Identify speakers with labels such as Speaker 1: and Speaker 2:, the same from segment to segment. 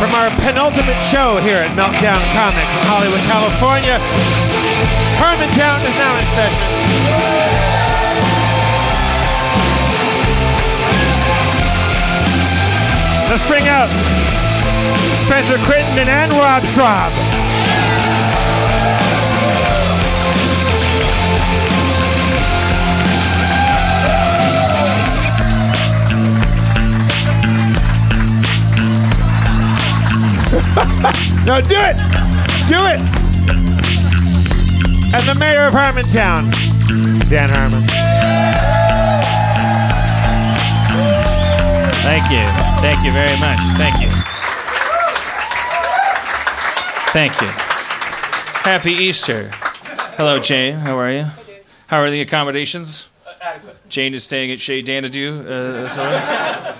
Speaker 1: From our penultimate show here at Meltdown Comics in Hollywood, California, Hermantown is now in session. Let's bring out Spencer Crittenden and Rob Schraub. No, do it! Do it! And the mayor of Hermantown, Dan Herman.
Speaker 2: Thank you. Thank you very much. Thank you. Thank you. Happy Easter. Hello, Jane. How are you? How are the accommodations? Jane is staying at Chez Danadu. Uh, that's all right.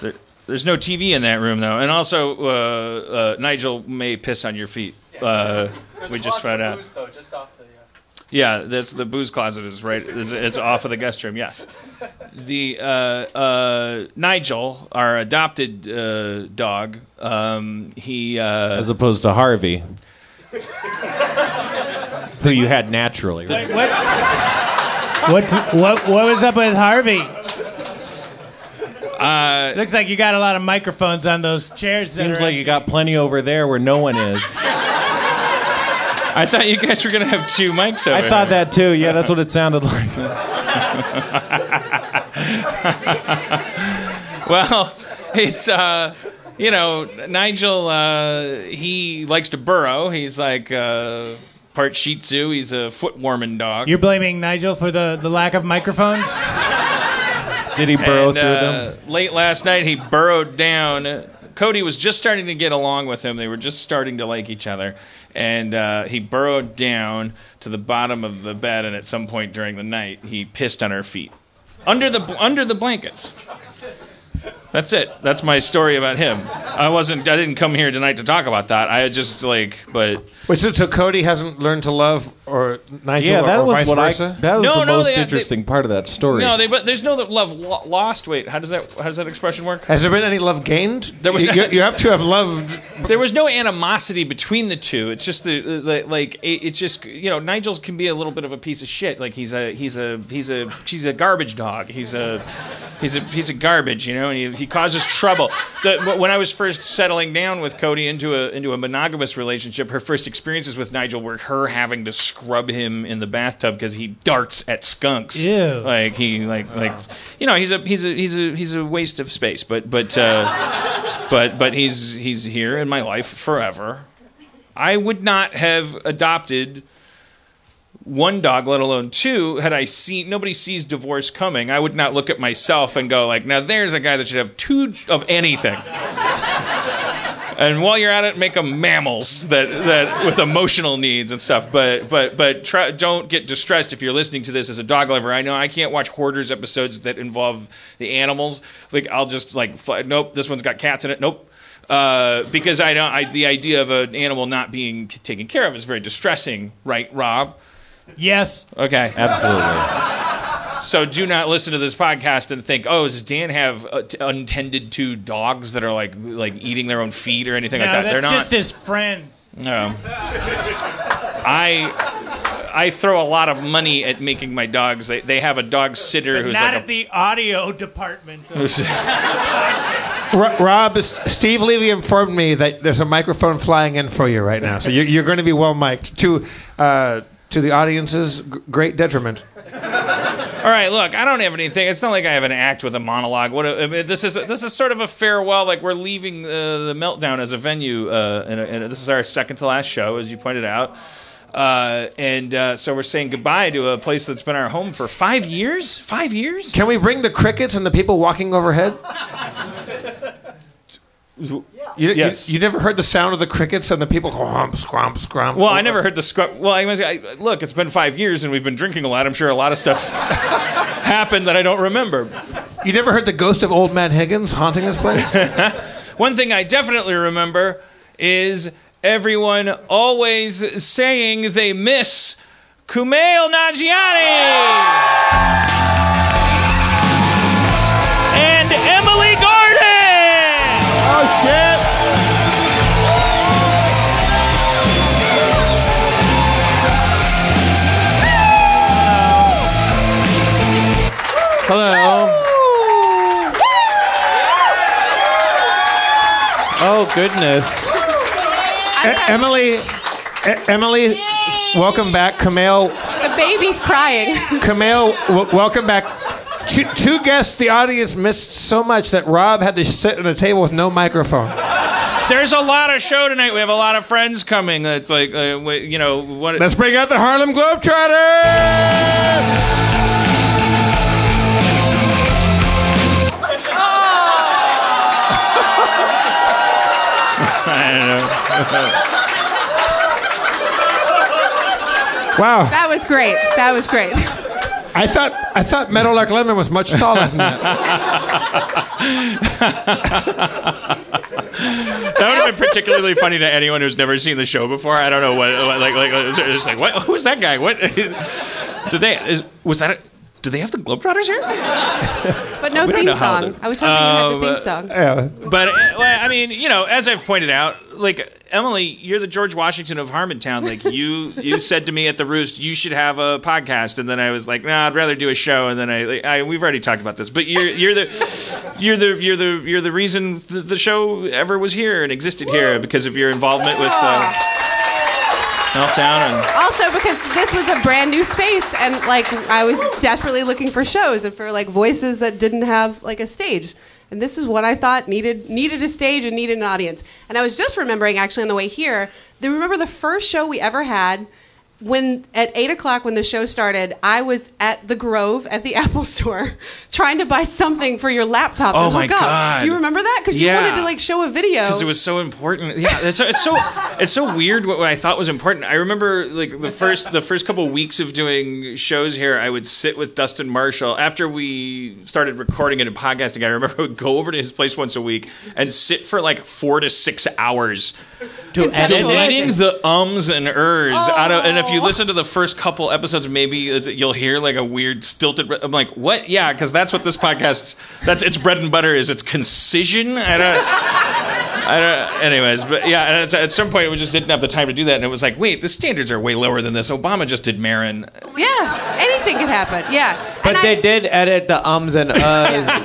Speaker 2: There- there's no TV in that room, though. And also, uh, uh, Nigel may piss on your feet. Uh, we just found out. Yeah, that's the booze closet is right. Is, is off of the guest room. Yes, the uh, uh, Nigel, our adopted uh, dog, um, he uh,
Speaker 3: as opposed to Harvey, who you had naturally. Right?
Speaker 4: What? What, what? What was up with Harvey?
Speaker 2: Uh,
Speaker 4: Looks like you got a lot of microphones on those chairs. that
Speaker 3: Seems
Speaker 4: are
Speaker 3: like you got plenty over there where no one is.
Speaker 2: I thought you guys were gonna have two mics over.
Speaker 3: I thought that too. Yeah, that's what it sounded like.
Speaker 2: Well, it's uh, you know Nigel. Uh, he likes to burrow. He's like uh, part Shih Tzu. He's a foot warming dog.
Speaker 4: You're blaming Nigel for the, the lack of microphones?
Speaker 3: Did he burrow
Speaker 2: And,
Speaker 3: through
Speaker 2: uh,
Speaker 3: them?
Speaker 2: Late last night, he burrowed down. Cody was just starting to get along with him. They were just starting to like each other, and uh, he burrowed down to the bottom of the bed. And at some point during the night, he pissed on her feet under the under the blankets. That's it. That's my story about him. I wasn't. I didn't come here tonight to talk about that. I just like, but
Speaker 1: Which is so Cody hasn't learned to love or Nigel
Speaker 3: Yeah,
Speaker 1: or,
Speaker 3: that
Speaker 1: or
Speaker 3: was
Speaker 1: vice
Speaker 3: what I.
Speaker 1: versa.
Speaker 3: That was
Speaker 2: No,
Speaker 3: the
Speaker 2: no,
Speaker 3: most
Speaker 2: they- they-
Speaker 3: interesting part of that story.
Speaker 2: no. They but there's no love lo- lost. Wait, how does that how does that expression work?
Speaker 1: Has there been any love gained?
Speaker 2: There was-
Speaker 1: you, you- you have to have loved.
Speaker 2: there was no animosity between the two. It's just the, the like it, it's just you know Nigel's can be a little bit of a piece of shit. Like he's a he's a he's a he's a garbage dog. He's a he's a piece of garbage. You know, and he, he causes trouble. The, when I was first settling down with Cody into a into a monogamous relationship, her first experiences with Nigel were her having to scrub him in the bathtub because he darts at skunks.
Speaker 4: Ew.
Speaker 2: Like he like like you know he's a he's a he's a he's a waste of space. But but. Uh, but but he's he's here in my life forever. I would not have adopted one dog, let alone two, had I seen nobody sees divorce coming. I would not look at myself and go like, now there's a guy that should have two of anything. And while you're at it, make them mammals that, that with emotional needs and stuff. But but but try, don't get distressed if you're listening to this as a dog lover. I know I can't watch hoarders episodes that involve the animals. Like I'll just like fl- nope, this one's got cats in it. Nope. Uh, because I don't. I, the idea of an animal not being t- taken care of is very distressing, right, Rob?
Speaker 4: Yes.
Speaker 2: Okay.
Speaker 3: Absolutely.
Speaker 2: So do not listen to this podcast and think, oh, does Dan have uh, t- untended to dogs that are like like eating their own feet or anything
Speaker 4: No,
Speaker 2: like that?
Speaker 4: that's
Speaker 2: They're not.
Speaker 4: just his friends.
Speaker 2: No. I I throw a lot of money at making my dogs. They, they have a dog sitter
Speaker 4: Not
Speaker 2: who's
Speaker 4: at
Speaker 2: like a,
Speaker 4: the audio department.
Speaker 1: Ro- Rob, S- Steve Levy informed me that there's a microphone flying in for you right now, so you're, you're going to be well mic'd to uh, to the audience's g- great detriment.
Speaker 2: All right, look, I don't have anything. It's not like I have an act with a monologue. What I mean, this is this is sort of a farewell. Like we're leaving uh, the meltdown as a venue, uh, and, and this is our second to last show, as you pointed out. Uh, and uh, so we're saying goodbye to a place that's been our home for five years. Five years?
Speaker 1: Can we bring the crickets and the people walking overhead? You,
Speaker 2: Yes.
Speaker 1: you, you never heard the sound of the crickets and the people go hump, scrump, scrump. oh,
Speaker 2: Well, I never heard the scrub. Well, I, was- I look, it's been five years and we've been drinking a lot. I'm sure a lot of stuff happened that I don't remember.
Speaker 1: You never heard the ghost of Old Man Higgins haunting this place?
Speaker 2: One thing I definitely remember is everyone always saying they miss Kumail Nanjiani and Emily Garden.
Speaker 3: Oh shit!
Speaker 4: Hello. Oh goodness.
Speaker 1: Emily, E- Emily, welcome back. Camille,
Speaker 5: The baby's crying.
Speaker 1: Camille, w- welcome back. Two, two guests the audience missed so much that Rob had to sit at a table with no microphone.
Speaker 2: There's a lot of show tonight. We have a lot of friends coming. It's like, uh, we- you know, what?
Speaker 1: Let's bring out the Harlem Globetrotters!
Speaker 2: I don't know.
Speaker 1: Wow,
Speaker 5: That was great. That was great.
Speaker 1: I thought I thought Meadowlark Lemon was much taller than that.
Speaker 2: That would have been particularly funny to anyone who's never seen the show before. I don't know what, what- like, like, like, it's like, what? Who's that guy? What? Did they? Is, was that? A, do they have the Globetrotters here?
Speaker 5: But no
Speaker 2: We don't
Speaker 5: theme
Speaker 2: know how
Speaker 5: song.
Speaker 2: the-
Speaker 5: I was hoping you had the
Speaker 2: Um,
Speaker 5: theme song.
Speaker 2: But uh, well, I mean, you know, as I've pointed out, like Emily, you're the George Washington of Harmontown. Like you, you said to me at the Roost, you should have a podcast, and then I was like, no, I'd rather do a show. And then I, like, I we've already talked about this, but you're you're the you're the you're the you're the reason the, the show ever was here and existed here because of your involvement with. Uh, Meltdown and
Speaker 5: also because this was a brand new space and like I was desperately looking for shows and for like voices that didn't have like a stage. And this is what I thought needed needed a stage and needed an audience. And I was just remembering actually on the way here, do you remember the first show we ever had when at eight o'clock when the show started, I was at the Grove at the Apple Store trying to buy something for your laptop
Speaker 2: Oh
Speaker 5: to
Speaker 2: my
Speaker 5: hook up.
Speaker 2: God.
Speaker 5: Do you remember that? Because you
Speaker 2: Yeah.
Speaker 5: wanted to like show a video.
Speaker 2: because it was so important. Yeah, it's so, it's so it's so weird what, what I thought was important. I remember like the first the first couple weeks of doing shows here, I would sit with Dustin Marshall after we started recording it and podcasting. I remember I would go over to his place once a week and sit for like four to six hours deleting the ums and ers out of, and if
Speaker 5: Oh.
Speaker 2: you listen to the first couple episodes, maybe it's- you'll hear like a weird stilted. I'm like, what? Yeah, because that's what this podcast's that's its bread and butter is its concision. I don't. I don't. Anyways, but yeah, and it's, at some point we just didn't have the time to do that, and it was like, wait, the standards are way lower than this. Obama just did Marin.
Speaker 5: yeah, anything could happen. Yeah.
Speaker 4: But
Speaker 5: And
Speaker 4: they
Speaker 5: I-
Speaker 4: did edit the ums and uhs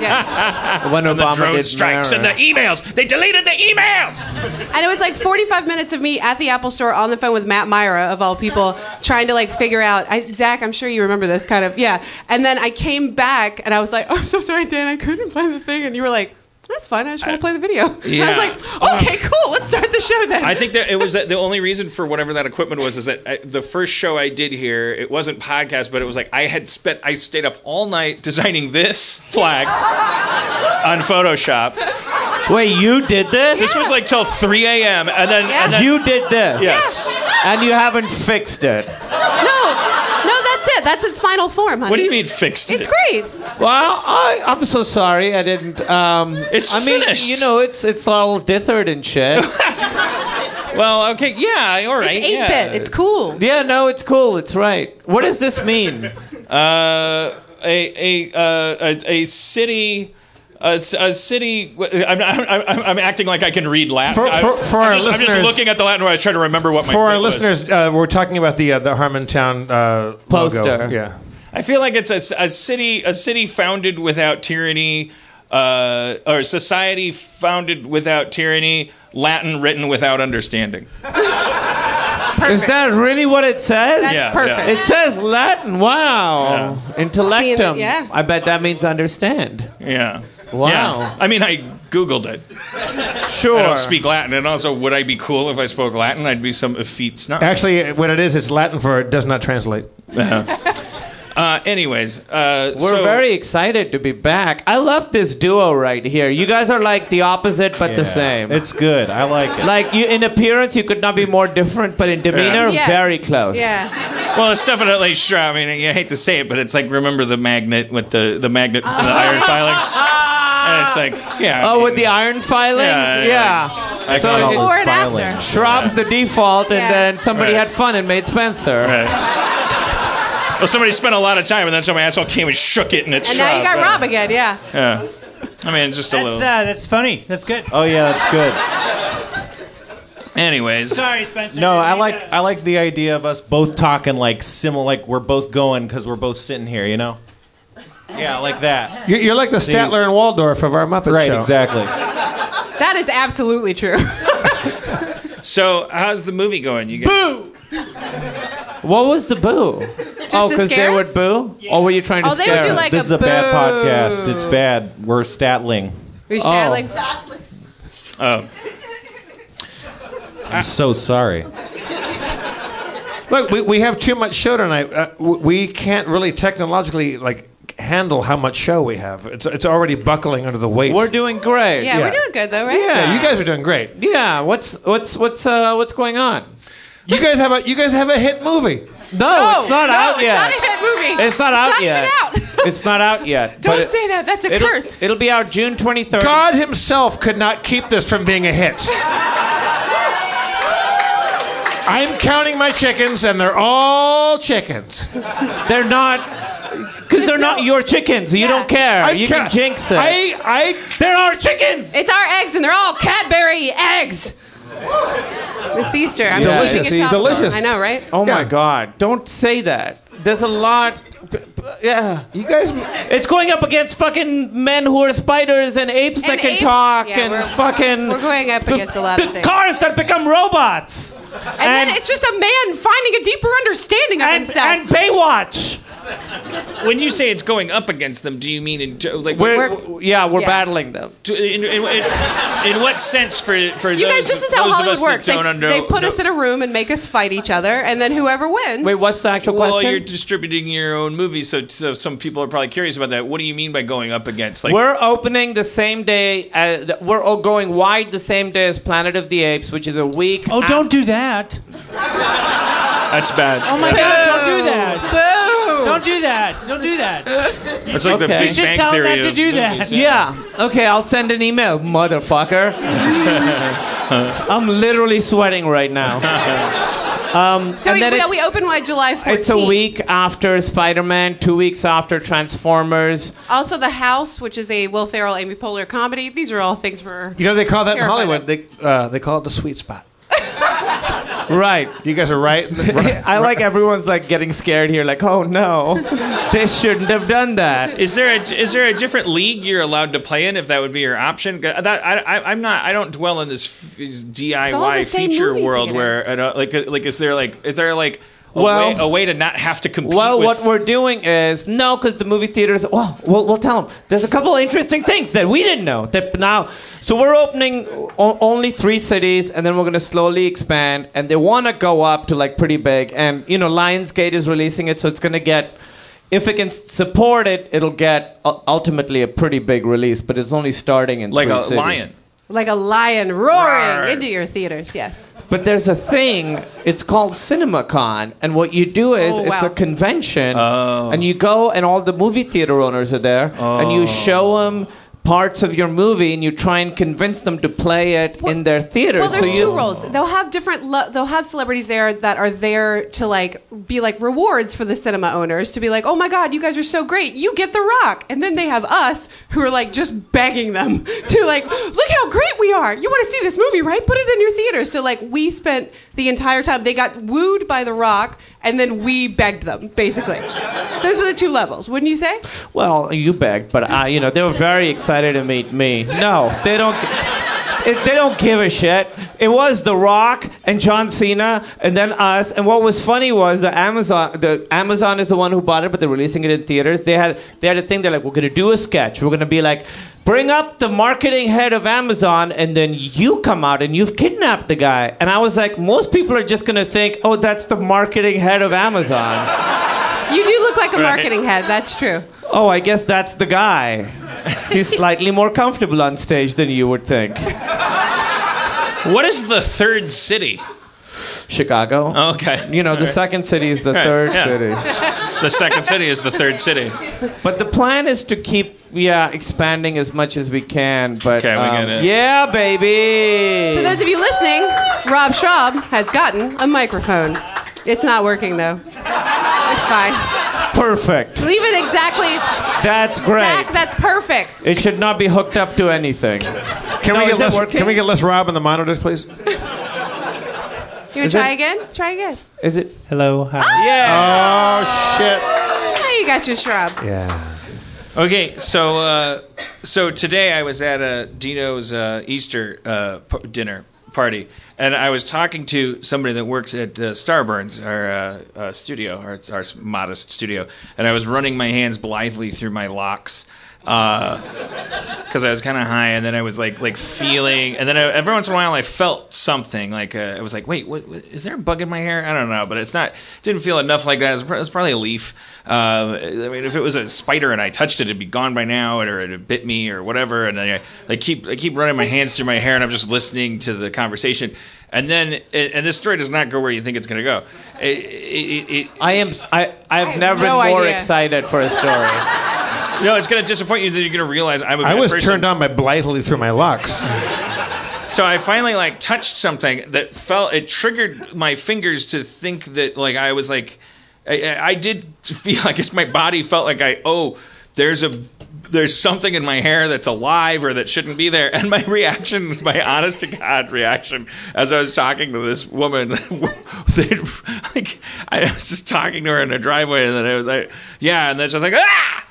Speaker 5: yeah.
Speaker 4: when
Speaker 2: The
Speaker 4: Obama
Speaker 2: drone
Speaker 4: did
Speaker 2: strikes
Speaker 4: Mara.
Speaker 2: and the emails. They deleted the emails.
Speaker 5: And it was like 45 minutes of me at the Apple store on the phone with Matt Myra, of all people, trying to like figure out. I, Zach, I'm sure you remember this kind of. Yeah. And then I came back and I was like, oh, I'm so sorry, Dan, I couldn't find the thing. And you were like, that's fine. I just want to play the video. And
Speaker 2: yeah. Um,
Speaker 5: I was like, okay, cool. Let's start the show then.
Speaker 2: I think that it was that the only reason for whatever that equipment was is that I, the first show I did here, it wasn't podcast, but it was like I had spent, I stayed up all night designing this flag on Photoshop.
Speaker 4: Wait, you did this?
Speaker 2: This was like till 3 a.m. and then
Speaker 5: Yeah.
Speaker 2: and then,
Speaker 4: you did this.
Speaker 2: yes.
Speaker 4: And you haven't fixed it.
Speaker 5: no, no, that's it. That's its final form, honey.
Speaker 2: What do you mean fixed?
Speaker 5: It's
Speaker 2: it?
Speaker 5: great.
Speaker 4: Well, I, I'm so sorry I didn't. Um,
Speaker 2: It's
Speaker 4: I mean,
Speaker 2: finished.
Speaker 4: you know, it's it's all dithered and shit.
Speaker 2: Well, okay, yeah, all right,
Speaker 5: It's 8
Speaker 2: yeah.
Speaker 5: bit. It's cool.
Speaker 4: yeah, no, it's cool. It's right. What does this mean?
Speaker 2: Uh, a a uh, a, a city. A, c- a city. I'm, I'm, I'm, I'm acting like I can read Latin.
Speaker 1: For- for-
Speaker 2: I-
Speaker 1: for
Speaker 2: I'm
Speaker 1: our
Speaker 2: just, I'm just
Speaker 1: listeners-
Speaker 2: looking at the Latin where I try to remember what my
Speaker 1: For our
Speaker 2: bit was.
Speaker 1: listeners, uh, we're talking about the uh, the Harmontown uh,
Speaker 4: Poster.
Speaker 1: Logo. Yeah.
Speaker 2: I feel like it's a, a city a city founded without tyranny, uh, or society founded without tyranny. Latin written without understanding.
Speaker 4: Is that really what it says?
Speaker 5: That's
Speaker 2: Yeah,
Speaker 5: perfect.
Speaker 4: It says Latin. Wow. Intellectum.
Speaker 5: See, yeah.
Speaker 4: I bet that means understand.
Speaker 2: Yeah.
Speaker 4: Wow.
Speaker 2: Yeah. I mean, I Googled it.
Speaker 4: Sure.
Speaker 2: I don't speak Latin. And also, would I be cool if I spoke Latin? I'd be some effete snob.
Speaker 1: Actually, what it is, it's Latin for it does not translate.
Speaker 2: Uh, anyways, uh,
Speaker 4: We're
Speaker 2: so-
Speaker 4: very excited to be back. I love this duo right here. You guys are like the opposite but the same.
Speaker 3: It's good. I like it.
Speaker 4: like you in appearance, you could not be more different, but in demeanor,
Speaker 5: Yeah.
Speaker 4: very close.
Speaker 5: Yeah.
Speaker 2: Well, it's definitely sure. I mean, you hate to say it, but it's like remember the magnet with the the magnet, the
Speaker 5: Ah.
Speaker 2: iron filings, and it's like yeah. I
Speaker 4: Oh,
Speaker 2: mean,
Speaker 4: with the iron filings,
Speaker 2: Yeah,
Speaker 4: yeah.
Speaker 2: yeah,
Speaker 3: I
Speaker 4: So
Speaker 3: got all
Speaker 4: it-
Speaker 3: this
Speaker 5: Before and
Speaker 3: filing.
Speaker 5: after.
Speaker 4: Shrubs the default, and
Speaker 5: Yeah.
Speaker 4: then somebody
Speaker 2: Right.
Speaker 4: had fun and made Spencer.
Speaker 2: Well, somebody spent a lot of time, and then some asshole came and shook it, and it's.
Speaker 5: And now you got
Speaker 2: shot,
Speaker 5: Rob again. Yeah.
Speaker 2: but- Yeah. I mean, just a
Speaker 6: That's,
Speaker 2: little.
Speaker 6: uh, that's funny. That's good.
Speaker 3: Oh yeah, that's good.
Speaker 2: Anyways,
Speaker 6: Sorry, Spencer.
Speaker 3: No,
Speaker 6: Didn't
Speaker 3: I
Speaker 6: mean
Speaker 3: like
Speaker 6: to-
Speaker 3: I like the idea of us both talking like similar, like we're both going because we're both sitting here, you know? Yeah, like that.
Speaker 1: You're, you're like the Statler and Waldorf of our Muppet
Speaker 3: Right,
Speaker 1: show.
Speaker 3: exactly.
Speaker 5: That is absolutely true.
Speaker 2: so how's the movie going? You guys?
Speaker 4: What was the boo? oh,
Speaker 5: to
Speaker 4: because they
Speaker 5: scare
Speaker 4: would
Speaker 5: us?
Speaker 4: boo. Or were you trying to
Speaker 5: Oh, they
Speaker 4: scare
Speaker 5: would do
Speaker 4: us?
Speaker 5: like
Speaker 3: this
Speaker 5: a
Speaker 3: is a bad
Speaker 5: boo.
Speaker 3: podcast. It's bad. We're statling. Oh.
Speaker 5: We share,
Speaker 4: Oh.
Speaker 5: like-
Speaker 2: Oh.
Speaker 3: I'm so sorry.
Speaker 1: Look, we, we have too much show tonight. Uh, w- we can't really technologically like handle how much show we have. It's it's already buckling under the weight.
Speaker 4: We're doing great.
Speaker 1: Yeah.
Speaker 5: yeah, we're doing good though, right?
Speaker 4: Yeah.
Speaker 1: yeah, you guys are doing great.
Speaker 4: Yeah, What's what's what's uh what's going on?
Speaker 1: You guys have a you guys have a hit movie.
Speaker 4: No,
Speaker 5: No,
Speaker 4: it's not
Speaker 5: Oh, no,
Speaker 4: out
Speaker 5: it's
Speaker 4: yet.
Speaker 5: not a hit movie.
Speaker 4: It's not out
Speaker 5: not even
Speaker 4: yet.
Speaker 5: out.
Speaker 4: it's not out yet.
Speaker 5: Don't
Speaker 4: but it-
Speaker 5: say that. That's a
Speaker 4: it'll,
Speaker 5: curse.
Speaker 4: It'll be out June 23rd.
Speaker 1: God himself could not keep this from being a hit. I'm counting my chickens, and they're all chickens.
Speaker 4: They're not because they're not your chickens. You
Speaker 5: Yeah.
Speaker 4: don't care.
Speaker 1: I
Speaker 4: you
Speaker 1: ca-
Speaker 4: can jinx it.
Speaker 1: I, I,
Speaker 4: there are chickens.
Speaker 5: It's our eggs, and they're all Cadbury eggs. It's Easter. I'm
Speaker 4: Yeah.
Speaker 5: keeping it
Speaker 1: Delicious,
Speaker 5: topical.
Speaker 1: delicious.
Speaker 5: I know, right?
Speaker 4: Oh my
Speaker 1: Yeah.
Speaker 4: God! Don't say that. There's a lot. b- b- Yeah,
Speaker 1: you guys,
Speaker 4: it's going up against fucking men who are spiders and apes that
Speaker 5: And
Speaker 4: can
Speaker 5: apes?
Speaker 4: talk
Speaker 5: Yeah,
Speaker 4: and
Speaker 5: we're-
Speaker 4: fucking.
Speaker 5: we're going up
Speaker 4: the-
Speaker 5: against a lot of
Speaker 4: the
Speaker 5: things.
Speaker 4: Cars that become robots. And,
Speaker 5: And, then it's just a man finding a deeper understanding of
Speaker 4: and,
Speaker 5: himself.
Speaker 4: and Baywatch.
Speaker 2: when you say it's going up against them, do you mean in jo- like
Speaker 4: We're,
Speaker 5: We're-
Speaker 4: w- yeah, we're
Speaker 5: yeah.
Speaker 4: battling them.
Speaker 2: do- in, in, in, in what sense for for
Speaker 5: you
Speaker 2: those,
Speaker 5: guys, this is how
Speaker 2: those of
Speaker 5: Hollywood
Speaker 2: us that
Speaker 5: works. They,
Speaker 2: Don't under,
Speaker 5: they put
Speaker 2: know-
Speaker 5: us in a room and make us fight each other, and then whoever wins.
Speaker 4: Wait, what's the actual
Speaker 2: Well,
Speaker 4: question?
Speaker 2: you're distributing your own movie, so, so some people are probably curious about that. What do you mean by going up against? Like,
Speaker 4: we're opening the same day. As, we're all going wide the same day as Planet of the Apes, which is a week.
Speaker 6: Oh, don't do that.
Speaker 2: that's bad.
Speaker 6: Oh my God! Don't do that.
Speaker 5: Boo!
Speaker 6: Don't do that. Don't do that.
Speaker 2: That's like
Speaker 4: Okay.
Speaker 2: the
Speaker 4: You
Speaker 2: Big
Speaker 6: should
Speaker 2: Bang
Speaker 6: tell
Speaker 2: Theory.
Speaker 6: them not to
Speaker 2: of
Speaker 6: do that.
Speaker 2: movies,
Speaker 4: Yeah. Okay, I'll send an email, motherfucker. I'm literally sweating right now. Um,
Speaker 5: so
Speaker 4: and
Speaker 5: we,
Speaker 4: then
Speaker 5: we-
Speaker 4: it-
Speaker 5: we open wide July 14th.
Speaker 4: It's a week after Spider-Man, two weeks after Transformers.
Speaker 5: Also, The House, which is a Will Ferrell, Amy Poehler comedy. These are all things for.
Speaker 1: you know, they call that in
Speaker 5: Terrified.
Speaker 1: Hollywood. They, uh, they call it the sweet spot.
Speaker 4: Right.
Speaker 1: You guys are right. in the- right.
Speaker 4: I like everyone's like getting scared here, like, oh no, they shouldn't have done that.
Speaker 2: Is there a is there a different league you're allowed to play in if that would be your option? 'Cause That, I, I, I'm not. I don't dwell in this f-
Speaker 5: all the
Speaker 2: DIY
Speaker 5: same
Speaker 2: feature
Speaker 5: movie
Speaker 2: world
Speaker 5: theater.
Speaker 2: where I don't, like uh, like is there like is there like a,
Speaker 4: Well-
Speaker 2: way, a way to not have to compete?
Speaker 4: Well,
Speaker 2: with,
Speaker 4: what we're doing is no, because the movie theaters. Well, well, we'll tell them. There's a couple of interesting things that we didn't know. That now, so we're opening o- only three cities, and then we're gonna slowly expand. And they want to go up to like pretty big. And you know, Lionsgate is releasing it, so it's gonna get. If it can s- support it, it'll get u- ultimately a pretty big release. But it's only starting in
Speaker 2: like
Speaker 4: three
Speaker 2: a
Speaker 4: cities.
Speaker 2: lion.
Speaker 5: Like a lion roaring
Speaker 2: Roar.
Speaker 5: into your theaters, yes.
Speaker 4: But there's a thing, it's called CinemaCon. And what you do is
Speaker 5: Oh,
Speaker 4: it's
Speaker 5: wow.
Speaker 4: a convention. And you go, and all the movie theater owners are there. And you show them parts of your movie and you try and convince them to play it in their theaters.
Speaker 5: Well, there's
Speaker 4: So you-
Speaker 5: two roles. They'll have different. Lo- they'll have celebrities there that are there to like be like rewards for the cinema owners to be like, oh my god, you guys are so great. You get the rock, and then they have us who are like just begging them to like, look how great we are. You want to see this movie, right? Put it in your theater. So like we spent the entire time. They got wooed by the rock, and then we begged them basically. Those are the two levels, wouldn't you say?
Speaker 4: Well, you begged, but I, you know, they were very excited to meet me. No, they don't. It, they don't give a shit. It was The Rock and John Cena, and then us. And what was funny was the Amazon. The Amazon is the one who bought it, but they're releasing it in theaters. They had they had a thing. They're like, we're gonna do a sketch. We're gonna be like, bring up the marketing head of Amazon, and then you come out and you've kidnapped the guy. And I was like, most people are just gonna think, oh, that's the marketing head of Amazon.
Speaker 5: You do look like a marketing head. That's true.
Speaker 4: Oh, I guess that's the guy. He's slightly more comfortable on stage than you would think.
Speaker 2: What is the third city?
Speaker 4: Chicago.
Speaker 2: Okay.
Speaker 4: You know, the second city is the third
Speaker 2: yeah.
Speaker 4: city.
Speaker 2: The second city is the third city.
Speaker 4: But the plan is to keep, yeah, expanding as much as we can. But
Speaker 2: Okay, we
Speaker 4: um,
Speaker 2: get it.
Speaker 4: yeah, baby.
Speaker 5: For those of you listening, Rob Schraub has gotten a microphone. It's not working though. It's fine.
Speaker 4: Perfect.
Speaker 5: Leave it exactly.
Speaker 4: That's great.
Speaker 5: Zach, that's perfect.
Speaker 4: It should not be hooked up to anything.
Speaker 1: Can, we
Speaker 4: No, is
Speaker 1: get
Speaker 4: it
Speaker 1: less,
Speaker 4: working?
Speaker 1: can we get less Rob on the monitors, please?
Speaker 5: You wanna try again? Try again.
Speaker 4: Is it?
Speaker 6: Hello. Hi.
Speaker 4: Yeah.
Speaker 1: Oh, shit.
Speaker 5: Oh, you got your Schraub.
Speaker 1: Yeah.
Speaker 2: Okay, so uh, so today I was at uh, Dino's uh, Easter uh, p- dinner party, and I was talking to somebody that works at uh, Starburns, our uh, uh, studio, our, our s- modest studio, and I was running my hands blithely through my locks. Because Uh, I was kind of high, and then I was like, like feeling, and then I, every once in a while I felt something. Like uh, I was like, wait, what, what is there a bug in my hair? I don't know, but it's not. Didn't feel enough like that. It was, pro- it was probably a leaf. Uh, I mean, if it was a spider and I touched it, it'd be gone by now, or it had bit me, or whatever. And I, I keep, I keep running my hands through my hair, and I'm just listening to the conversation. And then, it, and this story does not go where you think it's going to go. It, it, it,
Speaker 4: I am. I. I've
Speaker 5: have
Speaker 4: never
Speaker 5: no
Speaker 4: been more
Speaker 5: idea.
Speaker 4: excited for a story.
Speaker 2: it, no, it's going to disappoint you. That you're going to realize I'm a
Speaker 1: I
Speaker 2: bad
Speaker 1: was
Speaker 2: person.
Speaker 1: turned on by blithely through my locks.
Speaker 2: So I finally like touched something that felt it triggered my fingers to think that like I was like I, I- I did feel I guess my body felt like I oh there's a there's something in my hair that's alive or that shouldn't be there and my reaction was my honest to god reaction as I was talking to this woman that, like I was just talking to her in a driveway and then I was like yeah and then she was like ah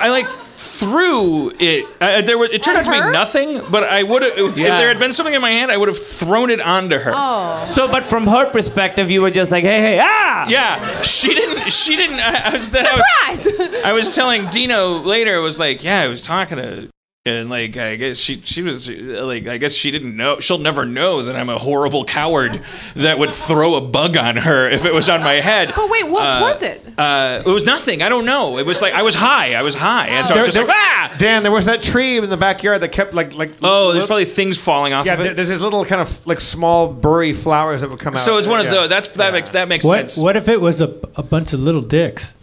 Speaker 2: I like threw it. I, I- there was, it turned
Speaker 5: At
Speaker 2: out to
Speaker 5: her?
Speaker 2: be nothing, but I would have. If,
Speaker 4: Yeah.
Speaker 2: if there had been something in my hand, I would have thrown it onto her.
Speaker 5: Oh.
Speaker 4: So, but from her perspective, you were just like, hey, hey, ah.
Speaker 2: Yeah, she didn't. She didn't. I, I was then I
Speaker 5: Surprise!
Speaker 2: was, I was telling Dino later. I was like, yeah, I was talking to. And like I guess she she was like I guess she didn't know she'll never know that I'm a horrible coward that would throw a bug on her if it was on my head.
Speaker 5: But wait, what
Speaker 2: Uh,
Speaker 5: was it?
Speaker 2: Uh, it was nothing. I don't know. It was like I was high. I was high, and so I was just like ah.
Speaker 1: Dan, there was that tree in the backyard that kept like like.
Speaker 2: Oh, there's
Speaker 1: look-
Speaker 2: probably things falling off.
Speaker 1: yeah.
Speaker 2: of it.
Speaker 1: There, there's these little kind of like small burry flowers that would come out.
Speaker 2: So it's one of
Speaker 1: Yeah.
Speaker 2: those. That's that makes that makes
Speaker 6: What,
Speaker 2: sense.
Speaker 6: what if it was a, a bunch of little dicks?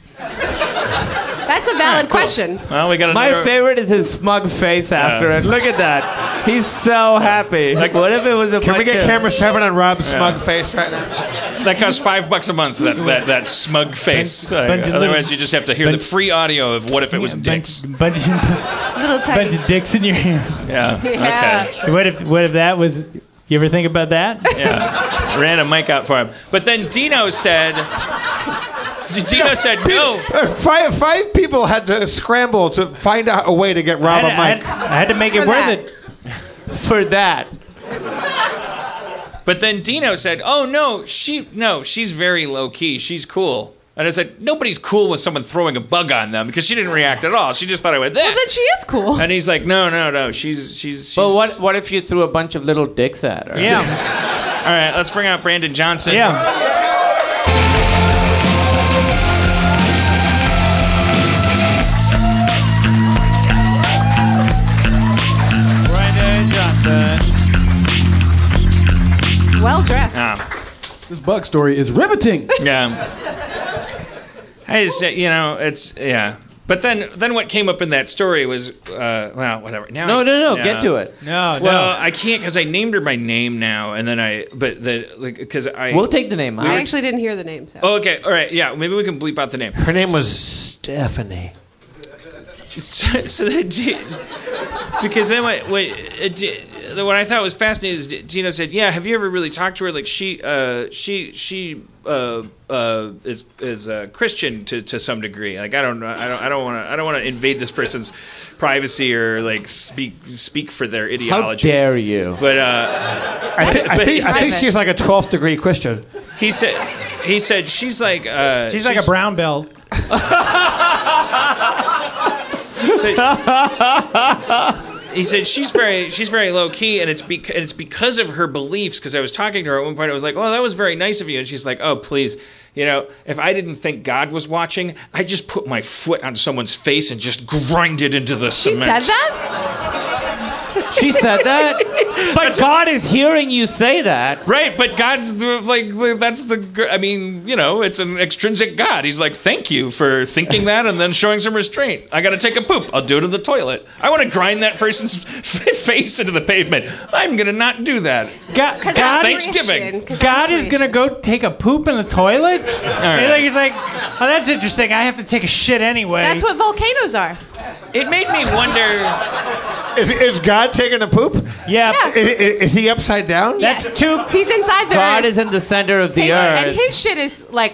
Speaker 5: That's a valid question.
Speaker 2: Well, we got
Speaker 4: My
Speaker 2: another-
Speaker 4: favorite is his smug face after it. Look at that. He's so happy. Like, what if it was a
Speaker 1: Can we
Speaker 4: bunch
Speaker 1: get
Speaker 4: of-
Speaker 1: camera seven on Rob's smug face right now?
Speaker 2: That costs five bucks a month. That that, that smug face.
Speaker 6: Bunch- bunch of
Speaker 2: Otherwise,
Speaker 6: little-
Speaker 2: you just have to hear
Speaker 6: bunch-
Speaker 2: the free audio of what if it was dicks.
Speaker 6: Bunch, bunch, of,
Speaker 5: Little
Speaker 6: bunch
Speaker 5: tiny.
Speaker 6: of dicks in your hair.
Speaker 2: Yeah.
Speaker 5: Yeah.
Speaker 2: Okay.
Speaker 6: What if what if that was? You ever think about that?
Speaker 2: Yeah. Ran a mic out for him, but then Dino said. Dino said no.
Speaker 1: Uh, Five five people had to scramble to find out a way to get
Speaker 6: I
Speaker 1: Rob
Speaker 6: had,
Speaker 1: a
Speaker 6: I had-
Speaker 1: mic.
Speaker 6: I had to make it
Speaker 5: For
Speaker 6: worth
Speaker 5: that.
Speaker 6: it.
Speaker 4: for that?
Speaker 2: But then Dino said, "Oh no, she no, she's very low key. She's cool." And I said, "Nobody's cool with someone throwing a bug on them because she didn't react at all. She just thought I went that."
Speaker 5: Then she is cool.
Speaker 2: and he's like, "No, no, no. She's she's." she's
Speaker 4: But what what if you threw a bunch of little dicks at her?
Speaker 6: Yeah,
Speaker 2: All right, let's bring out Brandon Johnson.
Speaker 6: yeah. Brandon Johnson.
Speaker 5: Well dressed.
Speaker 2: Yeah.
Speaker 7: This bug story is riveting.
Speaker 2: Um, Yeah. I just, uh, you know, it's yeah. But then, then what came up in that story was, uh, well, whatever. Now
Speaker 4: No,
Speaker 2: I-
Speaker 4: no, no. Get to it.
Speaker 6: No,
Speaker 2: Well,
Speaker 6: no.
Speaker 2: I can't because I named her by name now, and then I, but the like, because I.
Speaker 4: We'll take the name out.
Speaker 5: I actually didn't hear the name, so.
Speaker 2: Oh, okay, all right, yeah. Maybe we can bleep out the name.
Speaker 1: Her name was Stephanie.
Speaker 2: So, so then, D- because then what? what uh, D- the- what I thought was fascinating is D- Gina said, "Yeah, have you ever really talked to her? Like she, uh, she, she uh, uh, is is uh, Christian to, to some degree. Like I don't know, I don't, I don't want to, I don't want to invade this person's privacy or like speak speak for their
Speaker 4: How
Speaker 2: ideology.
Speaker 4: dare you?
Speaker 2: But uh,
Speaker 1: I, thi- I
Speaker 2: But
Speaker 1: think, I think
Speaker 5: he's-
Speaker 1: she's like a 12th degree Christian.
Speaker 2: he said, he said she's like uh,
Speaker 6: She's like a brown belt.
Speaker 2: he said she's very she's very low key and it's bec- and it's because of her beliefs because I was talking to her at one point I was like oh that was very nice of you and she's like oh please you know if I didn't think God was watching I just put my foot on someone's face and just grind it into the
Speaker 5: She
Speaker 2: cement
Speaker 5: said that?
Speaker 4: She said that? But God is hearing you say that.
Speaker 2: right but God's the, like like, that's the gr- I mean you know it's an extrinsic God he's like thank you for thinking that and then showing some restraint I gotta take a poop I'll do it in the toilet I want to grind that person's face into the pavement I'm gonna not do that
Speaker 6: God,
Speaker 5: Because
Speaker 6: God-
Speaker 5: I'm
Speaker 2: Thanksgiving.
Speaker 5: Christian, 'cause I'm
Speaker 6: God is
Speaker 5: Christian.
Speaker 6: gonna go take a poop in the toilet. He's like, he's like, oh, that's interesting. I have to take a shit anyway.
Speaker 5: That's what volcanoes are.
Speaker 2: it made me wonder
Speaker 1: Is, is God taking a poop?
Speaker 6: Yeah.
Speaker 1: I- i- Is, he upside down?
Speaker 6: That's
Speaker 5: Yes.
Speaker 6: two.
Speaker 5: He's inside the
Speaker 4: God
Speaker 5: earth.
Speaker 4: is in the center of the
Speaker 5: Taylor, and
Speaker 4: earth.
Speaker 5: his shit is like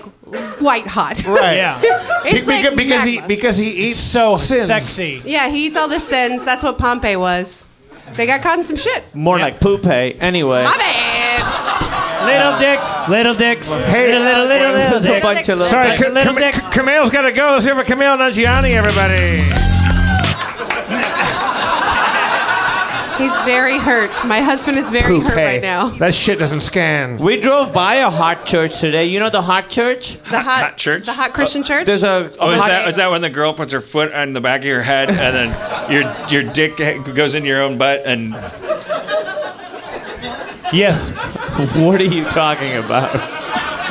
Speaker 5: white hot.
Speaker 1: Right.
Speaker 6: Yeah.
Speaker 1: Be-
Speaker 5: it's
Speaker 1: beca-
Speaker 5: like
Speaker 1: because he
Speaker 5: magma.
Speaker 1: because he eats
Speaker 6: So
Speaker 1: sins.
Speaker 6: sexy.
Speaker 5: Yeah, he eats all the sins. That's what Pompeii was. They got caught in some shit.
Speaker 4: More like Poopay. Anyway.
Speaker 5: My bad.
Speaker 6: Little dicks. Little dicks.
Speaker 1: uh,
Speaker 6: little, little, little, little
Speaker 4: There's a
Speaker 6: dicks.
Speaker 4: bunch of little-
Speaker 1: Sorry,
Speaker 6: Like the
Speaker 1: Ka-
Speaker 6: little
Speaker 1: Kam-
Speaker 6: dicks.
Speaker 1: Ka- Camille's got to go. Let's hear for Camille Nangiani, everybody.
Speaker 5: He's very hurt. My husband is very hurt right now.
Speaker 1: That shit doesn't scan.
Speaker 4: We drove by a hot church today. You know the hot church?
Speaker 5: The hot,
Speaker 2: hot church?
Speaker 5: The hot Christian church.
Speaker 4: Uh, There's a,
Speaker 2: Oh,
Speaker 4: a
Speaker 2: is
Speaker 4: hot-
Speaker 2: that, is that when the girl puts her foot on the back of your head and then your your dick goes in your own butt and
Speaker 6: Yes.
Speaker 4: What are you talking about?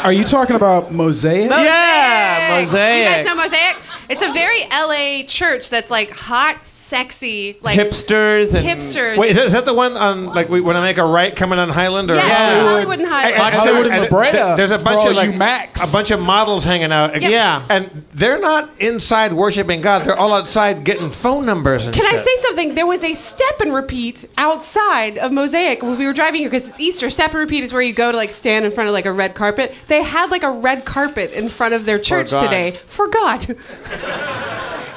Speaker 7: Are you talking about Mosaic?
Speaker 5: Mosaic.
Speaker 4: Yeah,
Speaker 5: Do you guys
Speaker 4: Mosaic.
Speaker 5: know Mosaic? It's a very LA church that's like hot, sexy, like
Speaker 4: Hipsters and
Speaker 5: hipsters.
Speaker 1: Wait, is that, is that the one on like we, when I make a right coming on Highland or
Speaker 5: yeah,
Speaker 4: Yeah.
Speaker 5: Hollywood and Hollywood.
Speaker 1: And- and-
Speaker 7: Hollywood
Speaker 1: and
Speaker 7: and La Brea,
Speaker 1: th- There's a
Speaker 7: for
Speaker 1: bunch
Speaker 7: all
Speaker 1: of like
Speaker 7: you Macs.
Speaker 1: a bunch of models hanging out.
Speaker 5: Yeah.
Speaker 4: Yeah.
Speaker 1: and they're not inside worshiping God. They're all outside getting phone numbers and
Speaker 5: Can I
Speaker 1: shit.
Speaker 5: say something? There was a step and repeat outside of Mosaic when we were driving here because it's Easter. Step and repeat is where you go to like stand in front of like a red carpet. They had like a red carpet in front of their church
Speaker 1: God.
Speaker 5: today for God.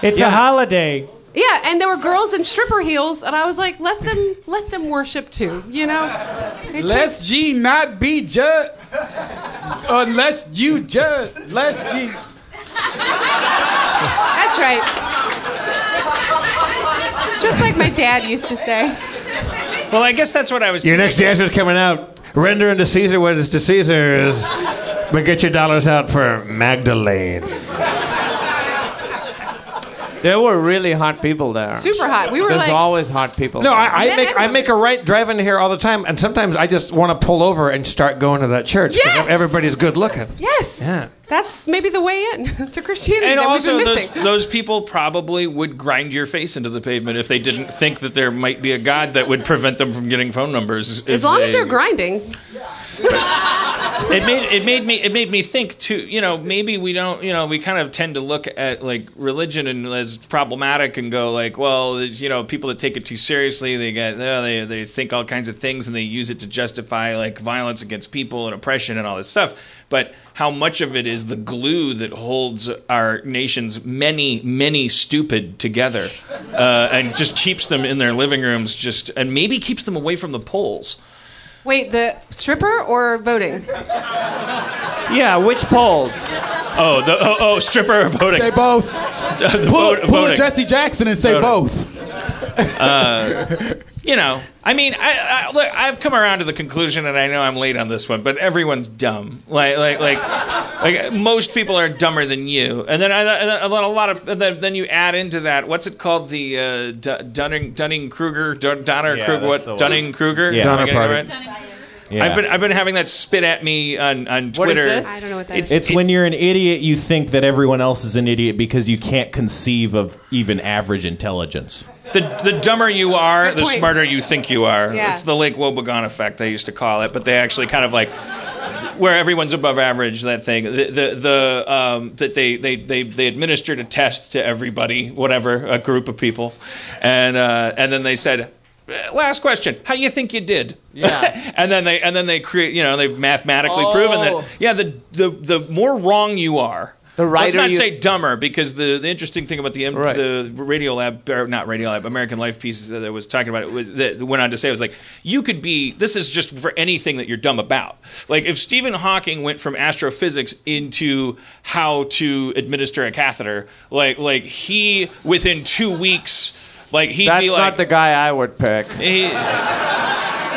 Speaker 6: It's a holiday.
Speaker 5: Yeah, and there were girls in stripper heels, and I was like, let them let them worship too, you know. It takes-
Speaker 7: Lest ye not be judged, unless you judge. Lest ye.
Speaker 5: that's right. Just like my dad used to say.
Speaker 2: well I guess that's what I was
Speaker 1: Your next dancer's coming out. Render unto Caesar what is to Caesar's, but get your dollars out for Magdalene.
Speaker 4: There were really hot people there.
Speaker 5: Super hot. We were
Speaker 4: There's
Speaker 5: like,
Speaker 4: always hot people.
Speaker 1: No,
Speaker 4: there.
Speaker 1: I, I
Speaker 5: Yeah,
Speaker 1: make I
Speaker 5: everyone-
Speaker 1: make a right driving here all the time, and sometimes I just want to pull over and start going to that church because
Speaker 5: Yes!
Speaker 1: everybody's good looking.
Speaker 5: yes,
Speaker 1: Yeah.
Speaker 5: that's maybe the way in to Christianity
Speaker 2: and
Speaker 5: that
Speaker 2: also
Speaker 5: we've been
Speaker 2: those
Speaker 5: missing.
Speaker 2: those people probably would grind your face into the pavement if they didn't think that there might be a god that would prevent them from getting phone numbers if
Speaker 5: as long
Speaker 2: they-
Speaker 5: as they're grinding,
Speaker 2: it made it made me it made me think too. You know, maybe we don't. You know, we kind of tend to look at like religion and as problematic and go like, well, there's, you know, people that take it too seriously, they get you know, they they think all kinds of things and they use it to justify like violence against people and oppression and all this stuff. But how much of it is the glue that holds our nation's many many stupid together, uh, and just keeps them in their living rooms, just and maybe keeps them away from the polls.
Speaker 5: Wait, the stripper or voting?
Speaker 4: yeah, which polls?
Speaker 2: Oh, the oh, oh stripper voting.
Speaker 7: Say both.
Speaker 2: Uh, the
Speaker 7: Pull,
Speaker 2: vote-
Speaker 7: pull a
Speaker 2: voting.
Speaker 7: Jesse E. Jackson and say
Speaker 2: Voting.
Speaker 7: both.
Speaker 2: Uh, You know, I mean, I, I, look, I've come around to the conclusion, and I know I'm late on this one, but everyone's dumb. Like, like, like, like most people are dumber than you. And then, I, and then a lot- a lot of then then you add into that what's it called the uh, D- Dunning Dunning Kruger Donner
Speaker 3: Yeah,
Speaker 2: Kruger
Speaker 3: that's
Speaker 2: what
Speaker 3: the one.
Speaker 2: Dunning Kruger
Speaker 3: Yeah.
Speaker 1: Donner party.
Speaker 3: Yeah.
Speaker 2: I've been I've been having that spit at me on on
Speaker 4: What is
Speaker 2: Twitter.
Speaker 4: this?
Speaker 5: I don't know what that
Speaker 2: It's-
Speaker 5: is.
Speaker 3: It's, when you're an idiot, you think that everyone else is an idiot because you can't conceive of even average intelligence.
Speaker 2: The, the dumber you are,
Speaker 5: Good
Speaker 2: the
Speaker 5: point.
Speaker 2: smarter you think you are.
Speaker 5: Yeah.
Speaker 2: It's the Lake Wobegon effect, they used to call it, but they actually kind of like where everyone's above average. That thing, the the, the um, that they, they they they administered a test to everybody, whatever, a group of people, and uh, and then they said. "Eh, last question. How do you think you did?
Speaker 4: Yeah.
Speaker 2: and then they and then they create. You know, they've mathematically proven
Speaker 4: Oh.
Speaker 2: that. Yeah. The the the more wrong you are.
Speaker 4: The
Speaker 2: Let's
Speaker 4: righter
Speaker 2: not
Speaker 4: you-
Speaker 2: say dumber because the, the interesting thing about the M-
Speaker 4: Right.
Speaker 2: the Radio Lab, or not Radio Lab, American Life piece that I was talking about it was that went on to say it was like you could be this is just for anything that you're dumb about. Like if Stephen Hawking went from astrophysics into how to administer a catheter, like like he within two weeks, like he'd
Speaker 4: That's
Speaker 2: be like
Speaker 4: not the guy I would pick.
Speaker 2: he-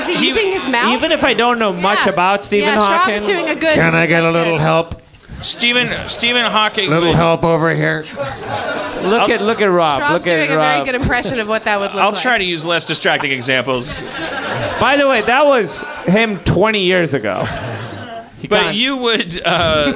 Speaker 5: Is he, using his mouth?
Speaker 4: Even if I don't know much
Speaker 5: Yeah.
Speaker 4: about Stephen
Speaker 5: yeah,
Speaker 4: Hawking.
Speaker 5: Shrop's doing a good.
Speaker 1: Can I get a
Speaker 5: that's
Speaker 1: little
Speaker 5: good.
Speaker 1: help?
Speaker 2: Stephen Stephen Hawking
Speaker 1: Little
Speaker 2: would-
Speaker 1: help over here.
Speaker 4: Look at look at Rob.
Speaker 5: Shrop's
Speaker 4: look at
Speaker 5: doing a
Speaker 4: Rob.
Speaker 5: very good impression of what that would look
Speaker 2: I'll
Speaker 5: like.
Speaker 2: try to use less distracting examples.
Speaker 4: By the way, that was him 20 years ago. He
Speaker 2: But
Speaker 4: can't-
Speaker 2: you would, uh,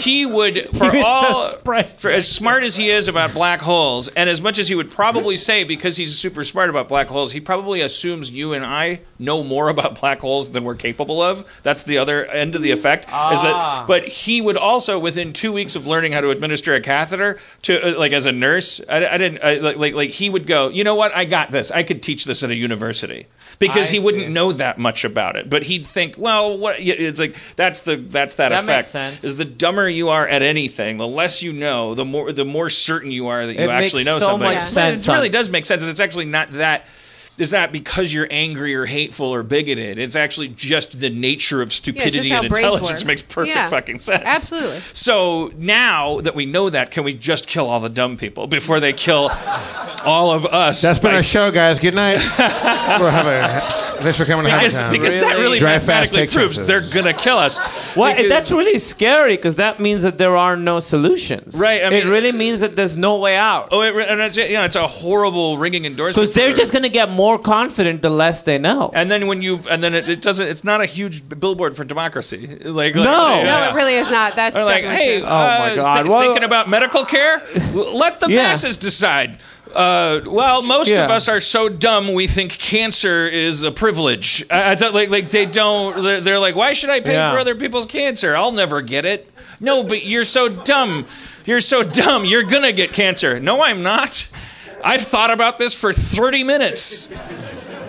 Speaker 2: he would, for
Speaker 6: He was so
Speaker 2: all,
Speaker 6: sprite.
Speaker 2: for as smart as he is about black holes, and as much as he would probably say because he's super smart about black holes, he probably assumes you and I know more about black holes than we're capable of. That's the other end of the effect. Is that? But he would also, within two weeks of learning how to administer a catheter, to uh, like as a nurse, I, I didn't I, like, like like he would go. You know what? I got this. I could teach this at a university because
Speaker 4: I
Speaker 2: he
Speaker 4: see.
Speaker 2: wouldn't know that much about it. But he'd think, well, what? yeah, It's like that's the that's that,
Speaker 4: That
Speaker 2: effect.
Speaker 4: makes sense.
Speaker 2: Is the dumber you are at anything, the less you know, the more the more certain you are that you
Speaker 4: It makes
Speaker 2: actually know
Speaker 4: so
Speaker 2: something.
Speaker 4: much
Speaker 2: But
Speaker 4: sense
Speaker 2: It
Speaker 4: on-
Speaker 2: really does make sense, and it's actually not that. It's not because you're angry or hateful or bigoted. It's actually just the nature of stupidity
Speaker 5: how
Speaker 2: and
Speaker 5: brains
Speaker 2: intelligence
Speaker 5: work.
Speaker 2: makes perfect
Speaker 5: Yeah.
Speaker 2: fucking sense.
Speaker 5: Absolutely.
Speaker 2: So now that we know that, can we just kill all the dumb people before they kill all of us?
Speaker 1: That's been
Speaker 2: by
Speaker 1: our show, guys. Good night. We're having. Thanks for coming. and having
Speaker 2: because,
Speaker 1: us.
Speaker 2: because that really
Speaker 1: Drive fast,
Speaker 2: mathematically
Speaker 1: take
Speaker 2: proves
Speaker 1: chances.
Speaker 2: they're gonna kill us.
Speaker 4: Well,
Speaker 2: Because-
Speaker 4: that's really scary because that means that there are no solutions.
Speaker 2: Right, I
Speaker 4: it
Speaker 2: mean-
Speaker 4: really means that there's no way out.
Speaker 2: oh, it, and it's, you know, it's a horrible ringing endorsement.
Speaker 4: Because they're
Speaker 2: for-
Speaker 4: just going to get more confident the less they know.
Speaker 2: And then when you and then it, it doesn't. It's not a huge billboard for democracy. Like,
Speaker 4: No.
Speaker 2: like,
Speaker 4: No,
Speaker 5: No, it really is not. That's
Speaker 2: Or like,
Speaker 5: definitely
Speaker 2: hey,
Speaker 5: true.
Speaker 2: oh
Speaker 4: my
Speaker 2: my
Speaker 4: God.
Speaker 2: God.
Speaker 4: Well-
Speaker 2: thinking about medical care? L- Let the
Speaker 4: Yeah.
Speaker 2: masses decide. Uh, well, most of
Speaker 4: Yeah.
Speaker 2: us are so dumb we think cancer is a privilege. I, I don't, like, like they don't. They're, they're like, why should I pay
Speaker 4: Yeah.
Speaker 2: for other people's cancer? I'll never get it. No, but you're so dumb. You're so dumb. You're gonna get cancer. No, I'm not. I've thought about this for 30 minutes.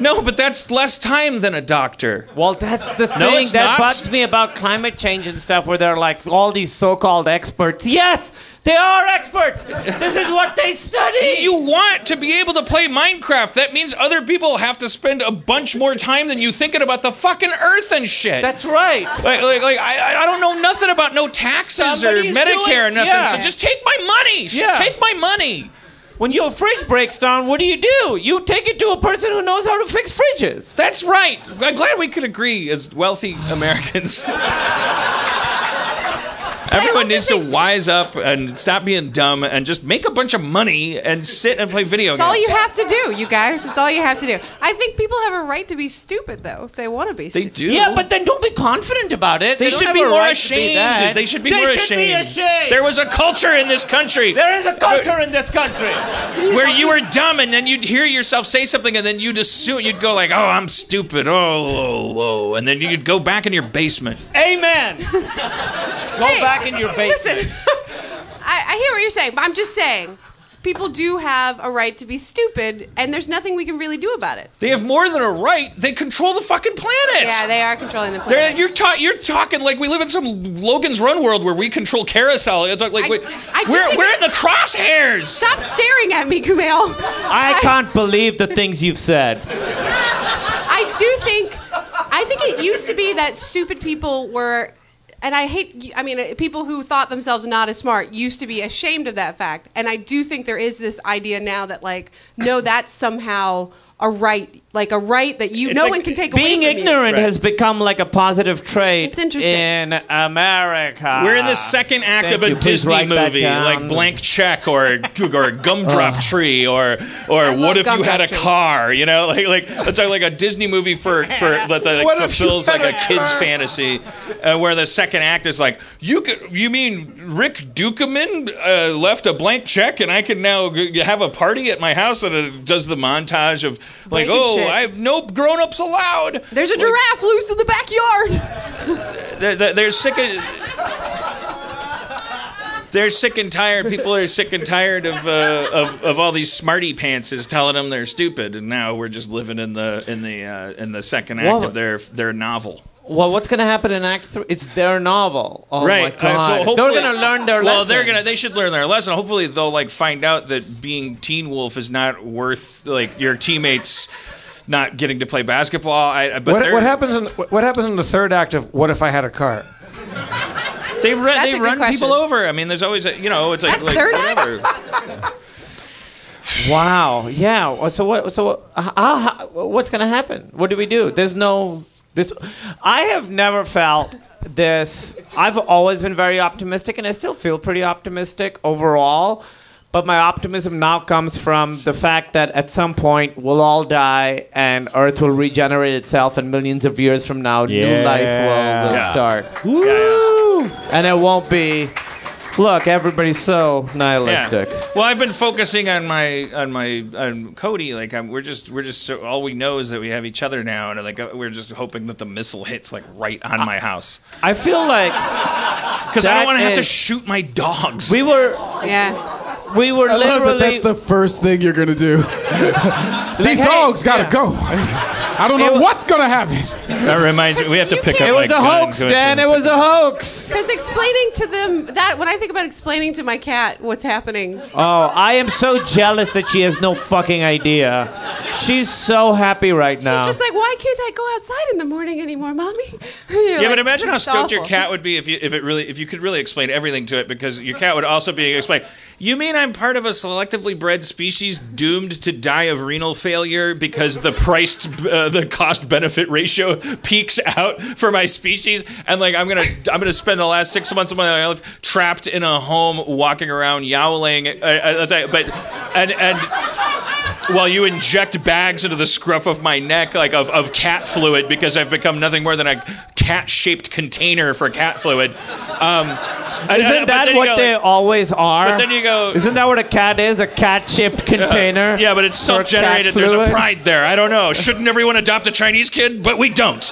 Speaker 2: No, but that's less time than a doctor.
Speaker 4: Well, that's the thing
Speaker 2: No, it's
Speaker 4: that
Speaker 2: not.
Speaker 4: bugs me about climate change and stuff, where they're like all these so-called experts. Yes, they are experts. this is what they study.
Speaker 2: you want to be able to play Minecraft. That means other people have to spend a bunch more time than you thinking about the fucking earth and shit.
Speaker 4: That's right.
Speaker 2: like, like, like I, I- I don't know nothing about no taxes or
Speaker 4: Somebody's
Speaker 2: Medicare or
Speaker 4: doing-
Speaker 2: nothing.
Speaker 4: yeah.
Speaker 2: So just take my money. Just
Speaker 4: Yeah.
Speaker 2: Take my money.
Speaker 4: When your fridge breaks down, what do you do? You take it to a person who knows how to fix fridges.
Speaker 2: That's right. I'm glad we could agree as wealthy Americans. Everyone
Speaker 5: also
Speaker 2: needs to
Speaker 5: think-
Speaker 2: wise up and stop being dumb and just make a bunch of money and sit and play video
Speaker 5: It's
Speaker 2: games.
Speaker 5: all you have to do, you guys. It's all you have to do. I think people have a right to be stupid, though, if they want to be
Speaker 2: they
Speaker 5: stupid.
Speaker 2: do.
Speaker 4: Yeah, but then don't be confident about it.
Speaker 2: They,
Speaker 4: don't
Speaker 2: should
Speaker 4: have
Speaker 2: be
Speaker 4: a
Speaker 2: more
Speaker 4: right to be
Speaker 2: ashamed.
Speaker 4: that.
Speaker 2: they should be more ashamed.
Speaker 4: They should be ashamed.
Speaker 2: There was a culture in this country
Speaker 4: there is a culture in this country.
Speaker 2: where you were dumb, and then you'd hear yourself say something, and then you'd assume you'd go like, "Oh, I'm stupid. Oh, oh, oh," and then you'd go back in your basement.
Speaker 4: Amen. Go back in your basement.
Speaker 5: Listen, I, I hear what you're saying, but I'm just saying people do have a right to be stupid, and there's nothing we can really do about it.
Speaker 2: They have more than a right. They control the fucking planet.
Speaker 5: Yeah, they are controlling the
Speaker 2: They're-
Speaker 5: planet.
Speaker 2: you're, ta- you're talking like we live in some Logan's Run world where we control carousel. It's like, like
Speaker 5: I-
Speaker 2: we,
Speaker 5: I do
Speaker 2: we're,
Speaker 5: think
Speaker 2: we're
Speaker 5: that-
Speaker 2: in the crosshairs.
Speaker 5: Stop staring at me, Kumail.
Speaker 4: I can't believe the things you've said.
Speaker 5: I do think, I think it used to be that stupid people were, and I hate, I mean, people who thought themselves not as smart used to be ashamed of that fact. And I do think there is this idea now that, like, no, that's somehow a right, like a right that you,
Speaker 2: It's
Speaker 5: no
Speaker 2: like
Speaker 5: one can take away.
Speaker 4: Being
Speaker 5: from you.
Speaker 4: ignorant
Speaker 2: Right.
Speaker 4: has become like a positive trait
Speaker 5: It's interesting.
Speaker 4: in America.
Speaker 2: We're in the second act
Speaker 4: Thank
Speaker 2: of a
Speaker 4: you. Please
Speaker 2: Disney
Speaker 4: write that
Speaker 2: movie,
Speaker 4: down.
Speaker 2: like Blank Check or or Gumdrop Tree or or
Speaker 5: love
Speaker 2: What If You
Speaker 5: Gumdrop
Speaker 2: Had a
Speaker 5: Tree.
Speaker 2: Car? You know, like like it's like, like a Disney movie for for that like,
Speaker 7: What if you
Speaker 2: fulfills like
Speaker 7: had
Speaker 2: a
Speaker 7: a
Speaker 2: kid's
Speaker 7: car?
Speaker 2: fantasy, uh, where the second act is like you could you mean Rick Dukeman uh, left a blank check and I can now g- have a party at my house and it does the montage of like
Speaker 5: Breaking
Speaker 2: oh
Speaker 5: shit.
Speaker 2: I no grown ups allowed.
Speaker 5: There's a giraffe loose in the backyard.
Speaker 2: They're, they're- they're sick of. they're sick and tired. People are sick and tired of, uh, of of all these smarty pantses telling them they're stupid, and now we're just living in the in the uh, in the second act
Speaker 4: Well-
Speaker 2: of their their novel.
Speaker 4: Well, what's going to happen in Act Three? It's their novel. Oh my
Speaker 2: right. Uh, so
Speaker 4: god!
Speaker 2: hopefully-
Speaker 4: they're going to learn their
Speaker 2: well,
Speaker 4: lesson.
Speaker 2: they're gonna. They should learn their lesson. Hopefully, they'll like find out that being Teen Wolf is not worth like your teammates not getting to play basketball. I, I- but
Speaker 1: What,
Speaker 2: they're-
Speaker 1: what happens in what what happens in the third act of What if I had a car?
Speaker 2: They run.
Speaker 5: That's a
Speaker 2: they
Speaker 5: good
Speaker 2: run
Speaker 5: question.
Speaker 2: people over. I mean, there's always a, you know. It's like,
Speaker 5: That's
Speaker 2: like
Speaker 5: third act?
Speaker 2: whatever.
Speaker 4: Wow. Yeah. Well, So what? So what, h- how- what's going to happen? What do we do? There's no. This. I have never felt this. I've always been very optimistic, and I still feel pretty optimistic overall. But my optimism now comes from the fact that at some point we'll all die, and Earth will regenerate itself, and millions of years from now, new life will, will
Speaker 3: Yeah.
Speaker 4: start.
Speaker 2: Woo!
Speaker 4: And it won't be. Look, everybody's so nihilistic.
Speaker 2: Yeah. Well, I've been focusing on my on my on Cody. Like I'm, we're just we're just so, all we know is that we have each other now, and like uh, we're just hoping that the missile hits like right on my house
Speaker 4: I feel like
Speaker 2: because I don't
Speaker 4: That
Speaker 2: want to have to
Speaker 4: is-
Speaker 2: shoot my dogs.
Speaker 4: we were
Speaker 5: Yeah.
Speaker 4: we were
Speaker 7: I love that
Speaker 4: literally
Speaker 7: that's the first thing you're gonna do. These
Speaker 4: hey,
Speaker 7: dogs gotta
Speaker 4: yeah.
Speaker 7: go. I don't
Speaker 4: It
Speaker 7: know
Speaker 4: wa-
Speaker 7: what's gonna happen.
Speaker 2: that reminds me, we have to
Speaker 5: You
Speaker 2: pick up.
Speaker 5: can't-
Speaker 4: It was
Speaker 2: like,
Speaker 4: a hoax,
Speaker 2: guns with
Speaker 4: Dan.
Speaker 2: them.
Speaker 4: It was a hoax.
Speaker 5: Because explaining to them that when I think about explaining to my cat what's happening,
Speaker 4: Oh, I am so jealous that she has no fucking idea. She's so happy right now.
Speaker 5: she's just like, "Why can't I go outside in the morning anymore, mommy?" yeah,
Speaker 2: Yeah, but imagine how stoked your cat would be if you if it really if you could really explain everything to it because your cat would also be explained. You mean I'm part of a selectively bred species doomed to die of renal failure because the priced uh, the cost benefit ratio peaks out for my species and like I'm gonna I'm gonna spend the last six months of my life trapped in a home walking around yowling. Uh, uh, that's- but and and while you inject bags into the scruff of my neck like of, of cat fluid because i've become nothing more than a cat-shaped container for cat fluid um, and-
Speaker 4: Isn't
Speaker 2: and- but then
Speaker 4: that
Speaker 2: you
Speaker 4: what
Speaker 2: go,
Speaker 4: they
Speaker 2: like,
Speaker 4: always are?
Speaker 2: but then you go- Uh,
Speaker 4: Isn't that what a cat is? A cat-shaped container.
Speaker 2: yeah but it's
Speaker 4: for cat
Speaker 2: self-generated there's a
Speaker 4: fluid?
Speaker 2: pride there i don't know shouldn't everyone adopt a chinese kid but we don't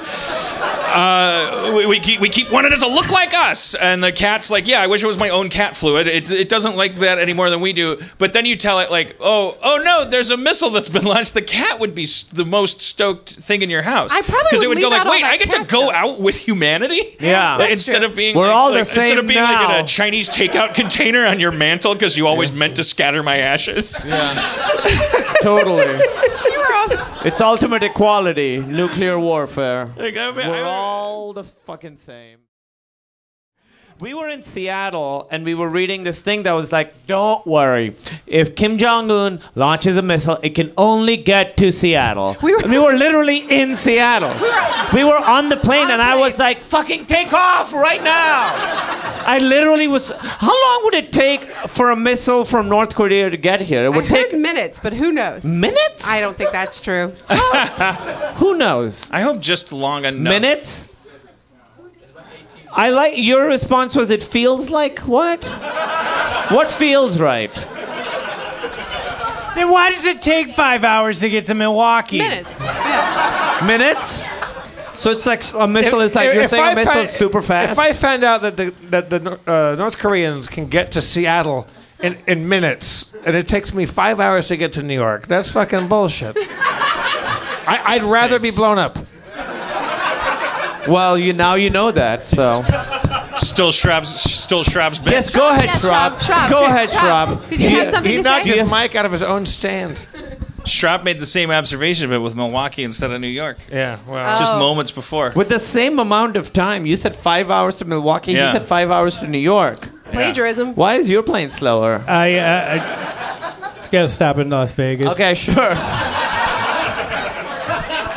Speaker 2: uh, we, we, keep, we keep wanting it to look like us and the cat's like yeah i wish it was my own cat fluid it, it doesn't like that any more than we do but then you tell it like oh oh no there's a missile that's been launched the cat would be s the most stoked thing in your house
Speaker 5: I probably
Speaker 2: because it
Speaker 5: would
Speaker 2: would go
Speaker 5: leave out
Speaker 2: like
Speaker 5: all
Speaker 2: wait
Speaker 5: that
Speaker 2: i get to
Speaker 5: cat
Speaker 2: go
Speaker 5: stuff."
Speaker 2: out with humanity
Speaker 4: Yeah.
Speaker 2: Like, instead of being
Speaker 4: We're
Speaker 2: like-
Speaker 4: all the
Speaker 2: like, instead
Speaker 4: same
Speaker 2: of being like in
Speaker 4: now.
Speaker 2: a chinese takeout container on your mantle because you always meant to scatter my ashes
Speaker 4: totally.
Speaker 5: you were all-
Speaker 4: It's ultimate equality, nuclear warfare.
Speaker 2: Like, I- I-
Speaker 4: We're all the fucking same. We were in Seattle and we were reading this thing that was like, don't worry. If Kim Jong un launches a missile, it can only get to Seattle.
Speaker 5: We
Speaker 4: We
Speaker 5: were-
Speaker 4: were, we were literally in Seattle. We
Speaker 5: were-
Speaker 4: were, on the plane
Speaker 5: On a
Speaker 4: and I
Speaker 5: plane.
Speaker 4: was like, fucking take off right now. I literally was. How long would it take for a missile from North Korea to get here? It
Speaker 5: I
Speaker 4: would
Speaker 5: heard
Speaker 4: take
Speaker 5: minutes, but who knows?
Speaker 4: minutes?
Speaker 5: I don't think that's true.
Speaker 4: Who knows?
Speaker 2: I hope just long enough
Speaker 4: minutes. I like your response was it feels like what? What feels right?
Speaker 6: Then why does it take five hours to get to Milwaukee?
Speaker 5: minutes. Yeah.
Speaker 4: Minutes. So it's like a missile is like
Speaker 1: If-
Speaker 4: you're
Speaker 1: if
Speaker 4: saying
Speaker 1: I
Speaker 4: a missile
Speaker 1: find-
Speaker 4: is super
Speaker 1: If
Speaker 4: fast.
Speaker 1: I found out that the that the uh, North Koreans can get to Seattle in, in minutes, and it takes me five hours to get to New York, that's fucking bullshit. I, I'd rather be blown up.
Speaker 4: well, you now you know that. So
Speaker 2: still shrubs still shrubs bent.
Speaker 4: yes, go ahead,
Speaker 5: Yeah,
Speaker 4: Shrub.
Speaker 5: Shrub,
Speaker 4: Go
Speaker 5: Shrub.
Speaker 4: ahead,
Speaker 5: Shrub.
Speaker 4: Shrub.
Speaker 5: Did you have something
Speaker 1: He
Speaker 5: to
Speaker 1: knocked
Speaker 5: say?
Speaker 1: his mic out of his own stand.
Speaker 2: Schrapp made the same observation, but with Milwaukee instead of New York.
Speaker 1: Yeah, well,
Speaker 2: Just
Speaker 5: Oh.
Speaker 2: moments before.
Speaker 4: With the same amount of time, you said five hours to Milwaukee.
Speaker 2: Yeah.
Speaker 4: He said five hours to New York.
Speaker 5: Plagiarism.
Speaker 4: Why is your plane slower?
Speaker 6: I, uh, I gotta stop in Las Vegas.
Speaker 4: Okay, sure.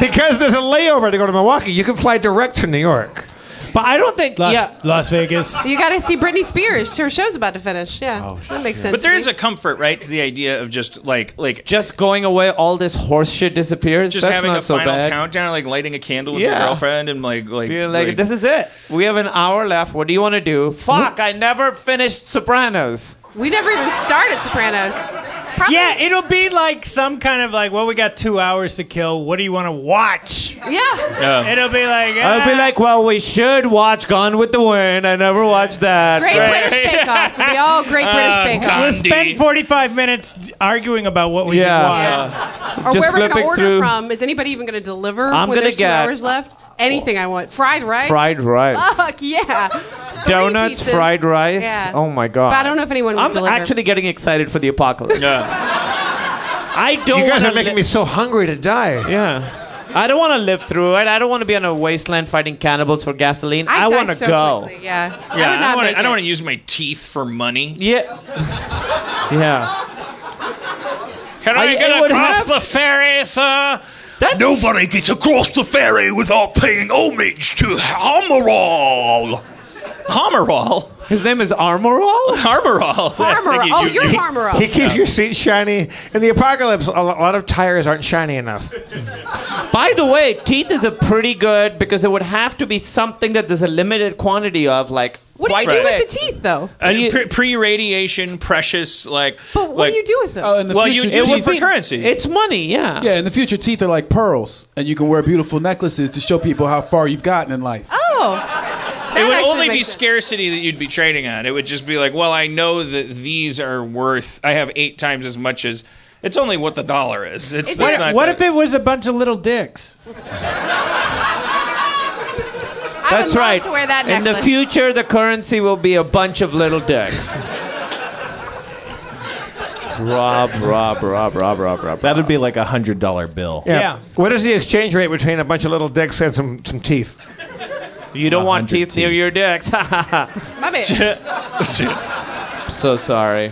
Speaker 1: because there's a layover to go to Milwaukee, you can fly direct to New York.
Speaker 4: But I don't think.
Speaker 6: Las,
Speaker 4: yeah.
Speaker 6: Las Vegas.
Speaker 5: You got to see Britney Spears. Her show's about to finish. Yeah,
Speaker 4: Oh,
Speaker 5: that makes sense.
Speaker 2: but there
Speaker 5: to
Speaker 2: is
Speaker 5: me.
Speaker 2: a comfort, right, to the idea of just like like just,
Speaker 4: Just going away, all this horse shit disappears. That's
Speaker 2: having
Speaker 4: not
Speaker 2: a
Speaker 4: so
Speaker 2: final
Speaker 4: bad.
Speaker 2: countdown, like lighting a candle with
Speaker 4: Yeah.
Speaker 2: your girlfriend and like like,
Speaker 4: Being like, this is it. We have an hour left. What do you want to do? Fuck, I never finished Sopranos.
Speaker 5: We never even started Sopranos. Probably,
Speaker 6: Yeah, it'll be like some kind of like, well, we got two hours to kill. What do you want to watch?
Speaker 5: yeah.
Speaker 2: Uh,
Speaker 6: It'll be like,
Speaker 4: I'll be
Speaker 6: ah.
Speaker 4: like, well, we should watch Gone with the Wind. I never watched that.
Speaker 5: Great
Speaker 4: Right. Uh,
Speaker 5: British Bake Off. It'll be all Great British Bake Off.
Speaker 6: We'll spend 45 minutes d- arguing about what we
Speaker 4: Yeah.
Speaker 6: should watch.
Speaker 5: or
Speaker 4: Just
Speaker 5: where we're gonna
Speaker 4: flipping
Speaker 5: order
Speaker 4: through-
Speaker 5: from. Is anybody even gonna deliver
Speaker 4: I'm
Speaker 5: when
Speaker 4: gonna
Speaker 5: there's two
Speaker 4: get-
Speaker 5: hours left? Anything I want. Fried rice.
Speaker 4: Fried rice.
Speaker 5: Fuck yeah. Oh, Three
Speaker 4: Donuts,
Speaker 5: pizzas.
Speaker 4: fried rice.
Speaker 5: Yeah.
Speaker 4: Oh my god.
Speaker 5: But I don't know if anyone would
Speaker 4: I'm
Speaker 5: deliver.
Speaker 4: actually getting excited for the apocalypse.
Speaker 2: yeah.
Speaker 4: I don't
Speaker 1: You guys
Speaker 4: wanna
Speaker 1: are making
Speaker 4: li-
Speaker 1: me so hungry to die.
Speaker 4: Yeah. I don't want to live through it. I don't want to be on a wasteland fighting cannibals for gasoline.
Speaker 5: I'd
Speaker 4: I
Speaker 5: die
Speaker 4: want to
Speaker 5: so
Speaker 4: go.
Speaker 5: quickly, Yeah.
Speaker 2: Yeah, I,
Speaker 5: I would not
Speaker 2: don't wanna-
Speaker 5: make
Speaker 2: I don't
Speaker 5: it.
Speaker 2: want to use my teeth for money.
Speaker 4: Yeah. Yeah.
Speaker 2: Can
Speaker 4: I-
Speaker 2: I, get
Speaker 4: I would
Speaker 2: across
Speaker 4: have-
Speaker 2: the ferry, sir?
Speaker 4: That's
Speaker 8: Nobody gets across the ferry without paying homage to Hammerall.
Speaker 2: Harmerall.
Speaker 4: his name is Armorall?
Speaker 2: Harmerall.
Speaker 5: Armor. Oh, you're armor up.
Speaker 1: He keeps your seat shiny. In the apocalypse, a lo- lot of tires aren't shiny enough.
Speaker 4: By the way, teeth is a pretty good because it would have to be something that there's a limited quantity of, like
Speaker 5: What do you
Speaker 4: quite
Speaker 5: do
Speaker 4: big.
Speaker 5: with the teeth though?
Speaker 4: you-
Speaker 2: Pre radiation, precious, like.
Speaker 5: But what
Speaker 2: like,
Speaker 5: do you do with them?
Speaker 7: Oh, in the
Speaker 2: Well,
Speaker 7: future,
Speaker 2: you- it
Speaker 7: teeth-
Speaker 2: would for currency.
Speaker 4: It's money, yeah.
Speaker 7: yeah, in the future, teeth are like pearls, and you can wear beautiful necklaces to show people how far you've gotten in life.
Speaker 5: oh.
Speaker 2: It
Speaker 5: That
Speaker 2: would
Speaker 5: actually
Speaker 2: only be
Speaker 5: makes sense.
Speaker 2: scarcity that you'd be trading on. It would just be like, well, I know that these are worth. I have eight times as much as. It's only what the dollar is. It's,
Speaker 5: Is
Speaker 2: that's
Speaker 5: it-
Speaker 2: not
Speaker 6: What
Speaker 2: that-
Speaker 6: if it was a bunch of little dicks?
Speaker 5: I would
Speaker 4: That's
Speaker 5: love
Speaker 4: right.
Speaker 5: to wear that
Speaker 4: In the
Speaker 5: necklace.
Speaker 4: future, the currency will be a bunch of little dicks. Rob, Rob, Rob, Rob, Rob, Rob.
Speaker 3: That would be like a hundred dollar bill.
Speaker 6: Yeah.
Speaker 1: What is the exchange rate between a bunch of little dicks and some, some teeth?
Speaker 4: You don't want
Speaker 3: 100
Speaker 4: teeth, near
Speaker 3: teeth.
Speaker 4: your dicks.
Speaker 5: My bad.
Speaker 4: so sorry.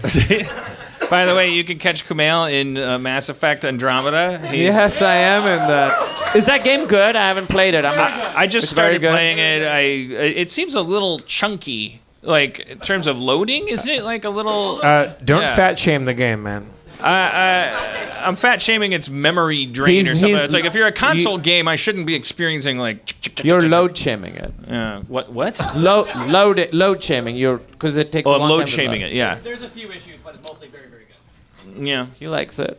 Speaker 2: By the way, you can catch Kumail in uh, Mass Effect Andromeda. He's-
Speaker 4: Yes, I am in that. Is that game good? I haven't played it. I'm not.
Speaker 2: I just
Speaker 4: It's very
Speaker 2: started
Speaker 4: good.
Speaker 2: playing it. I it seems a little chunky, like in terms of loading, isn't it? Like a little.
Speaker 1: Uh, don't
Speaker 2: Yeah.
Speaker 1: fat shame the game, man.
Speaker 2: I'm fat shaming its memory drain
Speaker 4: He's-
Speaker 2: or something.
Speaker 4: he's-
Speaker 2: It's like if you're a console game, I shouldn't be experiencing like.
Speaker 4: You're load shaming it.
Speaker 2: Uh, what? What?
Speaker 4: Load, load it. Load shaming. You're because it takes.
Speaker 2: Oh,
Speaker 4: a
Speaker 2: I'm
Speaker 4: long time
Speaker 2: load
Speaker 4: to
Speaker 2: shaming
Speaker 4: load.
Speaker 2: it. Yeah.
Speaker 9: There's a few issues, but it's mostly very, very good.
Speaker 2: Yeah.
Speaker 4: He likes it.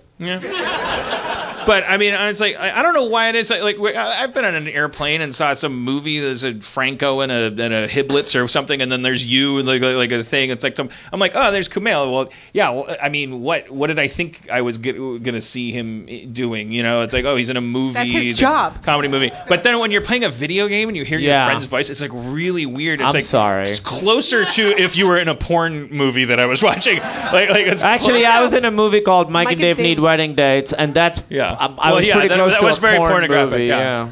Speaker 2: But I mean, I was like, I, I don't know why it is. Like, like we- I- I've been on an airplane and saw some movie. There's a Franco and a and a Hiblitz or something, and then there's you and like like, like a thing. It's like some. I'm like, oh, there's Kumail. Well, yeah. Well, I mean, what what did I think I was get, gonna see him eh, doing? You know, it's like, oh, he's in a movie.
Speaker 5: That's his
Speaker 2: it's a
Speaker 5: job.
Speaker 2: Comedy movie. But then when you're playing a video game and you hear
Speaker 4: Yeah.
Speaker 2: your friend's voice, it's like really weird. It's
Speaker 4: I'm
Speaker 2: like,
Speaker 4: sorry.
Speaker 2: It's closer to if you were in a porn movie that I was watching. Like like it's
Speaker 4: Actually, I was in a movie called Mike,
Speaker 5: Mike
Speaker 4: and Dave,
Speaker 5: and Dave-
Speaker 4: Need Wedding Dates, and that's
Speaker 2: Yeah.
Speaker 4: I, I
Speaker 2: Well,
Speaker 4: was
Speaker 2: yeah,
Speaker 4: pretty
Speaker 2: that-
Speaker 4: close
Speaker 2: that
Speaker 4: to
Speaker 2: was
Speaker 4: a
Speaker 2: very
Speaker 4: porn
Speaker 2: pornographic,
Speaker 4: movie,
Speaker 2: yeah.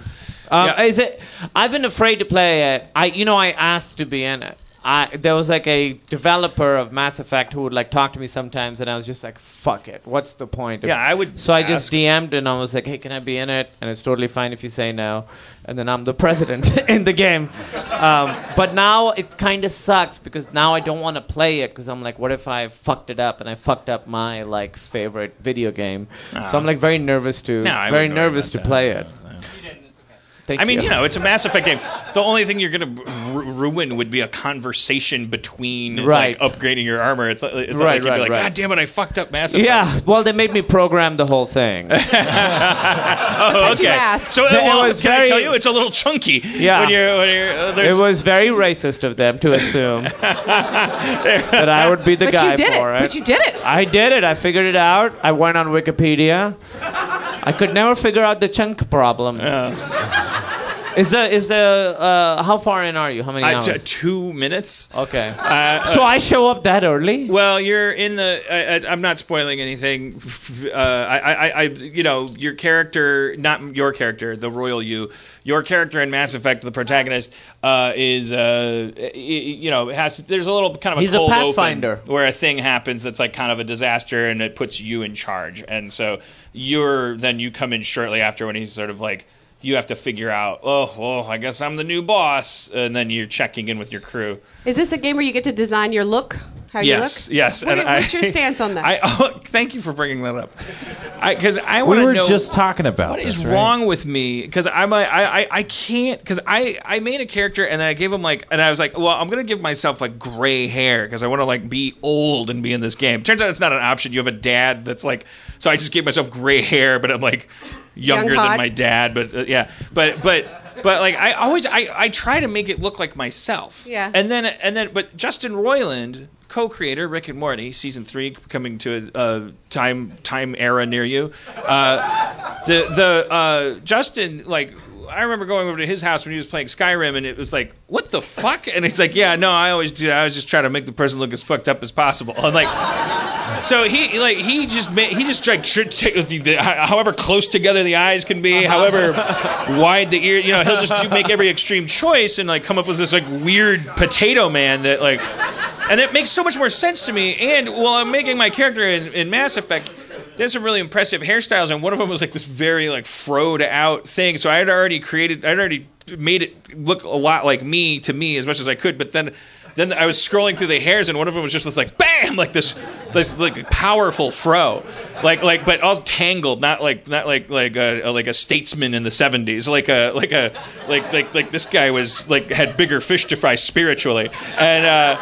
Speaker 4: Um,
Speaker 2: Yeah.
Speaker 4: Is it? I've been afraid to play it. I, you know, I asked to be in it. I, there was like a developer of Mass Effect who would like talk to me sometimes, and I was just like, "Fuck it, what's the point?" of-
Speaker 2: Yeah, I would
Speaker 4: So I just
Speaker 2: ask.
Speaker 4: DM'd and I was like, "Hey, can I be in it?" And it's totally fine if you say no. And then I'm the president in the game. Um, but now it kind of sucks because now I don't want to play it because I'm like, what if I fucked it up and I fucked up my like favorite video game? So I'm like very nervous to
Speaker 2: Ah. No, I
Speaker 4: very
Speaker 2: wouldn't worry
Speaker 4: nervous to
Speaker 2: about
Speaker 4: play it. Thank
Speaker 2: I mean, you know, it's a Mass Effect game. The only thing you're going to r- ruin would be a conversation between
Speaker 4: Right.
Speaker 2: like, upgrading your armor. It's, not- it's not
Speaker 4: Right,
Speaker 2: like you'd
Speaker 4: right,
Speaker 2: be like,
Speaker 4: right.
Speaker 2: God damn it, I fucked up Mass Effect.
Speaker 4: Yeah, well, they made me program the whole thing.
Speaker 2: Oh,
Speaker 5: you
Speaker 2: okay.
Speaker 5: ask?
Speaker 2: So, uh,
Speaker 4: It
Speaker 2: well,
Speaker 4: was
Speaker 2: can
Speaker 4: very-
Speaker 2: I tell you, it's a little chunky.
Speaker 4: Yeah.
Speaker 2: When you're, when you're, uh,
Speaker 4: it
Speaker 2: there's,
Speaker 4: was very racist of them to assume that I would be the
Speaker 5: But
Speaker 4: guy
Speaker 5: you did
Speaker 4: for
Speaker 5: it. But you did it.
Speaker 4: I did it. I figured it out. I went on Wikipedia. I could never figure out the chunk problem. Is the is the uh, how far in are you? How many
Speaker 2: uh,
Speaker 4: hours?
Speaker 2: t- two minutes.
Speaker 4: okay.
Speaker 2: Uh,
Speaker 4: so I show up that early.
Speaker 2: Well, you're in the. I, I, I'm not spoiling anything. Uh, I, I, I, you know, your character, not your character, the royal you. Your character in Mass Effect, the protagonist, uh, is, uh, y- y- you know, has. There's a little kind of a
Speaker 4: He's a
Speaker 2: cold open
Speaker 4: pathfinder.
Speaker 2: where a thing happens that's like kind of a disaster, and it puts you in charge, and so you're then you come in shortly after when he's sort of like. You have to figure out. Oh, well, I guess I'm the new boss, and then you're checking in with your crew.
Speaker 5: Is this a game where you get to design your look? How you
Speaker 2: Yes,
Speaker 5: look?
Speaker 2: yes.
Speaker 5: What
Speaker 2: and
Speaker 5: i- what's
Speaker 2: I-
Speaker 5: your stance on that?
Speaker 2: I, oh, thank you for bringing that up. because I,
Speaker 3: We
Speaker 2: want to
Speaker 3: were
Speaker 2: know
Speaker 3: just talking about
Speaker 2: what is
Speaker 3: this, right?
Speaker 2: wrong with me because I'm a, I, I I can't because I I made a character and then I gave him like and I was like well I'm gonna give myself like gray hair because I want to like be old and be in this game. Turns out it's not an option. You have a dad that's like so I just gave myself gray hair, but I'm like
Speaker 10: Young
Speaker 2: younger than
Speaker 10: hot.
Speaker 2: my dad. But uh, yeah, but but but like I always I I try to make it look like myself.
Speaker 10: Yeah.
Speaker 2: And then and then but Justin Roiland, co-creator Rick and Morty season three coming to a uh, time time era near you. Uh, the the uh, Justin like. I remember going over to his house when he was playing Skyrim, and it was like, "What the fuck?" And he's like, "Yeah, no, I always do. that. I was just trying to make the person look as fucked up as possible." And like, so he like he just ma- he just like tr- t- if you- the- ho- however close together the eyes can be, however wide the ear, you know, he'll just do, make every extreme choice and like come up with this like weird potato man that like, and it makes so much more sense to me. And while I'm making my character in, in Mass Effect. There's some really impressive hairstyles, and one of them was like this very like froed out thing. So I had already created, I'd already made it look a lot like me to me as much as I could. But then then I was scrolling through the hairs, and one of them was just this like bam, like this, this like powerful fro, like like but all tangled, not like not like like a, like a statesman in the '70s, like a like a like like like this guy was like had bigger fish to fry spiritually, and. uh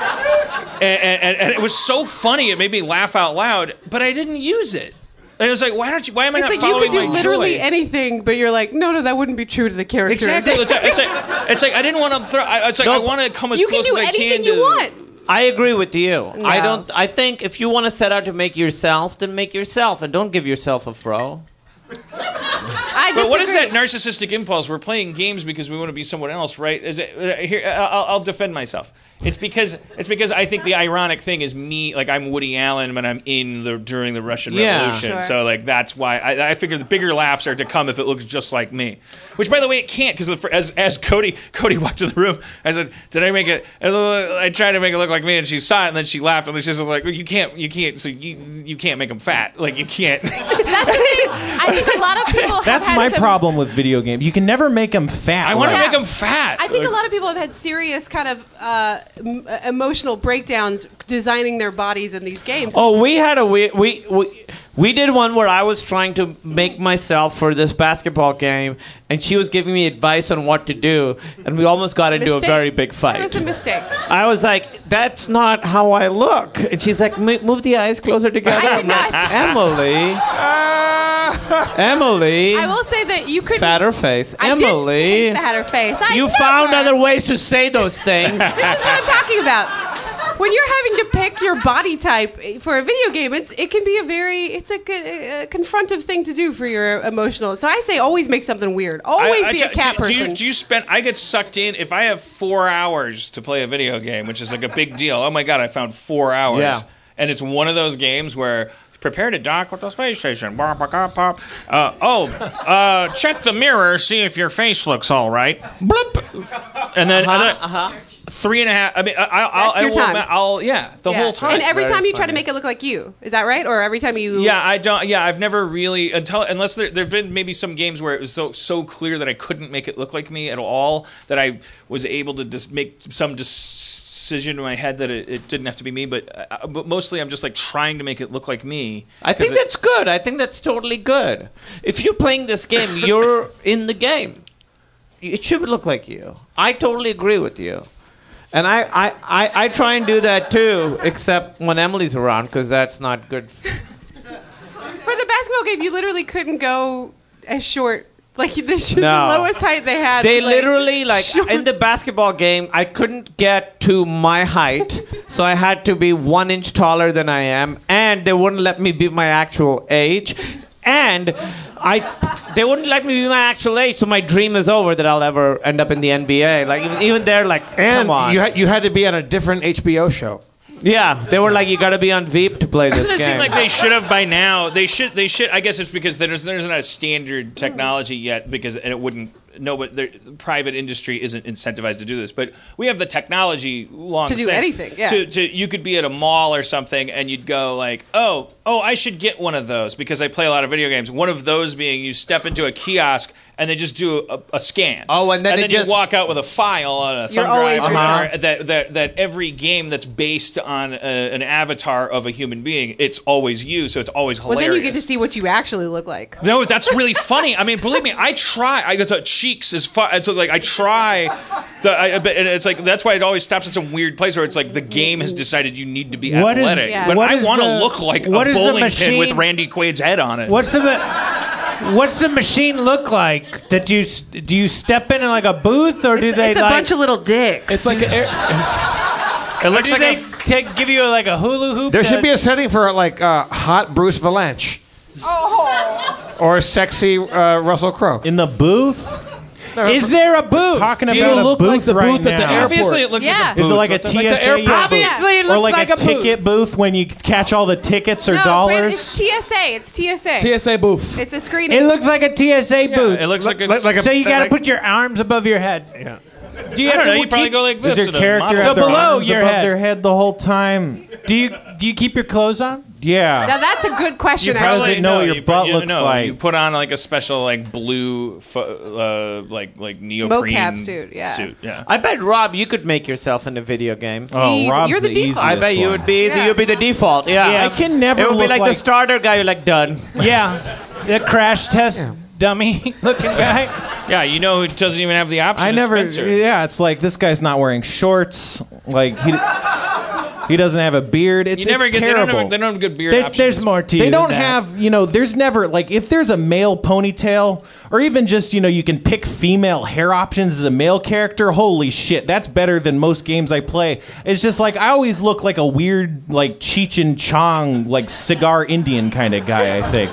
Speaker 2: and, and, and it was so funny it made me laugh out loud but i didn't use it and it was like why don't you why am i
Speaker 5: It's
Speaker 2: not
Speaker 5: like you
Speaker 2: following
Speaker 5: could do
Speaker 2: my
Speaker 5: literally
Speaker 2: joy?
Speaker 5: anything, but you're like, no, no, that wouldn't be true to the character.
Speaker 2: exactly it's like, it's like it's like i didn't want to throw I, it's like i want to come as
Speaker 5: you
Speaker 2: close
Speaker 5: can do
Speaker 2: as i
Speaker 5: anything
Speaker 2: can
Speaker 5: you
Speaker 2: to
Speaker 5: want.
Speaker 4: I agree with you. I
Speaker 5: No.
Speaker 4: don't. I think if you want to set out to make yourself, then make yourself, and don't give yourself a fro.
Speaker 5: I
Speaker 2: But what is
Speaker 5: disagree.
Speaker 2: that narcissistic impulse? We're playing games because we want to be someone else, right? Is it, uh, here, I'll, I'll defend myself. It's because it's because I think the ironic thing is me, like I'm Woody Allen, but I'm in the during the Russian
Speaker 4: Yeah.
Speaker 2: Revolution.
Speaker 4: Sure.
Speaker 2: So like that's why I, I figure the bigger laughs are to come if it looks just like me. Which by the way, it can't because as as Cody Cody walked in the room, I said, "Did I make it?" and I tried to make it look like me, and she saw it, and then she laughed, and then she's like, "You can't, you can't, so you you can't make them fat, like you can't."
Speaker 5: That's the thing. I think a lot of people. have
Speaker 3: That's
Speaker 5: had
Speaker 3: my
Speaker 5: some-
Speaker 3: problem with video games. You can never make them fat.
Speaker 2: I want to
Speaker 5: Yeah.
Speaker 2: make them fat.
Speaker 5: I think a
Speaker 2: Like-
Speaker 5: lot of people have had serious kind of uh, m- emotional breakdowns designing their bodies in these games.
Speaker 4: Oh, we had a we, we we we did one where I was trying to make myself for this basketball game, and she was giving me advice on what to do, and we almost got into
Speaker 5: Mistake.
Speaker 4: a very big
Speaker 5: That was
Speaker 4: fight.
Speaker 5: a mistake.
Speaker 4: I was like, "That's not how I look," and she's like, "Mo- "Move the eyes closer together."
Speaker 5: I
Speaker 4: I'm
Speaker 5: did
Speaker 4: like,
Speaker 5: not-
Speaker 4: Emily, Emily,
Speaker 5: I will say that you could
Speaker 4: fatter face,
Speaker 5: I did
Speaker 4: Emily.
Speaker 5: say fatter face. I
Speaker 4: you
Speaker 5: never-
Speaker 4: found other ways to say those things.
Speaker 5: This is what I'm talking about. When you're having to pick your body type for a video game, it's it can be a very it's a, co- a confrontive thing to do for your emotional. So I say always make something weird. Always
Speaker 2: I- I
Speaker 5: be
Speaker 2: ju-
Speaker 5: a cat
Speaker 2: do, do
Speaker 5: person.
Speaker 2: you, do you spend? I get sucked in if I have four hours to play a video game, which is like a big deal. Oh my god, I found four hours,
Speaker 4: Yeah.
Speaker 2: and it's one of those games where. Prepare to dock with the space station. Bah, bah, bah, bah. Uh, oh, uh, check the mirror, see if your face looks all right. Bloop. And then
Speaker 5: Uh-huh.
Speaker 2: and then three and a half. I mean, I, I'll,
Speaker 5: That's your
Speaker 2: I will-
Speaker 5: time.
Speaker 2: I'll, yeah, the
Speaker 5: Yeah.
Speaker 2: whole time.
Speaker 5: And every time you try to make it look like you, is that right? Or every time you
Speaker 2: Yeah, I don't. Yeah, I've never really until unless there there've been maybe some games where it was so so clear that I couldn't make it look like me at all that I was able to just make some decision in my head that it, it didn't have to be me. But uh, but mostly I'm just like trying to make it look like me.
Speaker 4: I think
Speaker 2: 'Cause it-
Speaker 4: that's good. I think that's totally good. If you're playing this game, you're in the game. It should look like you. I totally agree with you. And I, I, I, I try and do that too, except when Emily's around, because that's not good.
Speaker 5: for the basketball game, you literally couldn't go as short. Like this,
Speaker 4: No.
Speaker 5: the lowest height they had.
Speaker 4: They
Speaker 5: was, like,
Speaker 4: literally, like, in the basketball game, I couldn't get to my height, so I had to be one inch taller than I am, and they wouldn't let me be my actual age. And I, they wouldn't let me be my actual age, so my dream is over that I'll ever end up in the NBA. Like even, even they're like,
Speaker 1: And
Speaker 4: come on,
Speaker 1: you had you had to be on a different HBO show.
Speaker 4: yeah. They were like, you gotta be on Veep to play this
Speaker 2: Doesn't it
Speaker 4: game.
Speaker 2: seem like they should have by now? They should. They should. I guess it's because there's there's not a
Speaker 5: Hmm.
Speaker 2: standard technology yet because and it wouldn't. No, but the private industry isn't incentivized to do this. But we have the technology long
Speaker 5: To do
Speaker 2: since
Speaker 5: anything, yeah.
Speaker 2: To, to you could be at a mall or something and you'd go like, oh. oh, I should get one of those because I play a lot of video games. One of those being you step into a kiosk and they just do a, a scan. Oh,
Speaker 10: and then it
Speaker 2: you
Speaker 10: just-
Speaker 2: walk out with a file on a thumb
Speaker 10: You're always
Speaker 2: drive or
Speaker 10: Uh-huh.
Speaker 2: somewhere that, that that every game that's based on a, an avatar of a human being, it's always you, so it's always
Speaker 5: Well,
Speaker 2: hilarious.
Speaker 5: then you get to see what you actually look like.
Speaker 2: No, that's really funny. I mean, believe me, I try. I got cheeks is fun. It's like I try. The, I, but and it's like that's why it always stops at some weird place where it's like the game has decided you need to be
Speaker 6: What is-
Speaker 2: athletic.
Speaker 6: yeah.
Speaker 2: But
Speaker 6: what
Speaker 2: I
Speaker 6: is
Speaker 2: want to
Speaker 6: the-
Speaker 2: look like a
Speaker 6: what is the
Speaker 2: bowling pin with
Speaker 6: machine-
Speaker 2: Randy Quaid's head on it.
Speaker 6: What's the ma- What's the machine look like? That you s- do you step in in like a booth or do they
Speaker 5: it's a
Speaker 6: like
Speaker 5: bunch of little dicks?
Speaker 6: It's like
Speaker 2: it looks
Speaker 6: do
Speaker 1: like
Speaker 6: they
Speaker 1: a
Speaker 6: take, give you like a hula hoop.
Speaker 1: There
Speaker 6: that-
Speaker 1: should be a setting for like uh, hot Bruce Valanche.
Speaker 5: Oh.
Speaker 1: Or sexy uh, Russell Crowe.
Speaker 3: In the booth?
Speaker 6: Is there a booth?
Speaker 3: Talking about a booth right now.
Speaker 2: Obviously, it looks like a
Speaker 3: Is it
Speaker 2: booth.
Speaker 3: like a
Speaker 2: What
Speaker 3: TSA
Speaker 2: the- like the airport
Speaker 3: booth?
Speaker 5: Obviously, it
Speaker 3: or
Speaker 5: looks
Speaker 3: like,
Speaker 5: like
Speaker 3: a,
Speaker 5: a booth.
Speaker 3: ticket booth when you catch all the tickets or
Speaker 5: no, Brandon,
Speaker 3: dollars?
Speaker 5: it's TSA. It's TSA.
Speaker 3: TSA booth.
Speaker 5: It's a screening.
Speaker 6: It looks like a TSA booth.
Speaker 2: it looks like a-
Speaker 6: so you got to
Speaker 2: like-
Speaker 6: put your arms above your head. Yeah. Do you
Speaker 2: I
Speaker 6: have to
Speaker 2: don't know, you probably
Speaker 6: keep-
Speaker 2: go like this.
Speaker 3: Is
Speaker 2: at
Speaker 3: your
Speaker 2: a
Speaker 3: character
Speaker 2: model.
Speaker 3: have their
Speaker 6: below
Speaker 3: arms
Speaker 6: your
Speaker 3: above
Speaker 6: head.
Speaker 3: their head the whole time?
Speaker 6: Do you do you keep your clothes on?
Speaker 3: Yeah.
Speaker 5: Now that's a good
Speaker 3: You
Speaker 5: question.
Speaker 3: probably
Speaker 5: actually,
Speaker 3: know what your
Speaker 2: you put-
Speaker 3: butt
Speaker 2: you
Speaker 3: looks
Speaker 2: know,
Speaker 3: like.
Speaker 2: You put on like a special like blue, fo- uh, like like neoprene
Speaker 5: Mocap suit, yeah.
Speaker 2: Suit, yeah.
Speaker 4: I bet Rob, you could make yourself in a video game.
Speaker 3: Oh, Easy. Rob's You're the the default. easiest
Speaker 4: I bet you
Speaker 3: one.
Speaker 4: would be easy.
Speaker 3: Yeah.
Speaker 4: You'd be the default. Yeah.
Speaker 3: I can never
Speaker 4: It would be
Speaker 3: look
Speaker 4: like, the
Speaker 3: like-
Speaker 4: starter guy. You're like done.
Speaker 6: Yeah. The crash test dummy looking guy.
Speaker 2: Yeah, you know who doesn't even have the option?
Speaker 3: I
Speaker 2: is
Speaker 3: never.
Speaker 2: Spencer.
Speaker 3: Yeah, it's like this guy's not wearing shorts. Like he, he doesn't have a beard. It's,
Speaker 2: you never
Speaker 3: it's
Speaker 2: get.
Speaker 3: terrible.
Speaker 2: They don't, have, they don't have good beard
Speaker 6: There-
Speaker 2: options.
Speaker 6: there's more to you.
Speaker 3: They don't
Speaker 6: than that.
Speaker 3: have, you know, there's never like if there's a male ponytail or even just, you know, you can pick female hair options as a male character. Holy shit, that's better than most games I play. It's just like I always look like a weird like Cheech and Chong like cigar Indian kind of guy, I think.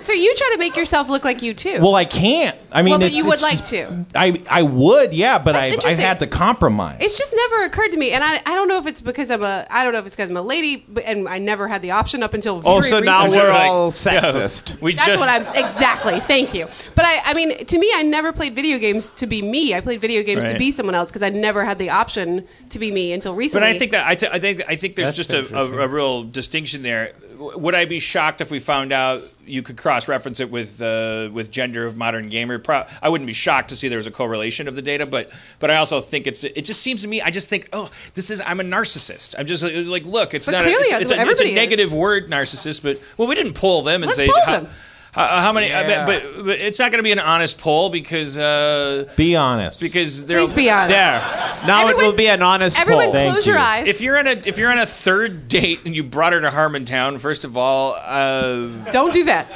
Speaker 5: so you try to make yourself look like you too.
Speaker 3: Well, I can't. I mean,
Speaker 5: Well, but
Speaker 3: it's-
Speaker 5: you would
Speaker 3: it's
Speaker 5: like
Speaker 3: just-
Speaker 5: to.
Speaker 3: I I would, yeah, but
Speaker 5: That's
Speaker 3: I I
Speaker 5: interesting.
Speaker 3: had to compromise.
Speaker 5: It's just never occurred to me, and I, I don't know if it's because I'm a I don't know if it's because I'm a lady, but, and I never had the option up until very
Speaker 4: Oh, so now
Speaker 5: recently.
Speaker 4: we're all sexist.
Speaker 2: We
Speaker 5: That's
Speaker 2: just,
Speaker 5: what I'm exactly. Thank you. But I, I mean, to me, I never played video games to be me. I played video games to
Speaker 2: Right.
Speaker 5: be someone else because I never had the option to be me until
Speaker 2: But
Speaker 5: recently.
Speaker 2: I think that I, th- I think I think there's
Speaker 3: That's
Speaker 2: just a,
Speaker 3: interesting.
Speaker 2: a, a real distinction there. W- Would I be shocked if we found out you could cross-reference it with uh, with gender of modern gamer? Pro- I wouldn't be shocked to see there was a correlation of the data, but but I also think it's it just seems to me. I just think oh, this is I'm a narcissist. I'm just like, like, look, it's
Speaker 5: But
Speaker 2: not
Speaker 5: clearly
Speaker 2: a,
Speaker 5: that's
Speaker 2: it's, it's,
Speaker 5: what
Speaker 2: a, it's
Speaker 5: everybody
Speaker 2: a
Speaker 5: is.
Speaker 2: negative word, narcissist. But well, we didn't poll them and
Speaker 5: Let's
Speaker 2: say
Speaker 5: poll
Speaker 2: how,
Speaker 5: them.
Speaker 2: how, how many. I
Speaker 3: Yeah.
Speaker 2: bet- but, but it's not going to be an honest poll because uh,
Speaker 3: Be honest.
Speaker 2: because they're
Speaker 5: Please be honest.
Speaker 4: Now
Speaker 5: Everyone-
Speaker 4: it will be an honest
Speaker 5: everyone
Speaker 4: poll.
Speaker 3: Thank
Speaker 5: close
Speaker 3: you.
Speaker 5: your eyes.
Speaker 2: If you're on a if you're on a third date and you brought her to Harmontown, first of all, uh,
Speaker 5: don't do that.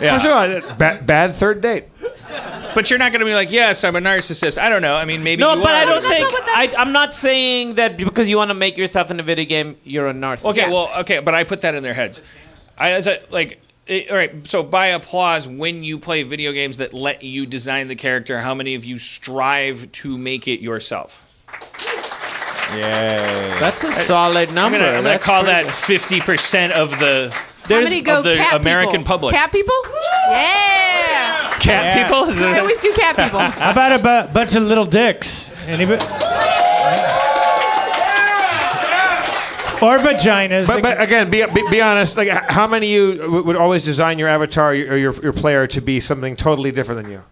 Speaker 2: yeah.
Speaker 1: First of all, ba- bad third date.
Speaker 2: but you're not going to be like, yes, I'm a narcissist. I don't know. I mean, maybe
Speaker 4: No,
Speaker 2: you
Speaker 4: but
Speaker 2: are.
Speaker 4: I don't
Speaker 5: that's
Speaker 4: think
Speaker 5: not what that-
Speaker 4: I, I'm not saying that because you want to make yourself in a video game, you're a narcissist.
Speaker 2: Okay, well, okay, but I put that in their heads. I as I- like. It, all right, so by applause, when you play video games that let you design the character, how many of you strive to make it yourself?
Speaker 3: yeah.
Speaker 4: that's a solid
Speaker 2: I'm
Speaker 4: number.
Speaker 2: gonna, I'm gonna
Speaker 4: That's
Speaker 2: call
Speaker 4: pretty
Speaker 2: that 50 percent of the
Speaker 5: How many go
Speaker 2: of the
Speaker 5: cat
Speaker 2: American
Speaker 5: people?
Speaker 2: public.
Speaker 5: Cat people? Yeah.
Speaker 2: Cat
Speaker 3: Yes.
Speaker 2: people. Is it-
Speaker 5: I always do cat people.
Speaker 6: How about a bu- bunch of little dicks? Anybody? Or vaginas.
Speaker 1: But, but again, be, be, be honest. Like, h- how many of you w- would always design your avatar or your, your, your player to be something totally different than you?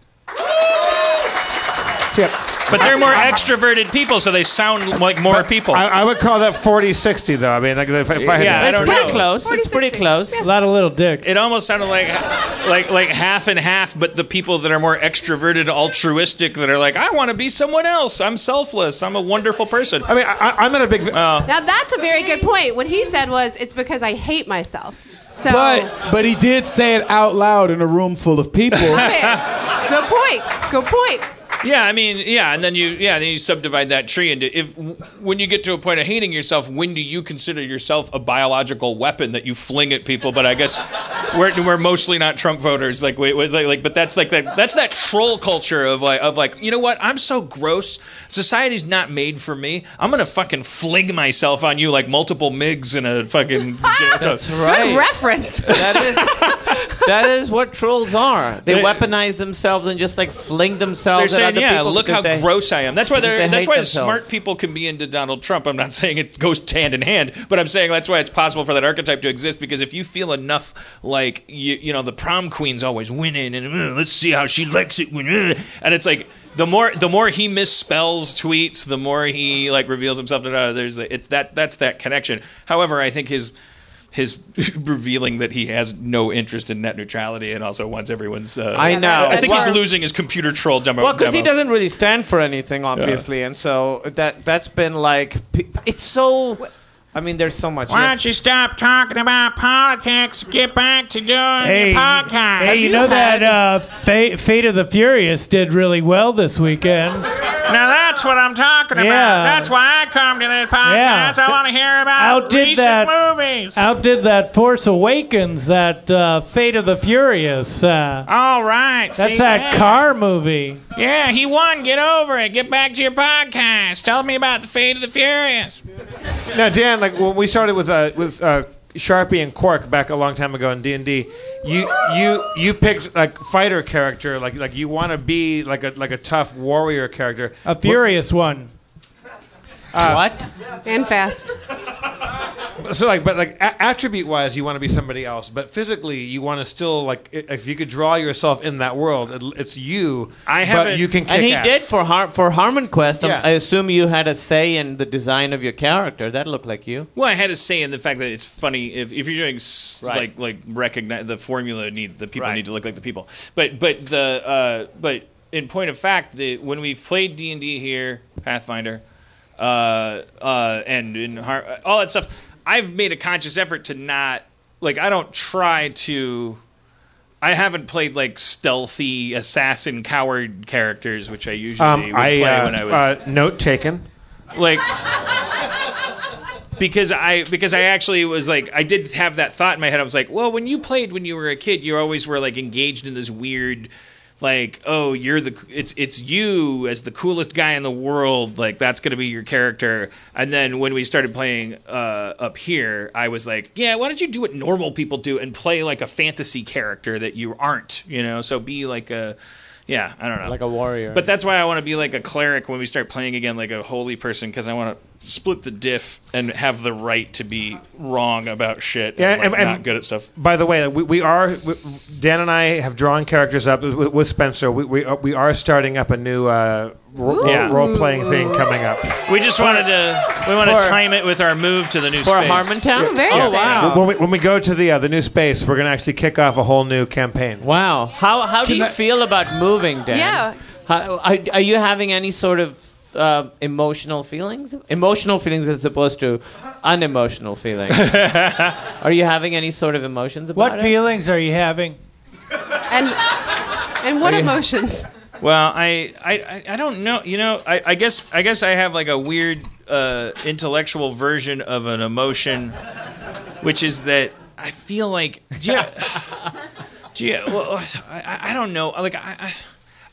Speaker 1: Yep.
Speaker 2: But they're more extroverted people, so they sound like more people.
Speaker 1: I, I would call that 40 60, though. I mean, like, if, if I had
Speaker 2: Yeah, I don't
Speaker 4: pretty
Speaker 2: know.
Speaker 4: close. It's
Speaker 5: 46.
Speaker 4: pretty close.
Speaker 6: a lot of little dicks.
Speaker 2: it almost sounded like like like half and half, but the people that are more extroverted, altruistic, that are like, I want to be someone else. I'm selfless. I'm a wonderful person. Oh.
Speaker 1: I mean, I, I'm not a big.
Speaker 5: Now that's a very good point. What he said was, it's because I hate myself. So.
Speaker 7: But but he did say it out loud in a room full of people.
Speaker 5: Okay. Good point. Good point.
Speaker 2: Yeah, I mean, yeah, and then you yeah, then you subdivide that tree into if when you get to a point of hating yourself, when do you consider yourself a biological weapon that you fling at people? But I guess we're, we're mostly not Trump voters. Like, wait, was like, like, but that's like that that's that troll culture of like of like you know what? I'm so gross. Society's not made for me. I'm gonna fucking fling myself on you like multiple migs in a fucking.
Speaker 5: Good reference.
Speaker 4: That is that is what trolls are. They
Speaker 2: They-
Speaker 4: weaponize themselves and just like fling
Speaker 2: They're
Speaker 4: themselves. at
Speaker 2: saying,
Speaker 4: other
Speaker 2: "Yeah,
Speaker 4: people
Speaker 2: look how
Speaker 4: because they-
Speaker 2: gross I am." That's why
Speaker 4: because
Speaker 2: they're,
Speaker 4: they
Speaker 2: that's
Speaker 4: hate
Speaker 2: why
Speaker 4: themselves.
Speaker 2: smart people can be into Donald Trump. I'm not saying it goes hand in hand, but I'm saying that's why it's possible for that archetype to exist because if you feel enough like you, you know the prom queen's always winning and "Uh, let's see how she likes it when uh," and it's like the more the more he misspells tweets, the more he like reveals himself to uh, there's a, it's that that's that connection. However, I think his his revealing that he has no interest in net neutrality and also wants everyone's. Uh,
Speaker 4: I know.
Speaker 2: I think he's
Speaker 4: Well-
Speaker 2: losing his computer troll demo.
Speaker 4: Well, because he
Speaker 2: demo.
Speaker 4: doesn't really stand for anything, obviously, and so that that's been like pe- it's so. I mean, there's so much.
Speaker 10: Why
Speaker 4: yes.
Speaker 10: don't you stop talking about politics? Get back to doing
Speaker 6: Hey,
Speaker 10: your podcast.
Speaker 6: hey, you know that uh, Fa- Fate of the Furious did really well this weekend.
Speaker 10: Now that's what I'm talking
Speaker 6: uh, Yeah.
Speaker 10: about. That's why I come to this
Speaker 6: Yeah.
Speaker 10: podcast. I want to hear about
Speaker 6: Outdid
Speaker 10: recent
Speaker 6: that
Speaker 10: movies.
Speaker 6: outdid that Force Awakens, that uh, Fate of the Furious. Uh,
Speaker 10: All right.
Speaker 6: that's
Speaker 10: see,
Speaker 6: that
Speaker 10: yeah.
Speaker 6: car movie.
Speaker 10: Yeah, he won. Get over it. Get back to your podcast. Tell me about the fate of the furious.
Speaker 1: Now, Dan, like when we started with uh, with uh, Sharpie and Cork back a long time ago in D and D, you you you picked like fighter character, like like you want to be like a like a tough warrior character,
Speaker 6: A furious one.
Speaker 1: Uh, what?
Speaker 5: And fast.
Speaker 1: So like, but like a- attribute wise, you want to be somebody else, but physically, you want to still like i- if you could draw yourself in that world, it, it's you.
Speaker 4: I
Speaker 1: but you can kick
Speaker 4: and he
Speaker 1: ass.
Speaker 4: did for Har- for Harmon Quest. I'm-
Speaker 1: Yeah.
Speaker 4: I assume you had a say in the design of your character. That looked like you.
Speaker 2: Well, I had to say in the fact that it's funny if, if you're doing s like like recognize the formula need the people need to look like the people, but but the uh, but in point of fact, the when we've played D and D here, Pathfinder, uh, uh, and in Har- all that stuff, I've made a conscious effort to not like I don't try to. I haven't played like stealthy assassin coward characters, which I usually
Speaker 1: Um,
Speaker 2: would
Speaker 1: I,
Speaker 2: play
Speaker 1: uh,
Speaker 2: when I was
Speaker 1: uh, note taken.
Speaker 2: like because I because I actually was like I did have that thought in my head. I was like, well, when you played when you were a kid, you always were like engaged in this weird like oh you're the it's it's you as the coolest guy in the world like that's going to be your character and then when we started playing uh up here i was like yeah why don't you do what normal people do and play like a fantasy character that you aren't you know so be like a yeah i don't know
Speaker 4: Like a warrior.
Speaker 2: but that's why I want to be like a cleric when we start playing again, like a holy person, because I want to split the diff and have the right to be wrong about shit. And,
Speaker 1: Yeah,
Speaker 2: like,
Speaker 1: and- and-
Speaker 2: not good at stuff.
Speaker 1: By the way, we, we are we, Dan and I have drawn characters up with, with Spencer. We, we are- we are starting up a new uh, ro-
Speaker 2: Ooh. Yeah.
Speaker 1: role playing thing coming up.
Speaker 2: We just wanted to we want to
Speaker 1: for-
Speaker 2: time it with our move to the new
Speaker 4: For
Speaker 2: space.
Speaker 4: Harmontown?
Speaker 2: Yeah.
Speaker 4: Very
Speaker 2: oh
Speaker 4: exciting.
Speaker 2: wow!
Speaker 1: When we, when we go to the uh, the new space, we're gonna actually kick off a whole new campaign.
Speaker 4: Wow. How how do you feel about moving, Dan?
Speaker 5: Yeah.
Speaker 4: How, are, are you having any sort of uh, emotional feelings? Emotional feelings as opposed to unemotional feelings. are you having any sort of emotions about
Speaker 6: What
Speaker 4: it?
Speaker 6: feelings are you having?
Speaker 5: And and what
Speaker 4: Are you-
Speaker 5: emotions?
Speaker 2: Well, I, I, I- I don't know. You know, I, I guess I guess I have like a weird uh, intellectual version of an emotion, which is that I feel like yeah, yeah. Well, I, I- I don't know. Like I. I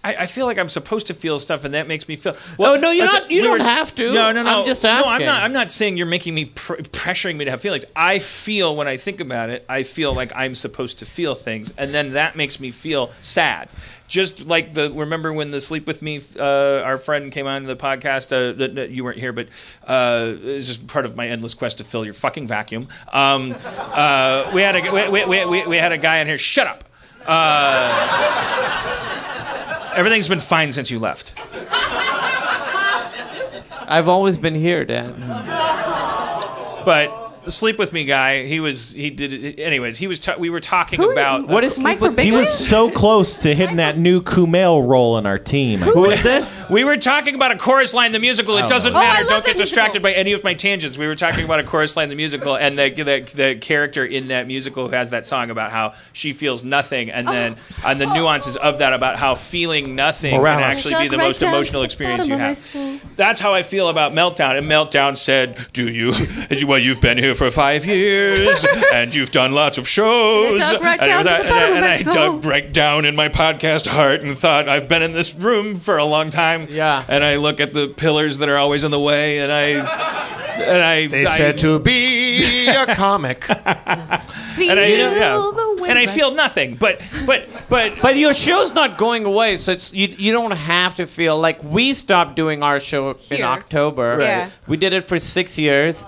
Speaker 2: I I feel like I'm supposed to feel stuff, and that makes me feel.
Speaker 4: Oh, no, you're not- you don't have to.
Speaker 2: No, no, no.
Speaker 4: I'm just
Speaker 2: No, I'm
Speaker 4: asking.
Speaker 2: not. I'm not saying you're making me pr- pressuring me to have feelings. I feel when I think about it, I feel like I'm supposed to feel things, and then that makes me feel sad. Just like the remember when the sleep with me, uh, our friend came on the podcast. Uh, that, that you weren't here, but uh, it's just part of my endless quest to fill your fucking vacuum. Um, uh, we had a we, we, we, we, we had a guy in here. Shut up. Uh, everything's been fine since you left.
Speaker 4: I've always been here, Dan.
Speaker 2: But the sleep with me guy, he was he did it anyways. He was ta- we were talking about
Speaker 4: What is Sleep With
Speaker 3: He was so close to hitting that new Kumail role in our team.
Speaker 4: Who is this?
Speaker 2: we were talking about a chorus line the musical.
Speaker 3: I
Speaker 2: It
Speaker 3: don't
Speaker 2: doesn't
Speaker 3: know. Oh, I
Speaker 2: matter.
Speaker 3: love
Speaker 2: Don't
Speaker 3: that
Speaker 2: get distracted by any of my tangents. We were talking about a chorus line the musical, and the, the the character in that musical who has that song about how she feels nothing, and then and the nuances of that about how feeling nothing can
Speaker 1: Morales.
Speaker 2: actually be the most emotional experience you have. That's how I feel about Meltdown. And Meltdown said, "Do you? Well, you've been here for five years, and you've done lots of shows.
Speaker 10: And I dug right
Speaker 2: and,
Speaker 10: down to the
Speaker 2: and
Speaker 10: bottom of
Speaker 2: and
Speaker 10: my
Speaker 2: I
Speaker 10: soul."
Speaker 2: dug right down in my podcast heart and thought I've been in this room for a long time.
Speaker 4: Yeah.
Speaker 2: And I look at the pillars that are always in the way, and I." and I
Speaker 1: They
Speaker 2: I-
Speaker 1: said to be a comic.
Speaker 2: and I,
Speaker 4: Feel
Speaker 2: yeah.
Speaker 4: the wind
Speaker 2: and I
Speaker 4: rush.
Speaker 2: feel nothing, but but but
Speaker 4: But your show's not going away, so it's you. You don't have to feel like we stopped doing our show in
Speaker 5: Here.
Speaker 4: October.
Speaker 5: Yeah. Right.
Speaker 4: We did it for six years.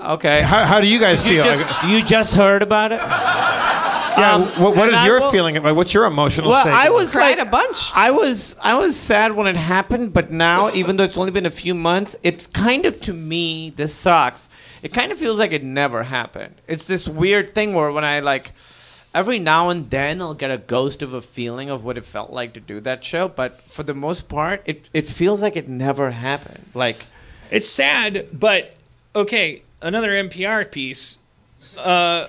Speaker 4: Okay.
Speaker 1: How, how do you guys
Speaker 4: You
Speaker 1: feel?
Speaker 4: just, you just heard about it.
Speaker 1: yeah.
Speaker 2: Um,
Speaker 1: what, what
Speaker 4: and
Speaker 1: is
Speaker 4: I
Speaker 1: your
Speaker 4: will-
Speaker 1: feeling? About, what's your emotional
Speaker 4: Well,
Speaker 1: state?
Speaker 4: I was
Speaker 5: Cried
Speaker 4: like,
Speaker 5: a bunch.
Speaker 4: I was I was sad when it happened, but now, even though it's only been a few months, it's kind of to me this sucks. It kind of feels like it never happened. It's this weird thing where when I like every now and then I'll get a ghost of a feeling of what it felt like to do that show, but for the most part, it it feels like it never happened. Like
Speaker 2: It's sad, but okay. Another NPR piece. Uh,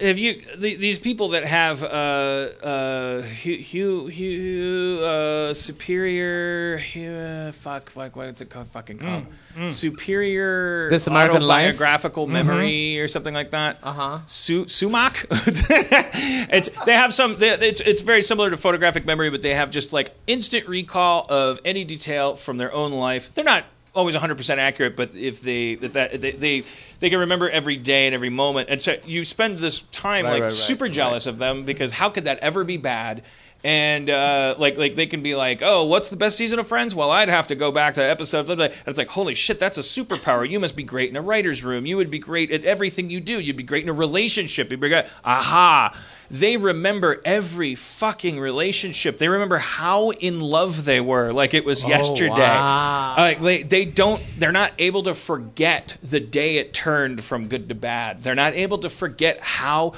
Speaker 2: have you the, these people that have uh, uh, Hugh, Hugh, Hugh uh, Superior? Hugh, uh, fuck, fuck, what's it called? Fucking called Superior.
Speaker 4: Hmm, This American Life? Mm-hmm.
Speaker 2: autobiographical memory or something like that. Uh
Speaker 4: Uh-huh.
Speaker 2: Su- sumac. it's they have some. They, it's it's very similar to photographic memory, but they have just like instant recall of any detail from their own life. They're not always 100% accurate, but if they if that they, they they can remember every day and every moment. And so you spend this time
Speaker 4: Right,
Speaker 2: like
Speaker 4: right, right,
Speaker 2: super
Speaker 4: right.
Speaker 2: jealous of them because how could that ever be bad? And uh, like like they can be like, oh, what's the best season of Friends? Well, I'd have to go back to episode. Blah, blah. And it's like, holy shit, that's a superpower. You must be great in a writer's room. You would be great at everything you do. You'd be great in a relationship. You'd be great. Aha! They remember every fucking relationship. They remember how in love they were, like it was yesterday.
Speaker 4: wow.
Speaker 2: Like they, they don't they're not able to forget the day it turned from good to bad. They're not able to forget how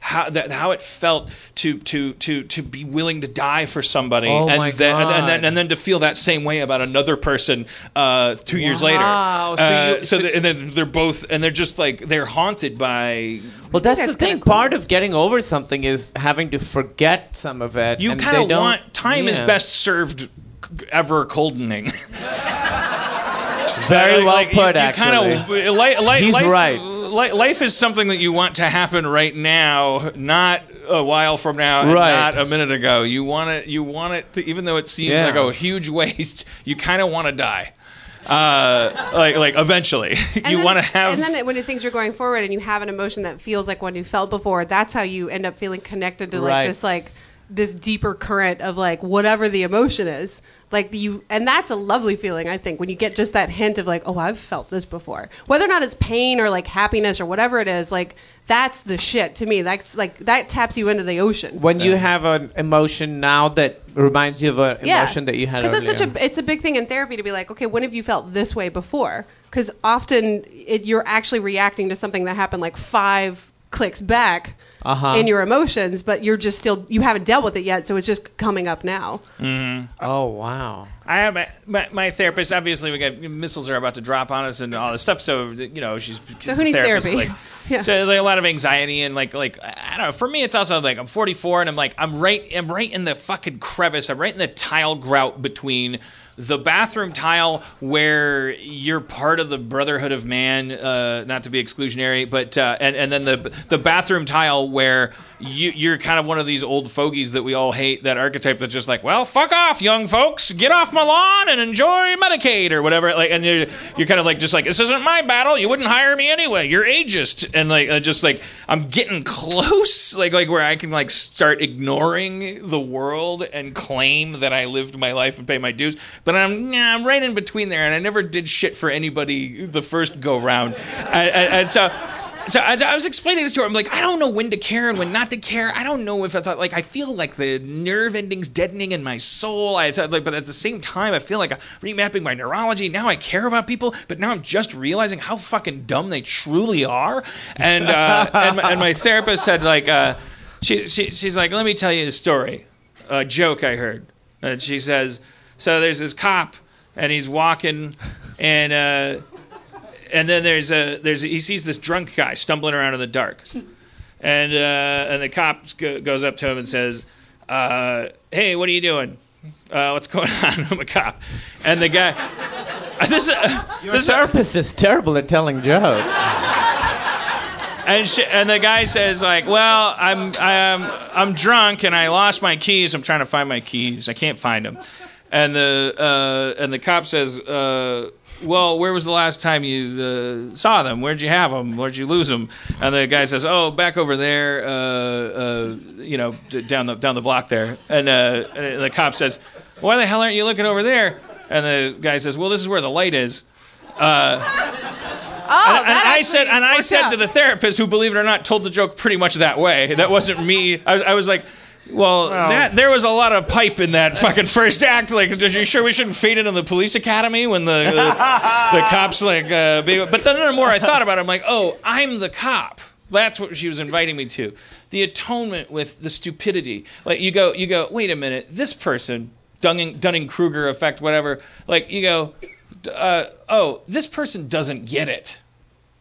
Speaker 2: how that how it felt to to to to be willing to die for somebody
Speaker 4: Oh
Speaker 2: and
Speaker 4: my
Speaker 2: then and, and then
Speaker 4: God.
Speaker 2: and then to feel that same way about another person uh 2 years later.
Speaker 4: Wow, so
Speaker 2: Uh,
Speaker 4: you-
Speaker 2: so th- and then they're both and they're just like they're haunted by
Speaker 4: well, that's,
Speaker 5: that's
Speaker 4: the thing.
Speaker 5: kinda cool.
Speaker 4: Part of getting over something is having to forget some of it.
Speaker 2: you
Speaker 4: and
Speaker 2: kind
Speaker 4: they
Speaker 2: of
Speaker 4: don't-
Speaker 2: want time is
Speaker 4: yeah.
Speaker 2: best served c- ever coldening.
Speaker 4: Very well
Speaker 2: Like,
Speaker 4: put.
Speaker 2: like, you, you
Speaker 4: actually.
Speaker 2: Kinda, li- li-
Speaker 4: He's
Speaker 2: life,
Speaker 4: right.
Speaker 2: li- life is something that you want to happen right now, not a while from now, and
Speaker 4: Right.
Speaker 2: not a minute
Speaker 6: Oh,
Speaker 2: ago. You want it. You want it to, even though it seems
Speaker 4: Yeah.
Speaker 2: like a huge waste. You kind of want to die, uh, like like eventually.
Speaker 5: And
Speaker 2: you
Speaker 5: then-
Speaker 2: want to have.
Speaker 5: And then it- when it, things are going forward, and you have an emotion that feels like one you felt before, that's how you end up feeling connected to like
Speaker 4: Right.
Speaker 5: this like this deeper current of like whatever the emotion is. Like you, and that's a lovely feeling. I think when you get just that hint of like, oh, I've felt this before, whether or not it's pain or like happiness or whatever it is, like that's the shit to me. That's like that taps you into the ocean.
Speaker 4: when you have an emotion now that reminds you of an emotion that you had
Speaker 5: because it's
Speaker 4: earlier.
Speaker 5: such a it's a big thing in therapy to be like okay when have you felt this way before because often it, you're actually reacting to something that happened like five clicks back
Speaker 4: Uh-huh.
Speaker 5: in your emotions but you're just still you haven't dealt with it yet so it's just coming up now
Speaker 4: oh wow
Speaker 2: Mm-hmm. I have my, my, my therapist. Obviously, we got missiles are about to drop on us and all this stuff. So you know, she's
Speaker 5: So who needs
Speaker 2: therapist,
Speaker 5: therapy?
Speaker 2: Like,
Speaker 5: Yeah.
Speaker 2: So like a lot of anxiety and like like I I don't know. For me, it's also like I'm 44 and I'm like I'm right I'm right in the fucking crevice. I'm right in the tile grout between the bathroom tile where you're part of the Brotherhood of Man, uh, not to be exclusionary, but uh, and and then the the bathroom tile where you, you're kind of one of these old fogies that we all hate. That archetype that's just like, well, fuck off, young folks, get off my lawn and enjoy Medicaid or whatever. Like, and you're you're kind of like just like this isn't my battle. You wouldn't hire me anyway. You're ageist and like uh, just like I'm getting close, like like where I can like start ignoring the world and claim that I lived my life and pay my dues. But I'm nah, I'm right in between there, and I never did shit for anybody the first go round, and, and, and so. So I, I was explaining this to her. I'm like, I don't know when to care and when not to care. I don't know if that's like I feel like the nerve endings deadening in my soul. I like, but at the same time, I feel like I'm remapping my neurology. Now I care about people, but now I'm just realizing how fucking dumb they truly are. And uh, and, my, and my therapist said like, uh, she, she she's like, let me tell you a story, a joke I heard. And she says, so there's this cop and he's walking, and. Uh, and then there's a there's a, he sees this drunk guy stumbling around in the dark, and uh, and the cop go, goes up to him and says, uh, "Hey, what are you doing? Uh, what's going on? I'm a cop." And the guy, this
Speaker 4: the
Speaker 2: this
Speaker 4: therapist is terrible at telling jokes
Speaker 2: and she, and the guy says like, "Well, I'm I'm I'm drunk and I lost my keys. I'm trying to find my keys. I can't find them." And the uh, and the cop says, uh, well, where was the last time you uh, saw them? Where'd you have them? Where'd you lose them? And the guy says, oh, back over there, uh, uh, you know, d- down the down the block there. And uh, uh, the cop says, why the hell aren't you looking over there? And the guy says, well, this is where the light is. Uh,
Speaker 5: Oh,
Speaker 11: Oh,
Speaker 2: and, and I said, and I said to the therapist, who believe it or not, told the joke pretty much that way. That wasn't me. I was, I was like, well, that there was a lot of pipe in that fucking first act. Like, are you sure we shouldn't feed it in the police academy when the the, the cops like? Uh, be, but then the more I thought about it, I'm like, oh, I'm the cop. That's what she was inviting me to. The atonement with the stupidity. Like you go, you go. Wait a minute, this person, Dunning Dunning Kruger effect, whatever. Like you go, d- uh, oh, this person doesn't get it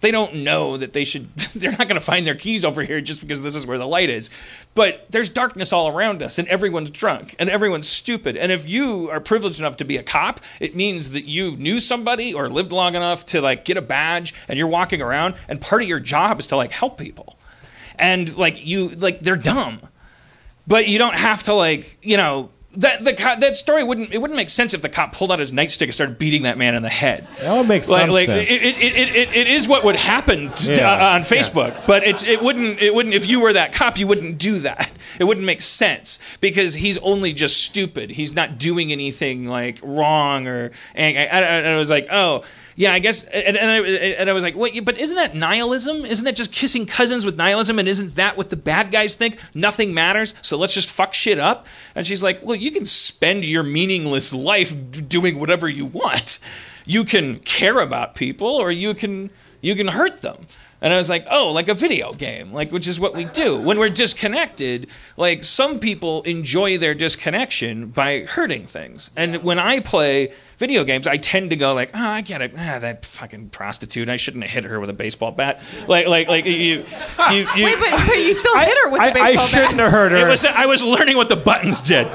Speaker 2: they don't know that they should they're not going to find their keys over here just because this is where the light is but there's darkness all around us and everyone's drunk and everyone's stupid and if you are privileged enough to be a cop it means that you knew somebody or lived long enough to like get a badge and you're walking around and part of your job is to like help people and like you like they're dumb but you don't have to like you know that the cop, that story wouldn't it wouldn't make sense if the cop pulled out his nightstick and started beating that man in the head
Speaker 3: That would make
Speaker 2: like,
Speaker 3: some
Speaker 2: like
Speaker 3: sense.
Speaker 2: It, it, it, it, it is what would happen t-
Speaker 3: Yeah.
Speaker 2: uh, on Facebook, but it's it wouldn't it wouldn't if you were that cop, you wouldn't do that. It wouldn't make sense because he's only just stupid. He's not doing anything like wrong or. And I, I, I was like, oh yeah, I guess. And, and, I, and I was like, wait, but isn't that nihilism? Isn't that just kissing cousins with nihilism? And isn't that what the bad guys think? Nothing matters, so let's just fuck shit up. And she's like, well, you can spend your meaningless life d- doing whatever you want you can care about people or you can you can hurt them and i was like oh like a video game like which is what we do when we're disconnected like some people enjoy their disconnection by hurting things and when i play video games i tend to go like oh i get it ah, that fucking prostitute i shouldn't have hit her with a baseball bat like like like you you, you
Speaker 5: Wait, but, but you still hit her with
Speaker 1: I-
Speaker 5: the baseball bat.
Speaker 2: It was, I was learning what the buttons did.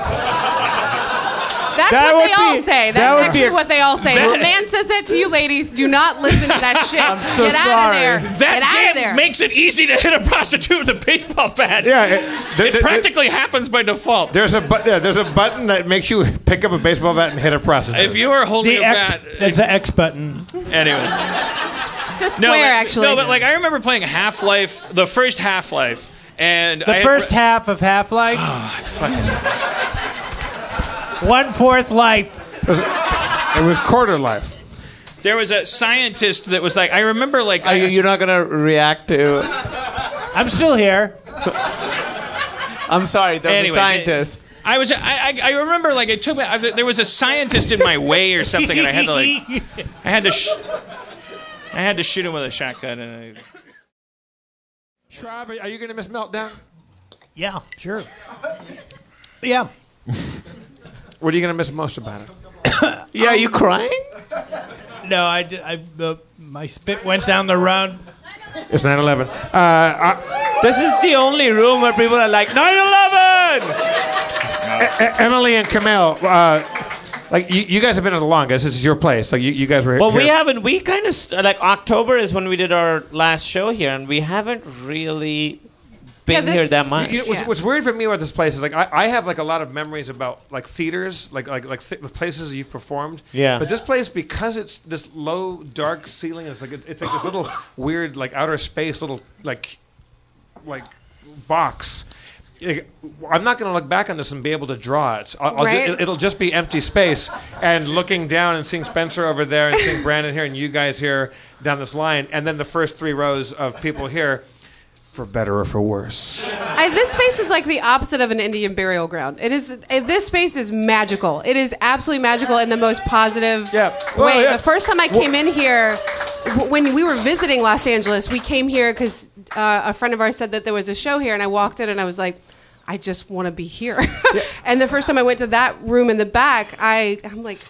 Speaker 5: That's
Speaker 1: That
Speaker 5: what
Speaker 1: would
Speaker 5: they all
Speaker 1: be-
Speaker 5: say. That's
Speaker 1: that would be
Speaker 5: actually
Speaker 1: a-
Speaker 5: what they all say.
Speaker 2: That-
Speaker 5: When a man says that to you, ladies, do not listen to that shit. I'm
Speaker 1: so
Speaker 5: Get
Speaker 1: sorry.
Speaker 5: out of there. Get
Speaker 2: That
Speaker 5: out
Speaker 2: game
Speaker 5: of there.
Speaker 2: makes it easy to hit a prostitute with a baseball bat.
Speaker 1: Yeah, it- there-
Speaker 2: it
Speaker 1: there-
Speaker 2: practically happens by default.
Speaker 1: There's a but- yeah, there's a button that makes you pick up a baseball bat and hit a prostitute.
Speaker 2: If you are holding
Speaker 6: The
Speaker 2: a
Speaker 6: X,
Speaker 2: bat,
Speaker 6: that's the X button.
Speaker 2: anyway.
Speaker 5: it's a square,
Speaker 2: No, but-
Speaker 5: actually.
Speaker 2: No, but like I remember playing Half Life, the first Half Life, and
Speaker 6: The
Speaker 2: I had- Oh,
Speaker 6: first half of Half Life. One fourth life.
Speaker 1: it was quarter life.
Speaker 2: there was a scientist that was like, I remember like
Speaker 4: Are
Speaker 2: I,
Speaker 4: Oh, you, you're not gonna react to?
Speaker 6: I'm still here.
Speaker 4: I'm sorry, the
Speaker 2: Anyways, it-
Speaker 4: scientist.
Speaker 2: I was I, I, I remember like it took me I, there was a scientist in my way or something, and I had to like I had to sh- I had to shoot him with a shotgun and. I,
Speaker 1: Shrob, are you going to miss meltdown?
Speaker 6: Yeah, sure. Yeah.
Speaker 1: What are you going to miss most about it?
Speaker 4: yeah, are you crying?
Speaker 6: No, I, did- I uh, my spit went down the run.
Speaker 1: It's 9/11. Uh, uh,
Speaker 4: This is the only room where people are like 9/11.
Speaker 1: E- Emily and Camille, uh, like you, you guys have been here the longest. This is your place. Like you, you guys were.
Speaker 4: Well,
Speaker 1: here.
Speaker 4: we haven't. We kind of st- like October is when we did our last show here, and we haven't really been
Speaker 5: Yeah, this-
Speaker 4: here that much.
Speaker 1: You know, what's,
Speaker 5: Yeah.
Speaker 1: what's weird for me about this place is like I, I have like a lot of memories about like theaters, like like like th- the places you've performed.
Speaker 4: Yeah.
Speaker 1: But this place, because it's this low, dark ceiling, it's like it's like this little weird, like outer space, little like like box. Like, I'm not going to look back on this and be able to draw it. I'll, I'll
Speaker 5: Right.
Speaker 1: ju- it'll just be empty space and looking down and seeing Spencer over there and seeing Brandon here and you guys here down this line, and then the first three rows of people here, for better or for worse.
Speaker 5: I, this space is like the opposite of an Indian burial ground. It is. It, this space is magical. It is absolutely magical in the most positive
Speaker 1: Yeah. Well,
Speaker 5: way.
Speaker 1: yeah.
Speaker 5: The first time I came in here, w- when we were visiting Los Angeles, we came here because uh, a friend of ours said that there was a show here, and I walked in and I was like. I just want to be here. and the first time I went to that room in the back, I I'm like,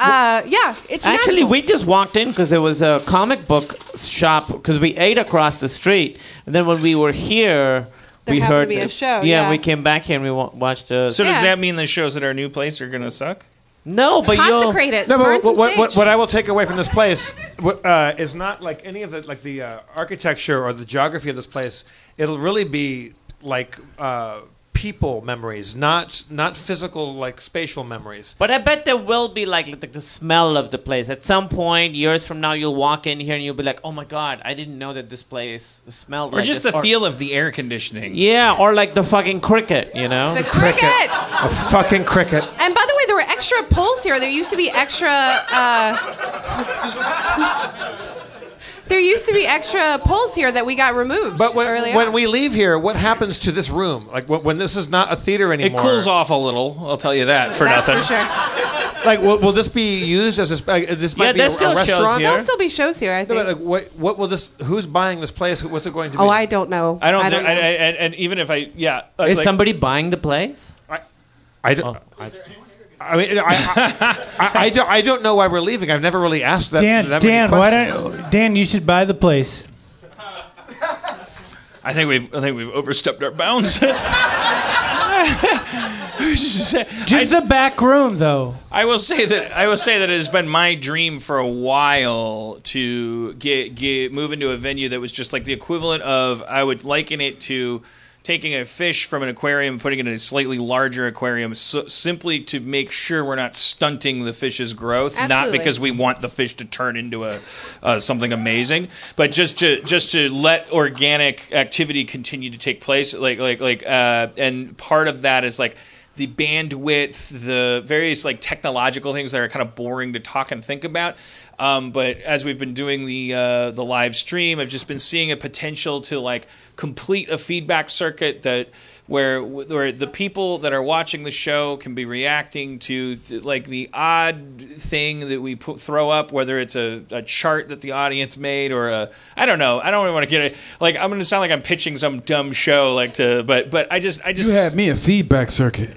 Speaker 5: uh, yeah, it's
Speaker 4: Actually,
Speaker 5: magical.
Speaker 4: we just walked in because there was a comic book shop because we ate across the street, and then when we were here,
Speaker 5: There
Speaker 4: we
Speaker 5: happened to
Speaker 4: heard
Speaker 5: be a
Speaker 4: that-
Speaker 5: show, yeah.
Speaker 4: we came back here and we wa- watched a.
Speaker 2: So does
Speaker 5: Yeah.
Speaker 2: that mean the shows at our new place are gonna suck?
Speaker 4: no, but you'll.
Speaker 5: consecrate it.
Speaker 1: No,
Speaker 5: Burn
Speaker 1: but
Speaker 5: some
Speaker 1: what, what,
Speaker 5: sage.
Speaker 1: what, what I will take away from this place what, uh, is not like any of the like the uh, architecture or the geography of this place. It'll really be like uh, people memories, not not physical like spatial memories.
Speaker 12: But I bet there will be like, like the smell of the place. At some point, years from now, you'll walk in here and you'll be like, "Oh my god, I didn't know that this place smelled
Speaker 2: Or
Speaker 12: like
Speaker 2: just
Speaker 12: this."
Speaker 2: the feel of the air conditioning.
Speaker 12: Yeah, or like the fucking cricket, you know?
Speaker 5: The cricket.
Speaker 1: A fucking cricket.
Speaker 5: And by the way, there were extra poles here. There used to be extra. Uh, there used to be extra poles here that we got removed
Speaker 1: But when,
Speaker 5: earlier.
Speaker 1: when we leave here, what happens to this room? Like when, when this is not a theater anymore?
Speaker 2: cools off a little. I'll tell you that for
Speaker 5: That's
Speaker 2: nothing.
Speaker 5: For sure.
Speaker 1: Like will, will this be used as a sp- uh, this might be a, a restaurant?
Speaker 5: There'll still be shows here, I
Speaker 1: No,
Speaker 5: think.
Speaker 1: but, like, what, what will this? Who's buying this place? What's it going to be?
Speaker 5: oh, I don't know.
Speaker 2: I don't.
Speaker 5: I
Speaker 2: think,
Speaker 5: don't
Speaker 2: I, I,
Speaker 5: know.
Speaker 2: and, and even if I, yeah, uh,
Speaker 12: Is
Speaker 2: like-
Speaker 12: somebody buying the place? Oh.
Speaker 1: I don't. I, I mean, I, I, I, I don't, I don't know why we're leaving. I've never really asked that.
Speaker 6: Dan,
Speaker 1: that many
Speaker 6: Dan, why
Speaker 1: questions.
Speaker 6: don't Dan? You should buy the place.
Speaker 2: I think we've I think we've overstepped our bounds.
Speaker 6: Just a back room, though.
Speaker 2: I will say that I will say that it has been my dream for a while to get get move into a venue that was just like the equivalent of I would liken it to taking a fish from an aquarium and putting it in a slightly larger aquarium so, simply to make sure we're not stunting the fish's growth not
Speaker 13: Absolutely.
Speaker 2: because we want the fish to turn into a uh, something amazing but just to just to let organic activity continue to take place like like like uh, and part of that is like the bandwidth, the various like technological things that are kind of boring to talk and think about. Um, but as we've been doing the uh, the live stream, I've just been seeing a potential to like complete a feedback circuit that where where the people that are watching the show can be reacting to th- like the odd thing that we put, throw up, whether it's a, a chart that the audience made or a I don't know. I don't really want to get it. Like I'm going to sound like I'm pitching some dumb show like to, but but I just I just
Speaker 7: You had me a feedback circuit.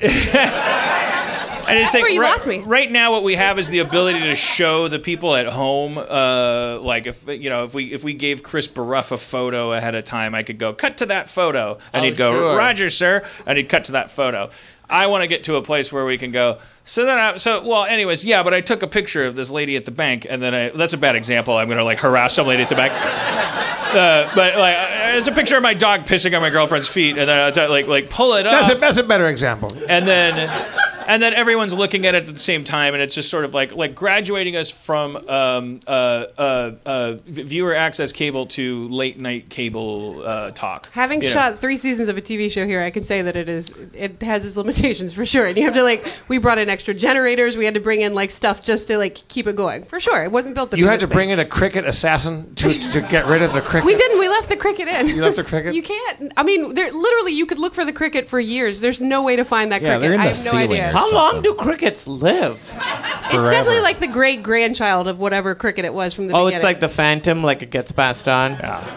Speaker 2: I
Speaker 5: That's
Speaker 2: just think
Speaker 5: where you
Speaker 2: right,
Speaker 5: lost me.
Speaker 2: right now what we have is the ability to show the people at home, uh, like if you know if we if we gave Chris Baruff a photo ahead of time, I could go cut to that photo, and
Speaker 13: Oh,
Speaker 2: he'd go
Speaker 13: sure.
Speaker 2: Roger, sir, and he'd cut to that photo. I want to get to a place where we can go. So then, I, so well, anyways, yeah. But I took a picture of this lady at the bank, and then I—that's a bad example. I'm gonna like harass some lady at the bank. Uh, but like, it's a picture of my dog pissing on my girlfriend's feet, and then I was like, like pull it up
Speaker 1: That's a, that's a better example.
Speaker 2: and then and then everyone's looking at it at the same time and it's just sort of like like graduating us from um, uh, uh, uh, v- viewer access cable to late night cable uh, talk
Speaker 5: Having
Speaker 2: You know.
Speaker 5: shot three seasons of a TV show here, I can say that it is it has its limitations for sure. And you have to like we brought in extra generators. We had to bring in like stuff just to like keep it going for sure. It wasn't built. To
Speaker 1: You
Speaker 5: be
Speaker 1: had to
Speaker 5: this
Speaker 1: bring in
Speaker 5: big.
Speaker 1: a cricket assassin to, to get rid of the cricket.
Speaker 5: We didn't. We left the cricket in.
Speaker 1: You left the cricket?
Speaker 5: you can't. I mean, there literally you could look for the cricket for years. There's no way to find that cricket. I have no idea.
Speaker 12: How long do crickets live?
Speaker 5: It's definitely like the great grandchild of whatever cricket it was from the
Speaker 12: oh,
Speaker 5: beginning.
Speaker 12: it's like the Phantom, like it gets passed on.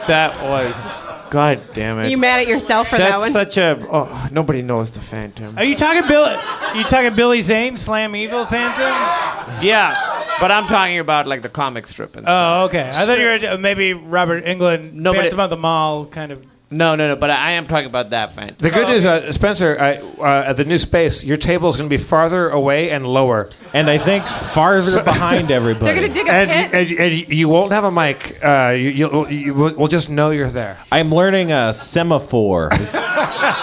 Speaker 12: That was. God damn
Speaker 5: Are
Speaker 12: it.
Speaker 5: you mad at yourself for
Speaker 12: That's
Speaker 5: that one?
Speaker 12: such a. Oh, nobody knows the Phantom.
Speaker 6: Are you talking Bill? Are you talking Billy Zane, Slam Evil Phantom?
Speaker 12: Yeah, but I'm talking about like the comic strip and stuff.
Speaker 6: Oh, okay. I thought you were uh, maybe Robert England,
Speaker 12: No, but
Speaker 6: Phantom of the Mall, kind of.
Speaker 12: No, no, no. But I am talking about that Phantom.
Speaker 1: The good news, uh, Spencer, I, uh, at the new space, your table is going to be farther away and lower,
Speaker 3: and I think farther behind everybody.
Speaker 5: They're gonna dig a
Speaker 1: and,
Speaker 5: pit.
Speaker 1: And, and you won't have a mic. Uh, you, you'll, you, will we'll just know you're there.
Speaker 3: I'm learning a semaphore. Is, is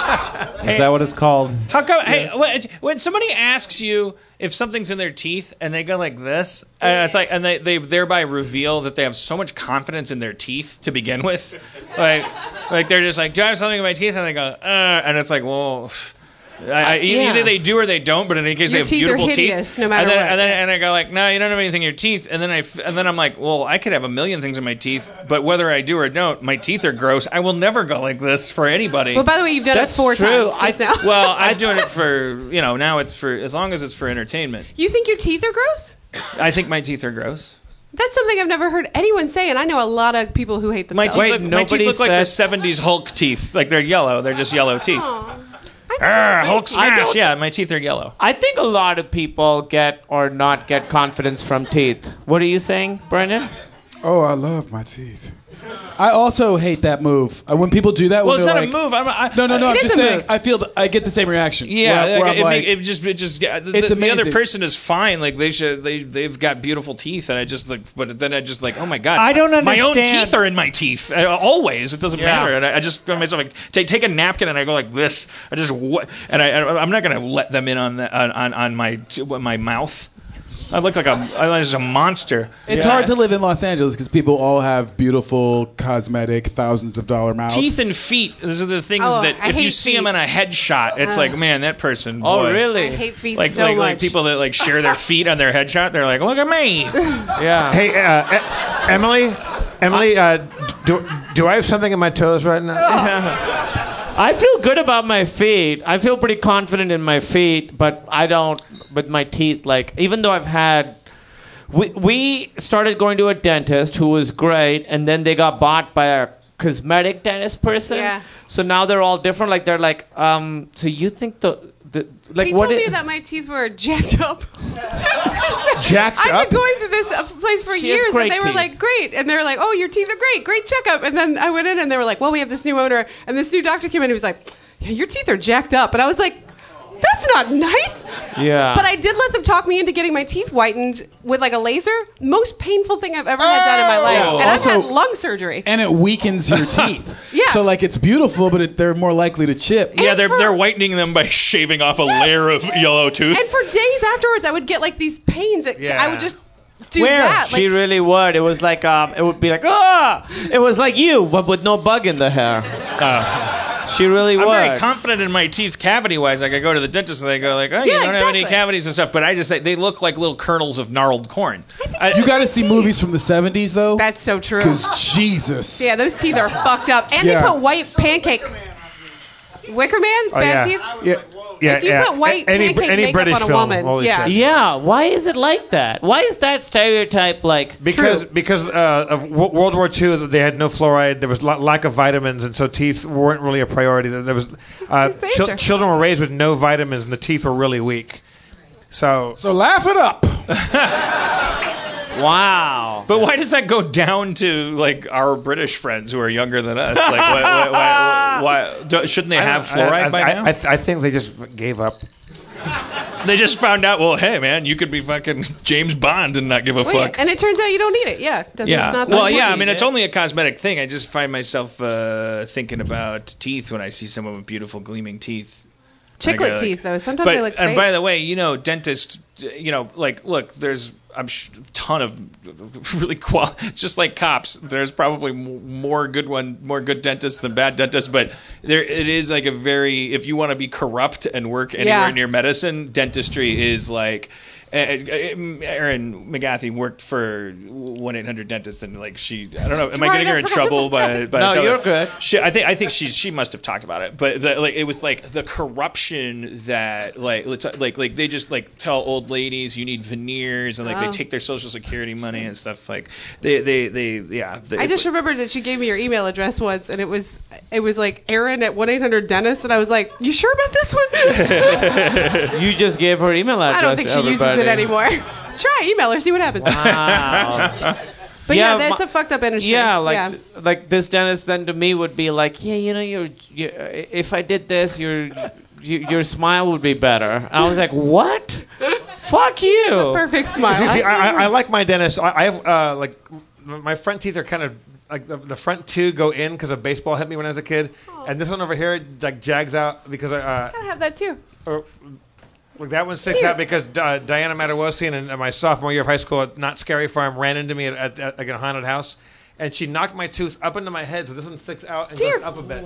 Speaker 3: that what it's called?
Speaker 2: how come hey when- when somebody asks you if something's in their teeth and they go like this and it's like and they, they thereby reveal that they have so much confidence in their teeth to begin with like like they're just like do i have something in my teeth and they go uh and it's like well I, I,
Speaker 5: yeah.
Speaker 2: Either they do or they don't, but in any case,
Speaker 5: Your
Speaker 2: they have
Speaker 5: teeth are
Speaker 2: beautiful
Speaker 5: hideous,
Speaker 2: teeth.
Speaker 5: no matter
Speaker 2: and then,
Speaker 5: what.
Speaker 2: And then and I go like, no, you don't have anything in your teeth. And then I f- and then I'm like, well, I could have a million things in my teeth, but whether I do or don't, my teeth are gross. I will never go like this for anybody.
Speaker 5: well, by the way, you've done
Speaker 2: That's
Speaker 5: it four
Speaker 2: true.
Speaker 5: times just now.
Speaker 2: well, I'm doing it for you know now it's for as long as it's for entertainment.
Speaker 5: you think your teeth are gross?
Speaker 2: I think my teeth are gross.
Speaker 5: That's something I've never heard anyone say, and I know a lot of people who hate
Speaker 2: My
Speaker 5: themselves.
Speaker 2: teeth, look, my teeth look like the '70s Hulk teeth. Like they're yellow. They're just yellow teeth. Arr, Hulk
Speaker 12: I don't-
Speaker 2: smash! Yeah, my teeth are yellow.
Speaker 12: I think a lot of people get or not get confidence from teeth. What are you saying, Brendan?
Speaker 7: Oh, I love my teeth. I also hate that move. Uh, When people do that, when
Speaker 2: Well, it's
Speaker 7: they're
Speaker 2: not a
Speaker 7: like-
Speaker 2: move. I'm- I-
Speaker 7: no, no, no.
Speaker 2: It
Speaker 7: I'm
Speaker 2: is
Speaker 7: just
Speaker 2: a
Speaker 7: saying.
Speaker 2: move.
Speaker 7: I feel. th- I get the same reaction. where, I- where
Speaker 2: Yeah, like, it,
Speaker 7: I'm
Speaker 2: make-
Speaker 7: like,
Speaker 2: it just it just yeah, the,
Speaker 7: It's
Speaker 2: the- the other
Speaker 7: amazing.
Speaker 2: person is fine. Like they should they they've got beautiful teeth, and I just like, but then I just like, oh my god,
Speaker 6: I don't
Speaker 2: My own
Speaker 6: understand-
Speaker 2: teeth are in my teeth uh, always. It doesn't
Speaker 6: Yeah.
Speaker 2: matter, and I, I just find myself like take take a napkin and I go like this. I just what, and I I- I'm not gonna let them in on the, on, on on my t- my mouth. I look like a I look like a monster.
Speaker 7: it's
Speaker 2: Yeah.
Speaker 7: hard to live in Los Angeles because people all have beautiful, cosmetic, thousands of dollar mouths.
Speaker 2: Teeth and feet. Those are the things
Speaker 7: Oh,
Speaker 2: that
Speaker 7: I
Speaker 2: if you
Speaker 7: hate
Speaker 2: see them in a headshot, it's
Speaker 7: Ugh.
Speaker 2: like, man, that person.
Speaker 7: Oh,
Speaker 2: boy.
Speaker 7: really? I hate feet
Speaker 2: like,
Speaker 7: so
Speaker 2: like, Like
Speaker 7: much.
Speaker 2: people that like share their feet on their headshot, they're like, look at me.
Speaker 1: Yeah. Hey, uh, E- Emily, Emily, uh, do, do I have something in my toes right
Speaker 5: Oh.
Speaker 1: now?
Speaker 4: I feel good about my feet. I feel pretty confident in my feet, but I don't with my teeth. Like even though I've had, we we started going to a dentist who was great, and then they got bought by a cosmetic dentist person.
Speaker 5: Yeah.
Speaker 4: So now they're all different. Like they're like, um. So you think the the like
Speaker 5: he
Speaker 4: what?
Speaker 5: told
Speaker 4: i-
Speaker 5: me that my teeth were jacked up.
Speaker 1: Jacked
Speaker 5: I've
Speaker 1: up?
Speaker 5: been going to this uh, place for
Speaker 4: She has
Speaker 5: years,
Speaker 4: great
Speaker 5: and they were
Speaker 4: teeth.
Speaker 5: like, "Great," and they were like, "Oh, your teeth are great, great checkup." And then I went in, and they were like, "Well, we have this new owner," and this new doctor came in, and he was like, yeah, "Your teeth are jacked up," and I was like, "That's not nice."
Speaker 4: yeah.
Speaker 5: But I did let them talk me into getting my teeth whitened with like a laser. Most painful thing I've ever had done in my life,
Speaker 7: Oh.
Speaker 5: and I've
Speaker 7: Also-
Speaker 5: had lung surgery.
Speaker 7: and it weakens your teeth.
Speaker 5: Yeah.
Speaker 7: So like it's beautiful, but it, they're more likely to chip.
Speaker 2: yeah, they're they're whitening them by shaving off a layer of yellow tooth.
Speaker 5: And for days afterwards, I would get like these pains that I would just do
Speaker 4: Where?
Speaker 5: that.
Speaker 4: she really would. It was like um, it would be like ah, it was like you, but with no bug in the hair. she really
Speaker 2: I'm
Speaker 4: would.
Speaker 2: very confident in my teeth cavity wise. Like I go to the dentist and they go like, oh, you
Speaker 5: Yeah,
Speaker 2: don't have any
Speaker 5: exactly.
Speaker 2: cavities and stuff. But I just think they look like little kernels of gnarled corn.
Speaker 7: you got to see movies from the '70s though.
Speaker 5: That's so true.
Speaker 7: Because Jesus.
Speaker 5: Yeah, those teeth are fucked up. And
Speaker 7: Yeah.
Speaker 5: they put white pancake. Wicker Man?
Speaker 1: Oh,
Speaker 5: Bad
Speaker 1: yeah.
Speaker 5: teeth?
Speaker 1: Yeah, yeah,
Speaker 5: if you
Speaker 1: yeah.
Speaker 5: put white
Speaker 1: A- any-
Speaker 5: pancake
Speaker 1: any
Speaker 5: makeup
Speaker 1: British
Speaker 5: on a
Speaker 1: film,
Speaker 5: woman,
Speaker 1: holy
Speaker 5: yeah.
Speaker 1: shit.
Speaker 4: Yeah, why is it like that? Why is that stereotype like
Speaker 1: Because
Speaker 4: true?
Speaker 1: because uh, of w- World War II, they had no fluoride. There was la- lack of vitamins, and so teeth weren't really a priority. There there was uh, chil-
Speaker 5: answer.
Speaker 1: children were raised with no vitamins, and the teeth were really weak. So
Speaker 7: so laugh it up.
Speaker 4: Wow.
Speaker 2: But why does that go down to like our British friends who are younger than us? Like, why, why, why, why, do- shouldn't they have fluoride
Speaker 1: I, I,
Speaker 2: by
Speaker 1: I,
Speaker 2: now?
Speaker 1: I, I think they just gave up.
Speaker 2: They just found out. Well, hey, man, you could be fucking James Bond and not give a
Speaker 5: Well, yeah,
Speaker 2: fuck.
Speaker 5: And it turns out you don't need it. Yeah. Doesn't-
Speaker 2: yeah.
Speaker 5: not that
Speaker 2: well, yeah. I
Speaker 5: important.
Speaker 2: mean, it's only a cosmetic thing. I just find myself uh, thinking about teeth when I see someone with beautiful, gleaming teeth. And I go,
Speaker 5: Chiclet
Speaker 2: like- uh,
Speaker 5: teeth, though. Sometimes
Speaker 2: but,
Speaker 5: they look
Speaker 2: and
Speaker 5: fake.
Speaker 2: by the way, you know, dentist, you know, like, look, there's I'm sh- a ton of really qual. Just like cops, there's probably m- more good one, more good dentists than bad dentists. But there, it is like a very if you want to be corrupt and work anywhere
Speaker 13: Yeah.
Speaker 2: near medicine, dentistry is like. eh, mm, Erin McGathy worked for one eight hundred dentist, and like she, I don't know, am I
Speaker 13: Right,
Speaker 2: getting
Speaker 13: I
Speaker 2: her in
Speaker 13: forgot
Speaker 2: trouble by? by
Speaker 13: No,
Speaker 2: telling-
Speaker 13: you're good.
Speaker 2: she, I think I think she she must have talked about it, but the, like it was like the corruption that like let's, like like they just like tell old ladies you need veneers and like they
Speaker 5: Oh.
Speaker 2: take their social security money and stuff like they they they yeah. They,
Speaker 5: I just remembered that she gave me your email address once, and it was it was like Aaron at one eight hundred dentist, and I was like, "You sure about this one?"
Speaker 4: you just gave her email address.
Speaker 5: I don't think she
Speaker 4: to
Speaker 5: uses it
Speaker 4: everybody.
Speaker 5: anymore. Try email her, see what happens.
Speaker 4: Wow.
Speaker 5: But yeah,
Speaker 4: Yeah,
Speaker 5: that's
Speaker 4: my-
Speaker 5: a fucked up industry.
Speaker 4: Yeah, like like this dentist then to me would be like, yeah, you know, you're, you if I did this, your you, your smile would be better. I was like, what? Fuck you.
Speaker 5: perfect smile.
Speaker 1: See, see, I, I, I like my dentist. I, I have uh, like m- my front teeth are kind of like the, the front two go in because a baseball hit me when I was a kid, and this one over here like jags out because I. Uh,
Speaker 5: I have that too.
Speaker 1: Or, like that one sticks
Speaker 5: Cute.
Speaker 1: out because uh, Diana Matarosian in, in my sophomore year of high school at Not Scary Farm ran into me at, at, at like a haunted house, and she knocked my tooth up into my head, so this one sticks out and goes up a bit.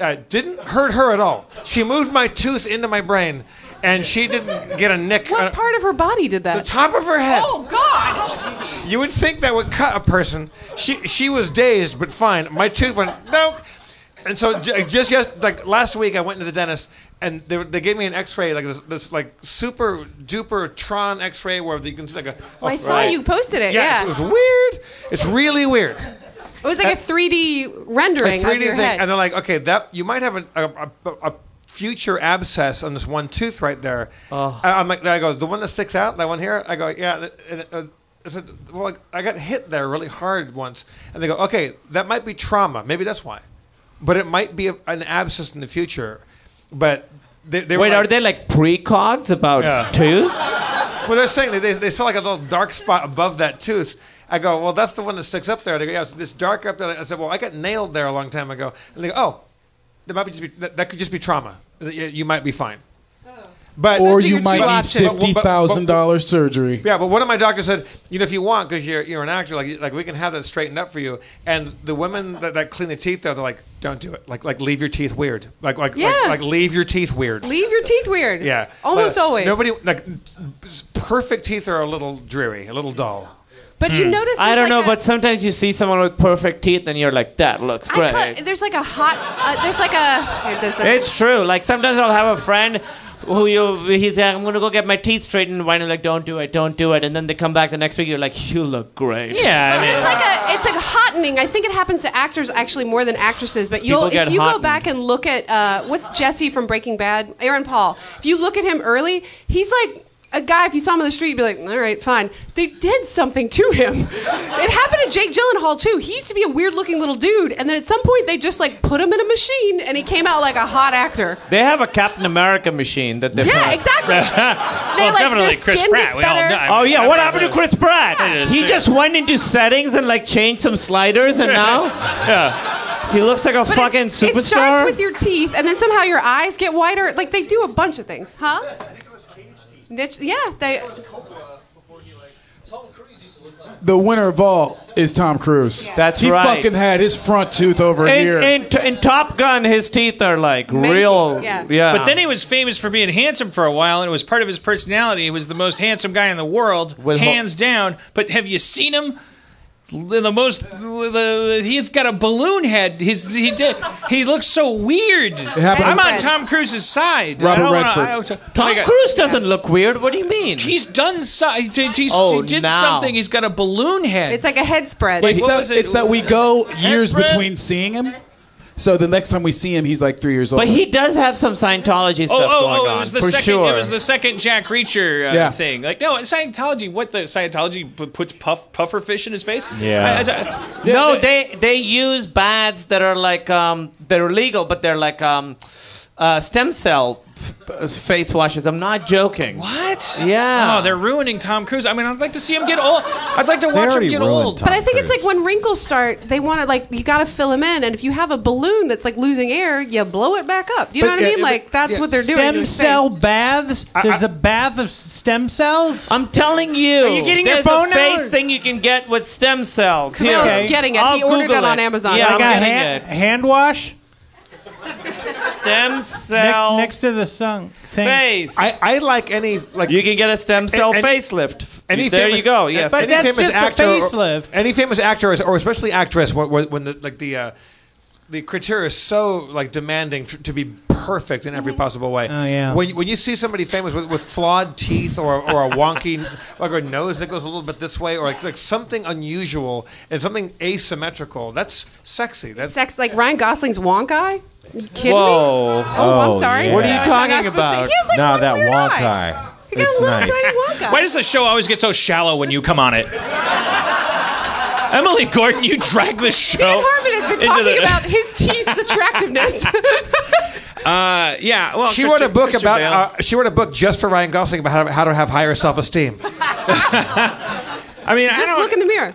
Speaker 1: Uh, didn't hurt her at all. She moved my tooth into my brain, and she didn't get a nick.
Speaker 5: What
Speaker 1: uh,
Speaker 5: part of her body did that?
Speaker 1: The top of her head.
Speaker 5: Oh God!
Speaker 1: you would think that would cut a person. She she was dazed, but fine. My tooth went nope. And so j- just yes, like last week, I went to the dentist, and they, they gave me an X-ray, like this, this like super duper Tron X-ray, where you can see like a.
Speaker 5: Well, I
Speaker 1: a-
Speaker 5: saw you posted it,
Speaker 1: Yes,
Speaker 5: yeah.
Speaker 1: it was weird. It's really weird.
Speaker 5: It was like a three D rendering
Speaker 1: A 3D
Speaker 5: of your
Speaker 1: thing,
Speaker 5: head.
Speaker 1: And they're like, okay, that you might have an, a, a, a future abscess on this one tooth right there. I- I'm like, I go, the one that sticks out, that one here. I go, yeah. And, uh, I said, well, like, I got hit there really hard once, and they go, okay, that might be trauma. Maybe that's why, but it might be a, an abscess in the future. But they, they
Speaker 4: Wait,
Speaker 1: were
Speaker 4: are they like precogs about tooth?
Speaker 1: well, they're saying that they, they saw like a little dark spot above that tooth. I go, well, that's the one that sticks up there. They go, yeah, it's this dark up there. I said, well, I got nailed there a long time ago. And they go, oh, that might be just be, that, that could just be trauma. That You you might be fine. But
Speaker 7: or you might need
Speaker 1: But- but- but-
Speaker 7: fifty thousand dollars surgery.
Speaker 1: yeah, but one of my doctors said, you know, if you want, because you're, you're an actor, like, like we can have that straightened up for you. And the women that, that clean the teeth, though, they're like, don't do it. Like, like leave your teeth weird. Like, like,
Speaker 5: Yeah.
Speaker 1: like, like leave your teeth weird.
Speaker 5: Leave your teeth weird.
Speaker 1: Yeah,
Speaker 5: Almost
Speaker 1: Uh,
Speaker 5: always.
Speaker 1: Nobody like perfect teeth are a little dreary, a little dull.
Speaker 5: But
Speaker 1: Hmm.
Speaker 5: you notice
Speaker 12: Hmm. I
Speaker 5: there's
Speaker 12: don't know,
Speaker 5: like
Speaker 12: but sometimes you see someone with perfect teeth and you're like, that looks
Speaker 5: a,
Speaker 12: great.
Speaker 5: cut, there's like a hot. Uh, there's like a. It doesn't.
Speaker 12: It's true. Like sometimes I'll have a friend who you he's like, I'm gonna go get my teeth straightened. Why not? Like, don't do it, don't do it. And then they come back the next week. You're like, you look great.
Speaker 2: Yeah,
Speaker 12: I mean,
Speaker 5: It's like a, it's like hottening. I think it happens to actors actually more than actresses. But
Speaker 12: People
Speaker 5: you'll
Speaker 12: get
Speaker 5: if you go
Speaker 12: hottened.
Speaker 5: back and look at uh, what's Jesse from Breaking Bad, Aaron Paul. If you look at him early, he's like a guy. If you saw him on the street, you'd be like, all right, fine. They did something to him. it happened to Jake Gyllenhaal too. He used to be a weird-looking little dude, and then at some point they just like put him in a machine, and he came out like a hot actor.
Speaker 4: They have a Captain America machine that they
Speaker 5: Yeah, exactly.
Speaker 4: well,
Speaker 5: like, definitely their Chris skin Pratt, gets we all better. know. I
Speaker 4: Oh
Speaker 5: mean,
Speaker 4: yeah,
Speaker 5: I
Speaker 4: what
Speaker 5: mean,
Speaker 4: happened to Chris Pratt? He
Speaker 12: yeah.
Speaker 4: just went into settings and like changed some sliders, and now yeah, he looks like a
Speaker 5: But
Speaker 4: fucking
Speaker 5: it's- It starts
Speaker 4: superstar.
Speaker 5: with your teeth, and then somehow your eyes get wider. Like they do a bunch of things, huh? Niche, yeah, they.
Speaker 7: The winner of all is Tom Cruise.
Speaker 4: That's
Speaker 7: he
Speaker 4: right.
Speaker 7: He fucking had his front tooth over here.
Speaker 4: in, in, in Top Gun, his teeth are like real. Yeah.
Speaker 2: But then he was famous for being handsome for a while, and it was part of his personality. He was the most handsome guy in the world,
Speaker 4: With ho-
Speaker 2: hands down. But have you seen him? The the most, the, he's got a balloon head. His he did. He looks so weird.
Speaker 12: happened-
Speaker 2: I'm on Tom Cruise's side.
Speaker 12: Robert
Speaker 2: I don't wanna-
Speaker 12: Redford.
Speaker 2: I don't-
Speaker 12: Tom
Speaker 2: like, uh,
Speaker 12: Cruise doesn't look weird. What do you mean?
Speaker 2: He's done. So, he, did- he's-
Speaker 12: Oh,
Speaker 2: he did
Speaker 12: now.
Speaker 2: something. He's got a balloon head.
Speaker 5: It's like a head spread.
Speaker 2: Like,
Speaker 7: it's,
Speaker 2: what
Speaker 7: that,
Speaker 2: was it?
Speaker 7: it's that we go years
Speaker 2: Headband?
Speaker 7: between seeing him. So the next time we see him, he's like three years old.
Speaker 12: But he does have some Scientology
Speaker 2: Oh,
Speaker 12: stuff
Speaker 2: oh,
Speaker 12: going
Speaker 2: oh!
Speaker 12: on
Speaker 2: it was the
Speaker 12: for
Speaker 2: second.
Speaker 12: sure.
Speaker 2: It was the second Jack Reacher uh,
Speaker 12: Yeah.
Speaker 2: thing. Like no, Scientology. What the Scientology p- puts puff puffer fish in his face?
Speaker 12: Yeah.
Speaker 2: I- I-
Speaker 4: Oh,
Speaker 12: no, they they use bads that are like um, they're legal, but they're like um, uh, stem cell f- f- face washes. I'm not joking.
Speaker 2: What?
Speaker 12: Yeah.
Speaker 2: Oh, they're ruining Tom Cruise. I mean, I'd like to see him get old. I'd like to watch him
Speaker 12: already
Speaker 2: get
Speaker 12: ruined
Speaker 2: old.
Speaker 5: But I think it's like when wrinkles start, they want to like you got to fill them in, and if you have a balloon that's like losing air, you blow it back up. You know
Speaker 6: But,
Speaker 5: what I
Speaker 6: yeah,
Speaker 5: mean?
Speaker 6: yeah,
Speaker 5: Like that's
Speaker 6: yeah.
Speaker 5: what they're doing. to
Speaker 6: Stem
Speaker 5: his
Speaker 6: cell
Speaker 5: face.
Speaker 6: baths. There's a bath of stem cells.
Speaker 12: I'm telling you.
Speaker 6: Are you getting your
Speaker 12: There's
Speaker 6: phone
Speaker 12: a
Speaker 6: out?
Speaker 12: face thing you can get with stem cells.
Speaker 6: Camille's
Speaker 12: Here.
Speaker 6: getting it.
Speaker 12: I'll
Speaker 6: He ordered
Speaker 12: Google
Speaker 6: it on Amazon.
Speaker 12: Yeah,
Speaker 6: Like a
Speaker 12: I'm getting
Speaker 6: hand-
Speaker 12: it.
Speaker 6: Hand wash.
Speaker 12: Stem cell
Speaker 6: next to the sun.
Speaker 12: face.
Speaker 1: I, I like any like
Speaker 12: you can get a stem
Speaker 6: cell
Speaker 12: facelift. There you go, yes. But
Speaker 1: any
Speaker 12: that's
Speaker 1: famous
Speaker 12: just a
Speaker 1: actor or-
Speaker 12: facelift.
Speaker 1: any famous actor or, or especially actress when, when when the like the uh, the criteria is so like demanding to, to be perfect in every
Speaker 5: Mm-hmm.
Speaker 1: possible way. Oh
Speaker 6: yeah.
Speaker 1: When when you see somebody famous with, with flawed teeth or or a wonky like a nose that goes a little bit this way or like, like something unusual and something asymmetrical, that's sexy. That's
Speaker 5: Sex like Ryan Gosling's wonk eye. You kidding
Speaker 1: Whoa.
Speaker 5: me? Oh,
Speaker 1: Oh,
Speaker 5: I'm sorry.
Speaker 1: yeah. What are you
Speaker 5: I'm
Speaker 1: talking
Speaker 5: not supposed to-
Speaker 1: about?
Speaker 5: He has, like,
Speaker 1: No,
Speaker 5: one
Speaker 1: that
Speaker 5: weird
Speaker 1: wonk
Speaker 5: eye.
Speaker 1: eye.
Speaker 5: He got
Speaker 1: It's
Speaker 5: a little
Speaker 1: nice.
Speaker 5: tiny wonk eye.
Speaker 2: Why does the show always get so shallow when you come on it? Emily Gordon, you drag this show.
Speaker 5: Dan Harmon has been
Speaker 2: into
Speaker 5: talking
Speaker 2: the-
Speaker 5: about his teeth's attractiveness.
Speaker 2: Uh, yeah. Well,
Speaker 1: she
Speaker 2: Christian-
Speaker 1: wrote a book
Speaker 2: Christian
Speaker 1: about.
Speaker 2: Bale.
Speaker 1: Uh, she wrote a book just for Ryan Gosling about how to, how to have higher self esteem.
Speaker 2: I mean, I
Speaker 5: Just
Speaker 2: don't,
Speaker 5: look in the mirror.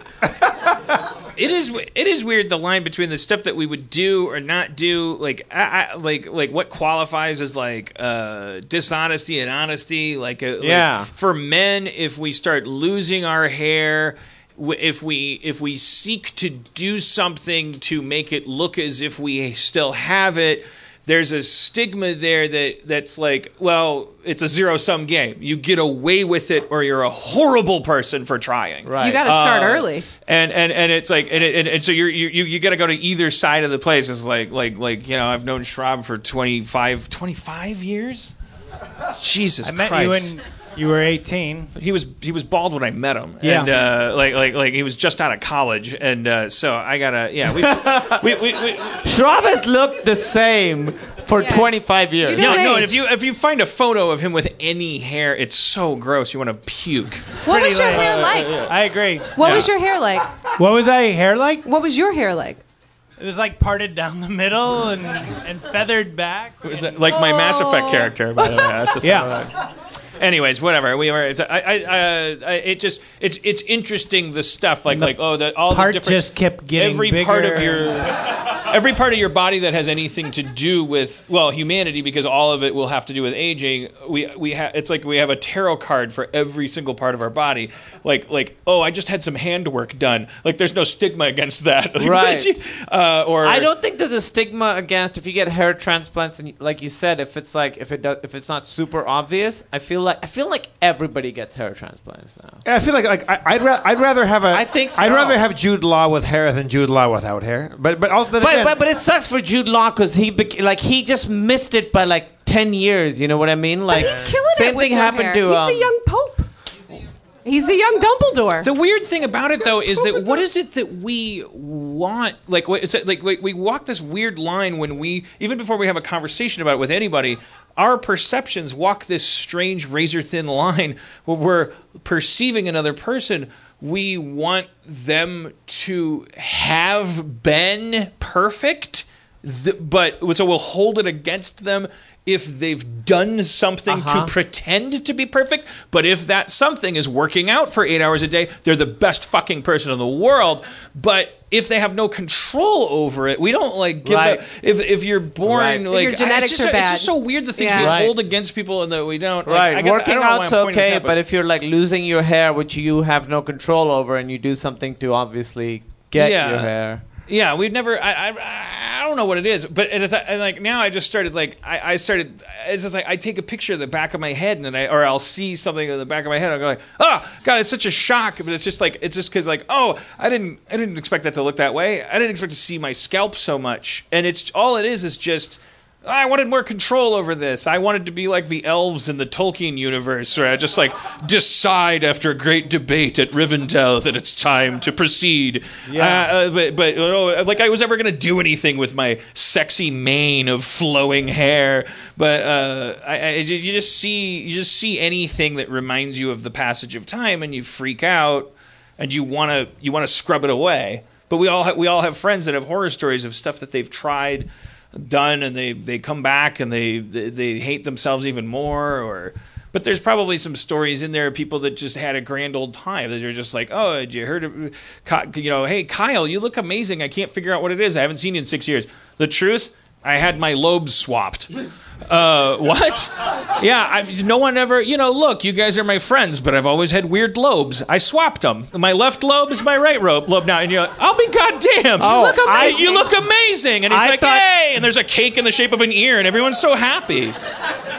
Speaker 2: it is it is weird the line between the stuff that we would do or not do like I, I, like like what qualifies as like uh, dishonesty and honesty like, uh, like,
Speaker 12: Yeah.
Speaker 2: for men if we start losing our hair w- if we if we seek to do something to make it look as if we still have it there's a stigma there that that's like well it's a zero sum game you get away with it or you're a horrible person for trying Uh, right
Speaker 5: You gotta start early.
Speaker 2: and and and it's like and it, and, and so you're you you, you got to go to either side of the place it's like like like you know i've known schwab for 25 25 years jesus
Speaker 6: I met
Speaker 2: christ
Speaker 6: you when you were 18.
Speaker 2: he was he was bald when I met him.
Speaker 6: Yeah.
Speaker 2: And, uh, like like like he was just out of college, and uh, so I gotta yeah. We've, we we we
Speaker 4: Schraub has looked the same for 25 years.
Speaker 2: No, no. If you if you find a photo of him with any hair, it's so gross. You want to puke. Uh,
Speaker 5: What was your hair like?
Speaker 6: I agree.
Speaker 5: What was your hair like?
Speaker 6: What was I hair like?
Speaker 5: What was your hair like?
Speaker 6: It was like parted down the middle and, and feathered back.
Speaker 2: Was that like my Mass
Speaker 5: Oh.
Speaker 2: Effect character, by the way. That's just yeah. Anyways, whatever. We were. It's, I, I, uh, I, it just. It's. It's interesting. The stuff like like oh the all
Speaker 6: Part
Speaker 2: the different.
Speaker 6: just kept getting
Speaker 2: every part of
Speaker 6: bigger.
Speaker 2: your. Every part of your body that has anything to do with well humanity, because all of it will have to do with aging. We we ha- it's like we have a tarot card for every single part of our body. Like like oh, I just had some handwork done. Like there's no stigma against that. Like, what is
Speaker 4: Right.
Speaker 2: she- uh, or
Speaker 4: I don't think there's a stigma against if you get hair transplants and like you said if it's like if it does, if it's not super obvious I feel like I feel like everybody gets hair transplants now.
Speaker 1: I feel like like I, I'd, ra- I'd rather have a I think
Speaker 4: so.
Speaker 1: I'd rather have Jude Law with hair than Jude Law without hair. But but also then
Speaker 4: But,
Speaker 1: again,
Speaker 4: but but it sucks for Jude Law because he bec- like he just missed it by like 10 years, you know what I mean? Like
Speaker 5: He's killing
Speaker 4: same
Speaker 5: it with
Speaker 4: thing
Speaker 5: your
Speaker 4: happened
Speaker 5: hair.
Speaker 4: to
Speaker 5: He's
Speaker 4: um,
Speaker 5: a young pope. He's a young Dumbledore.
Speaker 2: The weird thing about it though is that what is it that we want? Like, what, it's like we, we walk this weird line when we even before we have a conversation about it with anybody, our perceptions walk this strange razor thin line where we're perceiving another person. We want them to have been perfect, th- but so we'll hold it against them if they've done something
Speaker 4: Uh-huh.
Speaker 2: to pretend to be perfect, but if that something is working out for eight hours a day, they're the best fucking person in the world. But if they have no control over it, we don't like give
Speaker 4: Right.
Speaker 2: up. If, if you're born
Speaker 4: Right. If
Speaker 2: like
Speaker 4: your
Speaker 2: I-
Speaker 4: genetics
Speaker 2: it's, just
Speaker 4: are
Speaker 2: so, it's
Speaker 4: bad.
Speaker 2: just so weird the things
Speaker 4: Yeah.
Speaker 2: we
Speaker 4: Right.
Speaker 2: hold against people and that we don't. Like,
Speaker 4: Right,
Speaker 2: I guess,
Speaker 4: working
Speaker 2: I don't know why
Speaker 4: out's
Speaker 2: I'm pointing this
Speaker 4: okay,
Speaker 2: out,
Speaker 4: but if you're like losing your hair, which you have no control over, and you do something to obviously get
Speaker 2: Yeah.
Speaker 4: your hair,
Speaker 2: Yeah, we've never. I, I I don't know what it is, but it is, and like now I just started like I, I started. It's just like I take a picture of the back of my head, and then I or I'll see something in the back of my head. I'm like, oh god, it's such a shock. But it's just like it's just because like oh I didn't I didn't expect that to look that way. I didn't expect to see my scalp so much, and it's all it is is just. I wanted more control over this. I wanted to be like the elves in the Tolkien universe, where I just like decide after a great debate at Rivendell that it's time to proceed.
Speaker 4: Yeah.
Speaker 2: Uh, uh, but but oh, like I was ever gonna do anything with my sexy mane of flowing hair. But uh, I, I, you you just see you just see anything that reminds you of the passage of time, and you freak out, and you wanna you wanna scrub it away. But we all ha- we all have friends that have horror stories of stuff that they've tried done and they they come back and they they, they hate themselves even more or but there's probably some stories in there of people that just had a grand old time that are just like oh did you heard of, Ki- you know hey Kyle you look amazing I can't figure out what it is I haven't seen you in 6 years the truth I had my lobes swapped uh what yeah I, no one ever you know look you guys are my friends but I've always had weird lobes I swapped them my left lobe is my right rope lobe now and you're like I'll be goddamn
Speaker 10: You look
Speaker 2: Oh, I-
Speaker 10: amazing.
Speaker 2: you look amazing and he's
Speaker 10: I
Speaker 2: like
Speaker 10: thought-
Speaker 2: hey and there's a cake in the shape of an ear and everyone's so happy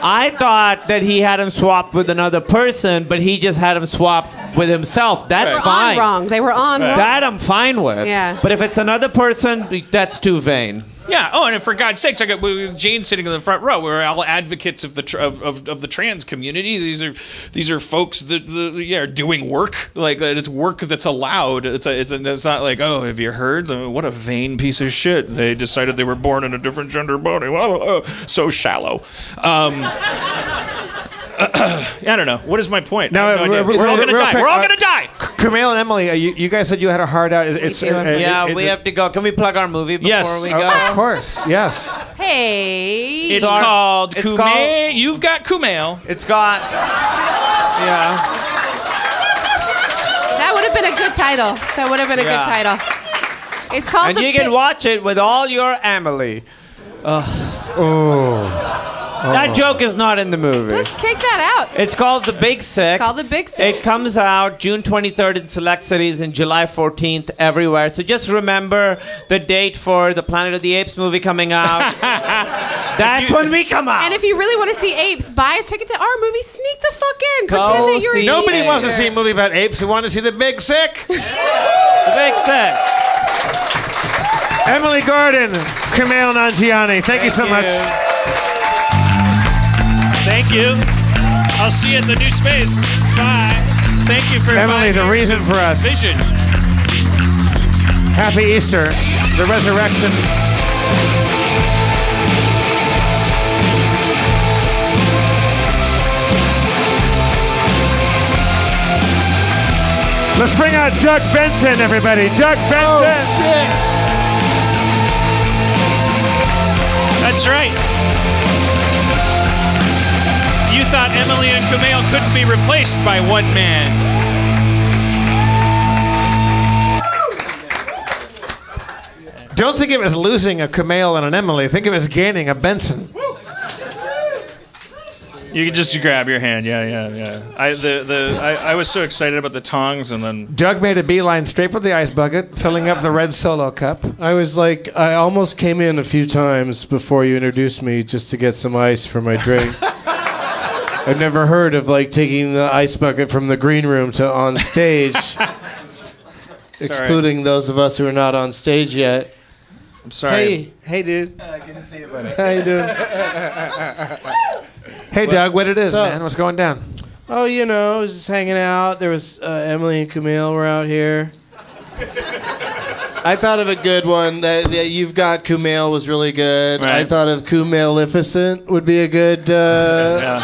Speaker 4: I thought that he had him swapped with another person, but he just had him swapped with himself. That's
Speaker 5: they were
Speaker 4: fine.
Speaker 5: on wrong. They were on wrong.
Speaker 4: That I'm fine with.
Speaker 5: Yeah.
Speaker 4: But if it's another person, that's too vain.
Speaker 2: yeah oh and for god's sakes i got we- we- jane sitting in the front row we're all advocates of the tr- of, of, of the trans community these are these are folks that the, yeah are doing work like that it's work that's allowed it's a, it's, a, it's not like oh have you heard Uh, what a vain piece of shit they decided they were born in a different gender body well uh, so shallow um I don't know. What is my
Speaker 1: uh,
Speaker 2: point? I have
Speaker 10: uh,
Speaker 2: No, idea. we're all gonna die. We're all gonna die.
Speaker 1: Camille and Emily, uh, you, you guys said you had a hard out. It- It's, uh, uh,
Speaker 4: yeah,
Speaker 1: it-
Speaker 4: we
Speaker 1: it-
Speaker 4: have to go. Can we plug our movie before
Speaker 1: Yes.
Speaker 4: we
Speaker 1: Uh,
Speaker 4: go?
Speaker 1: of course. Yes.
Speaker 5: Hey.
Speaker 2: It's
Speaker 4: Sorry.
Speaker 2: called
Speaker 4: It's
Speaker 2: Kumail.
Speaker 4: called-
Speaker 2: You've got Kumail.
Speaker 4: It's got. Yeah.
Speaker 5: That would have been a good title. That would have been a
Speaker 4: Yeah.
Speaker 5: good title. It's called
Speaker 4: and
Speaker 5: the
Speaker 4: you can
Speaker 5: Big-
Speaker 4: watch it with all your Emily. Oh. That joke is not in the movie.
Speaker 5: Let's kick that out.
Speaker 4: It's called The Big Sick.
Speaker 5: It's called The Big Sick.
Speaker 4: It comes out June 23rd in select cities and July 14th everywhere. So just remember the date for the Planet of the Apes movie coming out. That's when we come out.
Speaker 5: And if you really want to see apes, buy a ticket to our movie. Sneak the fuck in. Pretend that you're a
Speaker 1: Nobody wants to
Speaker 5: teenager.
Speaker 1: see a movie about apes. We want to see the big sick.
Speaker 4: the Big Sick.
Speaker 1: Emily Gordon, Camille Nangiani. Thank, you so much.
Speaker 2: Thank you. I'll see you at the new space. Bye. Thank you for
Speaker 1: Emily,
Speaker 2: inviting
Speaker 1: the
Speaker 2: me.
Speaker 1: reason for us.
Speaker 2: vision.
Speaker 1: Happy Easter, the resurrection.
Speaker 13: Let's bring out Doug Benson, everybody. Doug
Speaker 1: Oh,
Speaker 13: Benson.
Speaker 10: That's right. You thought Emily and Kumail couldn't be replaced by one man.
Speaker 1: Oh. Don't think of it as losing a Camille and an Emily. Think of it as gaining a Benson.
Speaker 2: You can just grab your hand. Yeah, yeah, yeah. I the the I, I was so excited about the tongs, and then
Speaker 1: Doug made a beeline straight for the ice bucket, filling up the red solo cup.
Speaker 11: I was like, I almost came in a few times before you introduced me just to get some ice for my drink. I've never heard of like taking the ice bucket from the green room to on stage, excluding those of us who are not on stage yet.
Speaker 2: I'm
Speaker 11: sorry. Hey, hey, dude.
Speaker 7: good to see you, buddy.
Speaker 11: How you doing?
Speaker 1: Hey,
Speaker 11: What-
Speaker 1: Doug, what it is,
Speaker 11: So-
Speaker 1: man? What's going down?
Speaker 11: Oh, you know, I was just hanging out. There was uh, Emily and Camille were out here. I thought of a good one. That, that you've got Kumail was really good. I
Speaker 7: Right.
Speaker 11: thought of Kumailificent would be a good uh,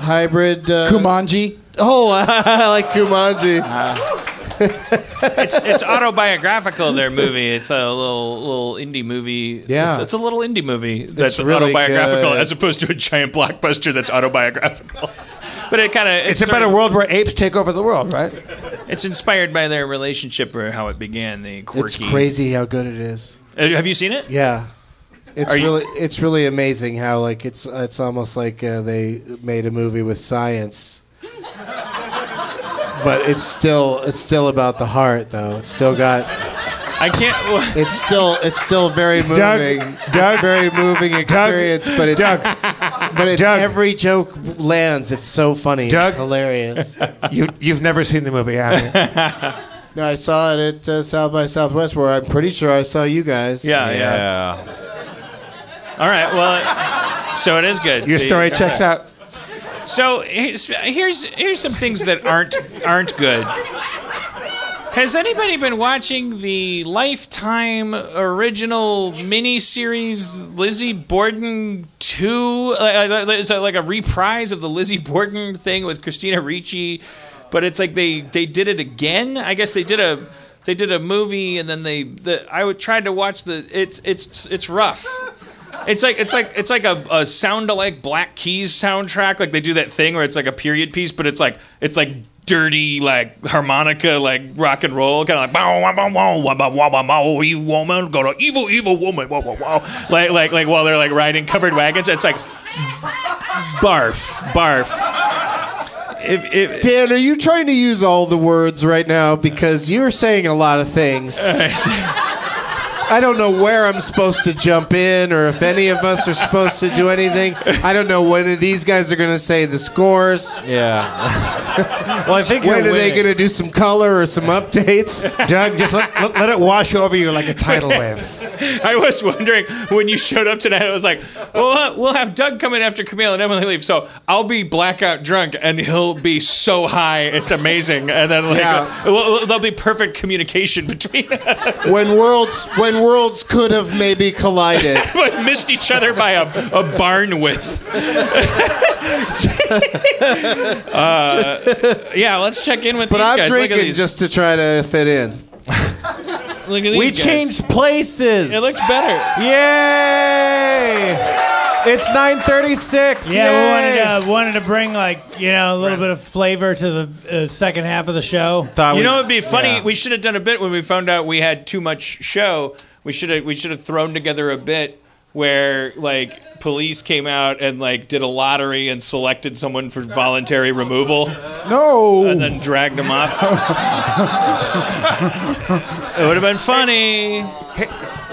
Speaker 11: hybrid. Uh, Kumanji. Oh, I like Kumanji.
Speaker 2: it's it's autobiographical. Their movie. It's a little little indie movie.
Speaker 11: Yeah.
Speaker 2: it's, it's a little indie movie that's
Speaker 11: really
Speaker 2: autobiographical,
Speaker 11: good.
Speaker 2: as opposed to a giant blockbuster that's autobiographical. But it kind of
Speaker 1: It's, about a world where apes take over the world, right?
Speaker 2: It's inspired by their relationship or how it began. The quirky.
Speaker 11: It's crazy how good it is.
Speaker 2: Uh, Have you seen it?
Speaker 11: Yeah. It's
Speaker 2: Are you-
Speaker 11: really it's really amazing how like it's it's almost like uh, they made a movie with science. But it's still it's still about the heart though. It's still got
Speaker 2: I can't
Speaker 11: It's still it's still very
Speaker 13: Doug-
Speaker 11: moving. it's very moving experience, but it's but it's every joke lands. It's so funny.
Speaker 1: Doug?
Speaker 11: it's hilarious.
Speaker 1: You, you've never seen the movie, have you?
Speaker 11: No, I saw it at uh, South by Southwest where I'm pretty sure I saw you guys.
Speaker 2: Yeah, yeah. All right. Well, so it is good.
Speaker 1: Your
Speaker 2: See?
Speaker 1: story checks out.
Speaker 2: So here's here's here's some things that aren't aren't good.
Speaker 10: Has anybody been watching the Lifetime original miniseries Lizzie Borden 2? Uh, It's like a reprise of the Lizzie Borden thing with Christina Ricci, but it's like they, they did it again. I guess they did a they did a movie and then they the, I would tried to watch the it's it's it's rough.
Speaker 2: It's like it's like it's like a, a sound alike Black Keys soundtrack. Like they do that thing where it's like a period piece, but it's like it's like dirty like harmonica like rock and roll kind of like bow, wow, wow, wow, wow, wow, wow, wow, wow, evil woman go to evil evil woman wow, wow, wow. like like like while they're like riding covered wagons. It's like barf barf. If, if,
Speaker 11: Dan, are you trying to use all the words right now? Because you're saying a lot of things. I don't know where I'm supposed to jump in or if any of us are supposed to do anything. I don't know when these guys are going to say the scores.
Speaker 1: Yeah. well, I think
Speaker 11: when
Speaker 1: you're
Speaker 11: are they
Speaker 1: winning.
Speaker 11: going to do some color or some updates?
Speaker 1: Doug, just let, let, let it wash over you like a tidal wave.
Speaker 2: I was wondering when you showed up tonight. I was like, "Well, uh, we'll have Doug come in after Camille and Emily leave, so I'll be blackout drunk, and he'll be so high, it's amazing." And then like,
Speaker 11: Yeah.
Speaker 2: uh, well, well, there'll be perfect communication between us.
Speaker 11: when worlds when worlds could have maybe collided.
Speaker 2: but missed each other by a, a barn width. uh, yeah, let's check in with
Speaker 11: But
Speaker 2: these
Speaker 11: I'm
Speaker 2: guys. Look at
Speaker 11: drinking
Speaker 2: these.
Speaker 11: just to try to fit in.
Speaker 2: Look at these
Speaker 3: we
Speaker 2: guys.
Speaker 3: changed places.
Speaker 2: It looks better.
Speaker 3: Yay! It's 9:36. Yay!
Speaker 6: Yeah, we wanted to, wanted to bring like you know a little bit of flavor to the uh, second half of the show.
Speaker 2: you know, it'd be funny. We should have done a bit when we found out we had too much show. We should have we should have thrown together a bit where like police came out and like did a lottery and selected someone for voluntary removal.
Speaker 13: No.
Speaker 2: And then dragged them off. it would have been funny.
Speaker 1: Hey,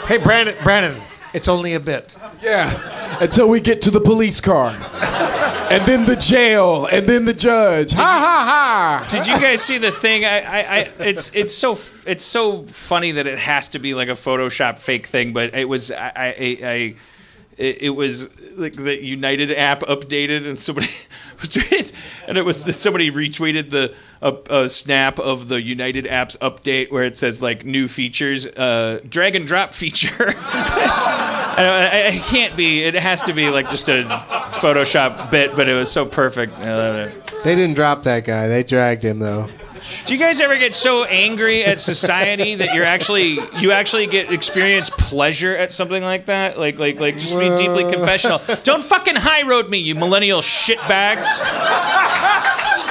Speaker 1: hey, Brandon, Brandon, it's only a bit.
Speaker 7: Yeah. Until we get to the police car. and then the jail. And then the judge. Ha ha ha.
Speaker 2: Did you guys see the thing? I, I, I it's it's so f- it's so funny that it has to be like a Photoshop fake thing, but it was I, I, I, I it, it was like the United app updated, and somebody was doing it, and it was the, somebody retweeted the a, a snap of the United apps update where it says like new features, uh, drag and drop feature. I, I, it can't be. It has to be like just a Photoshop bit, but it was so perfect. Uh,
Speaker 11: They didn't drop that guy. They dragged him though.
Speaker 2: Do you guys ever get so angry at society that you're actually you actually get experience pleasure at something like that? Like like like just be deeply
Speaker 8: Well.
Speaker 2: confessional. Don't fucking high road me, you millennial shitbags.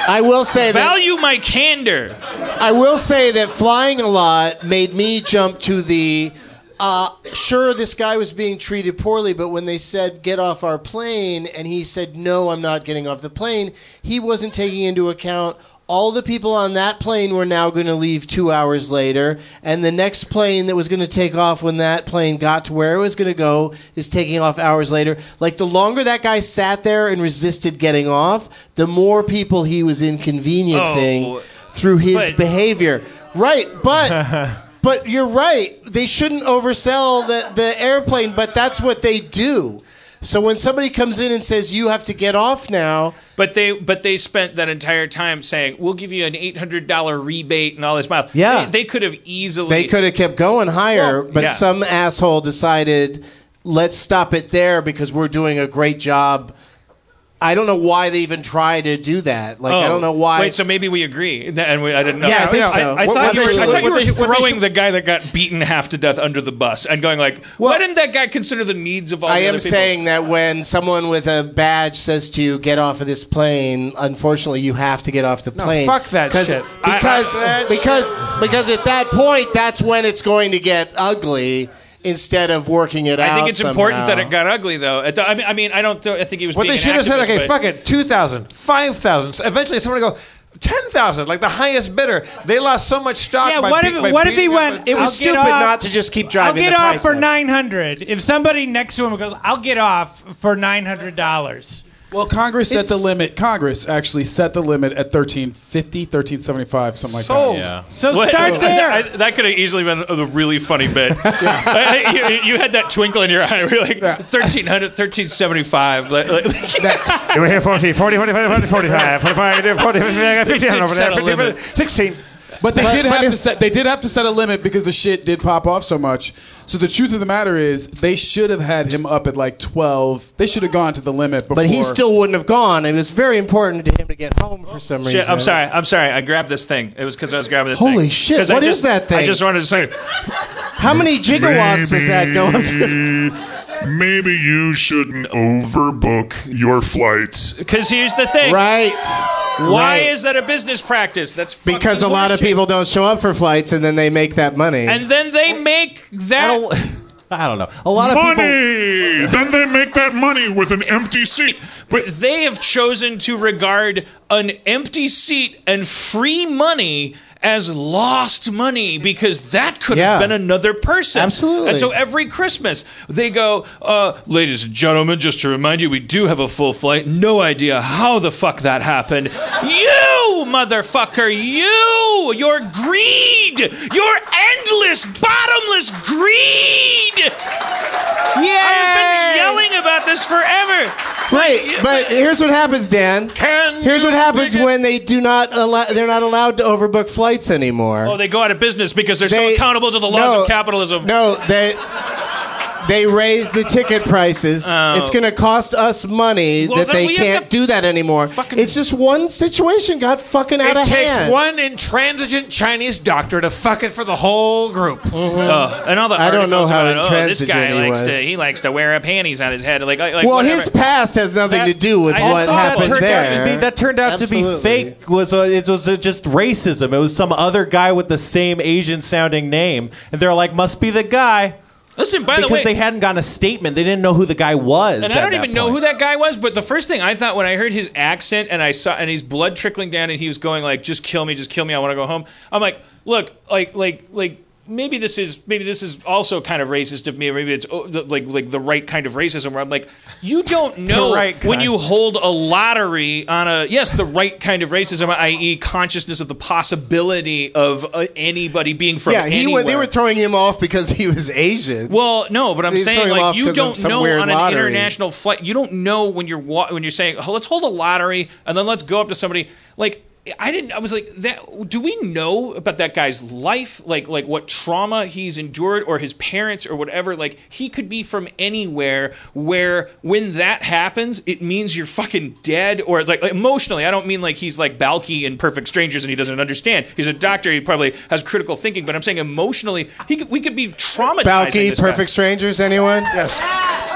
Speaker 11: I will say that
Speaker 2: Value my candor.
Speaker 11: I will say that flying a lot made me jump to the. Uh, sure, this guy was being treated poorly, but when they said, get off our plane, and he said, no, I'm not getting off the plane, he wasn't taking into account all the people on that plane were now going to leave two hours later, and the next plane that was going to take off when that plane got to where it was going to go is taking off hours later. Like, the longer that guy sat there and resisted getting off, the more people he was inconveniencing through his behavior. Right, but but you're right. They shouldn't oversell the, the airplane, but that's what they do. So when somebody comes in and says you have to get off now,
Speaker 2: But they but they spent that entire time saying we'll give you an eight hundred dollar rebate and all this mouth.
Speaker 11: Yeah.
Speaker 2: they, they could have easily.
Speaker 11: they could have kept going higher, but
Speaker 2: yeah.
Speaker 11: some asshole decided let's stop it there because we're doing a great job. I don't know why they even try to do that. Like I
Speaker 2: Oh,
Speaker 11: don't know why.
Speaker 2: Wait, so maybe we agree, and we, I didn't know.
Speaker 11: Yeah, I think so.
Speaker 2: I,
Speaker 11: What-
Speaker 2: thought
Speaker 11: what
Speaker 2: you
Speaker 11: they
Speaker 2: were,
Speaker 11: should-
Speaker 2: I thought you
Speaker 11: what
Speaker 2: were
Speaker 11: they should- what they
Speaker 2: throwing
Speaker 11: should-
Speaker 2: the guy that got beaten half to death under the bus and going like, "Why didn't that guy consider the needs of all?"
Speaker 11: I
Speaker 2: the other
Speaker 11: am
Speaker 2: people?
Speaker 11: saying that when someone with a badge says to you, "Get off of this plane," unfortunately, you have to get off the
Speaker 1: No,
Speaker 11: plane.
Speaker 1: fuck that
Speaker 11: Because-
Speaker 1: shit. I-
Speaker 11: Because
Speaker 1: I- that
Speaker 11: because because at that point, that's when it's going to get ugly. Instead of working it out.
Speaker 2: I think it's important that
Speaker 11: somehow.
Speaker 2: it got ugly, though. I, th- I mean, I mean, I don't. Th- I think he was.
Speaker 1: What they
Speaker 2: being an
Speaker 1: should have said,
Speaker 2: activist,
Speaker 1: okay,
Speaker 2: but-
Speaker 1: fuck it, 2,000, 5,000. Eventually, someone would go, 10,000, like the highest bidder. They lost so much stock.
Speaker 6: Yeah,
Speaker 1: by
Speaker 6: what
Speaker 1: be-
Speaker 6: if-
Speaker 1: by
Speaker 6: what if
Speaker 1: beating them
Speaker 6: he went,
Speaker 1: with-
Speaker 11: It was
Speaker 6: I'll get
Speaker 11: stupid
Speaker 6: off-
Speaker 11: not to just keep
Speaker 6: I'll
Speaker 11: driving.
Speaker 6: get
Speaker 11: the
Speaker 6: off
Speaker 11: price
Speaker 6: for
Speaker 11: up.
Speaker 6: nine hundred. If somebody next to him goes, I'll get off for nine hundred dollars.
Speaker 7: Well, Congress set the limit. Congress actually set the limit at 1350, 1375, something like that.
Speaker 2: What- I- that could have easily been a really funny bit. I- I- you, you had that twinkle in your eye. We're like 1300, 1375. Like, like,
Speaker 13: You were here 40, 40, 45, 45, 45, 45, 45, 15
Speaker 7: They did
Speaker 13: over there,
Speaker 7: set a
Speaker 13: 15,
Speaker 7: limit.
Speaker 13: 16.
Speaker 7: But they
Speaker 13: But-
Speaker 7: did
Speaker 13: but
Speaker 7: have
Speaker 13: if-
Speaker 7: to set. They did have to set a limit because the shit did pop off so much. So the truth of the matter is, they should have had him up at like twelve. They should have gone to the limit. Before.
Speaker 11: But he still wouldn't have gone. It was very important to him to get home for some reason.
Speaker 2: Shit, I'm sorry. I'm sorry. I grabbed this thing. It was because I was grabbing this thing.
Speaker 11: Holy shit,
Speaker 2: 'Cause I
Speaker 11: what is
Speaker 2: just-
Speaker 11: that thing?
Speaker 2: I just wanted to say.
Speaker 11: How many gigawatts does that go up to?
Speaker 14: to? Maybe you shouldn't overbook your flights.
Speaker 2: Because here's the thing.
Speaker 11: Right.
Speaker 2: Why
Speaker 11: Right.
Speaker 2: is that a business practice? That's fucking
Speaker 11: Because a lot of
Speaker 2: horseshit.
Speaker 11: people don't show up for flights and then they make that money.
Speaker 2: And then they make that.
Speaker 11: I don't know.
Speaker 14: A
Speaker 11: lot
Speaker 14: money. then they make that money with an empty seat.
Speaker 2: But they have chosen to regard an empty seat and free money as lost money because that could have been another person.
Speaker 11: Absolutely.
Speaker 2: And so every Christmas they go, uh, ladies and gentlemen, just to remind you, we do have a full flight. No idea how the fuck that happened. you, motherfucker, you, your greed, your endless, bottomless greed. I've been yelling about this forever.
Speaker 11: Right, but here's what happens, Dan. here's what happens when they do not allow, they're not allowed to overbook flights anymore.
Speaker 2: Oh, they go out of business because they're
Speaker 11: They-
Speaker 2: so accountable to the laws
Speaker 11: no,
Speaker 2: of capitalism.
Speaker 11: No, they they raise the ticket prices.
Speaker 2: Oh.
Speaker 11: It's going to cost us money
Speaker 1: Well,
Speaker 11: that
Speaker 1: then
Speaker 11: they
Speaker 1: we have
Speaker 11: can't do that anymore. It's just one situation got fucking out
Speaker 1: It
Speaker 11: of
Speaker 1: takes
Speaker 11: hand.
Speaker 1: one intransigent Chinese doctor to fuck it for the whole group.
Speaker 2: Oh, and all the
Speaker 11: I don't know
Speaker 2: articles
Speaker 11: how
Speaker 2: about, oh, this guy
Speaker 11: intransigent he
Speaker 2: likes to
Speaker 11: was.
Speaker 2: he likes to wear a panties on his head. Like, like
Speaker 11: well,
Speaker 2: whatever.
Speaker 11: his past has nothing to do with
Speaker 2: I
Speaker 11: what
Speaker 2: saw that
Speaker 11: happened
Speaker 2: turned
Speaker 11: there.
Speaker 3: out to be- that turned out to be
Speaker 11: Absolutely.
Speaker 3: fake. Was uh, it was uh, just racism? It was some other guy with the same Asian-sounding name, and they're like, must be the guy.
Speaker 2: Listen, by the
Speaker 3: because
Speaker 2: way-
Speaker 3: they hadn't gotten a statement, they didn't know who the guy was.
Speaker 2: And I don't even know who that guy was, but the first thing I thought when I heard his accent and I saw and his blood trickling down and he was going like, "Just kill me, just kill me, I want to go home." I'm like, "Look, like, like, like." Maybe this is maybe this is also kind of racist of me, or maybe it's oh, the, like like the right kind of racism where I'm like, you don't know
Speaker 10: right
Speaker 2: when
Speaker 10: kind.
Speaker 2: you hold a lottery on a yes, the right kind of racism, i.e., consciousness of the possibility of uh, anybody being from
Speaker 11: yeah, he wa-
Speaker 2: anywhere.
Speaker 11: they were throwing him off because he was Asian.
Speaker 2: Well, no, but I'm
Speaker 11: They throw
Speaker 2: saying
Speaker 11: him
Speaker 2: like
Speaker 11: off
Speaker 2: you
Speaker 11: 'cause of
Speaker 2: don't
Speaker 11: some
Speaker 2: know
Speaker 11: weird
Speaker 2: on an
Speaker 11: lottery.
Speaker 2: international flight. You don't know when you're wa- when you're saying, oh, "Let's hold a lottery and then let's go up to somebody." Like I didn't. I was like, that. Do we know about that guy's life? Like, like what trauma he's endured, or his parents, or whatever. Like, he could be from anywhere. Where when that happens, it means you're fucking dead. Or it's like emotionally. I don't mean like he's like Balky in Perfect Strangers and he doesn't understand. He's a doctor. He probably has critical thinking. But I'm saying emotionally, he could, we could be traumatized.
Speaker 11: Balky, Perfect Strangers, anyone?
Speaker 1: Yes.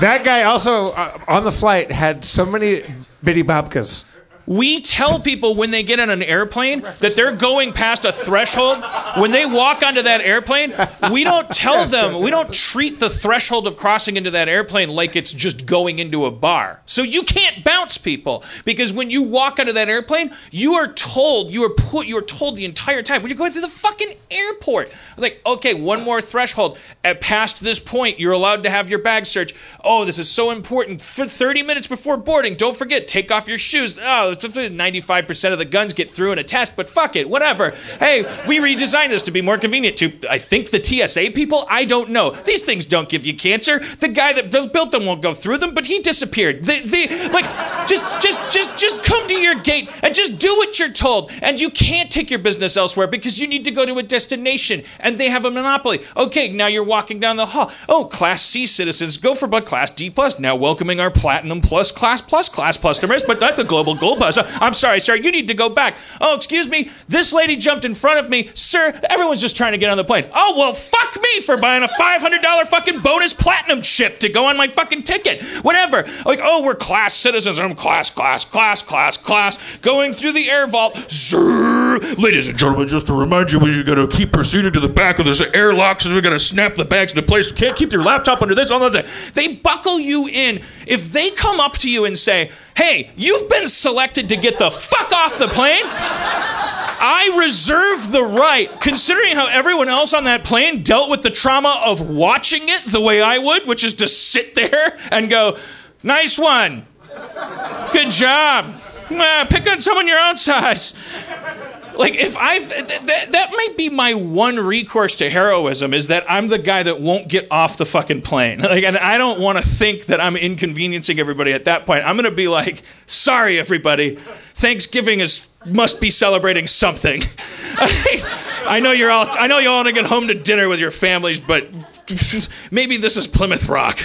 Speaker 1: That guy also uh, on the flight had so many bitty babkas.
Speaker 2: We tell people when they get on an airplane that they're going past a threshold. When they walk onto that airplane, we don't tell
Speaker 10: Yes,
Speaker 2: them,
Speaker 10: that's
Speaker 2: we don't treat the threshold of crossing into that airplane like it's just going into a bar. So you can't bounce people because when you walk onto that airplane, you are told, you are put, you are told the entire time, when you're going through the fucking airport. I was like, okay, one more threshold. At past this point, you're allowed to have your bag search. Oh, this is so important. For 30 minutes before boarding, don't forget, take off your shoes. Oh, it's- it's 95% of the guns get through in a test, but fuck it, whatever. Hey, we redesigned this to be more convenient to, I think, the TSA people? I don't know. These things don't give you cancer. The guy that bu- built them won't go through them, but he disappeared. They, they, like, just, just, just, just come to your gate and just do what you're told. And you can't take your business elsewhere because you need to go to a destination and they have a monopoly. Okay, now you're walking down the hall. Oh, Class C citizens go for but Class D plus. Now welcoming our Platinum Plus, Class Plus, Class customers, but not the Global Gold Plus. Uh, I'm sorry, sir. You need to go back. Oh, excuse me. This lady jumped in front of me, sir. Everyone's just trying to get on the plane. Oh well, fuck me for buying a $500 fucking bonus Platinum chip to go on my fucking ticket. Whatever. Like, oh, we're class citizens. I'm class, class, class, class, class. Going through the air vault.
Speaker 8: Sir, ladies and gentlemen, just to remind you, we're going to keep proceeding to the back of this airlock, so we're going to snap the bags into place. You can't keep your laptop under this.
Speaker 2: this, all that stuff. They buckle you in. If they come up to you and say, hey, you've been selected to get the fuck off the plane, I reserve the right, considering how everyone else on that plane dealt with the trauma of watching it the way I would, which is to sit there and go, nice one. Good job. Ah, pick on someone your own size. Like if I've th- that that might be my one recourse to heroism is that I'm the guy that won't get off the fucking plane. Like and I don't want to think that I'm inconveniencing everybody at that point. I'm gonna be like, sorry everybody, Thanksgiving is must be celebrating something. I know you're all I know you all want to get home to dinner with your families, but maybe this is Plymouth Rock.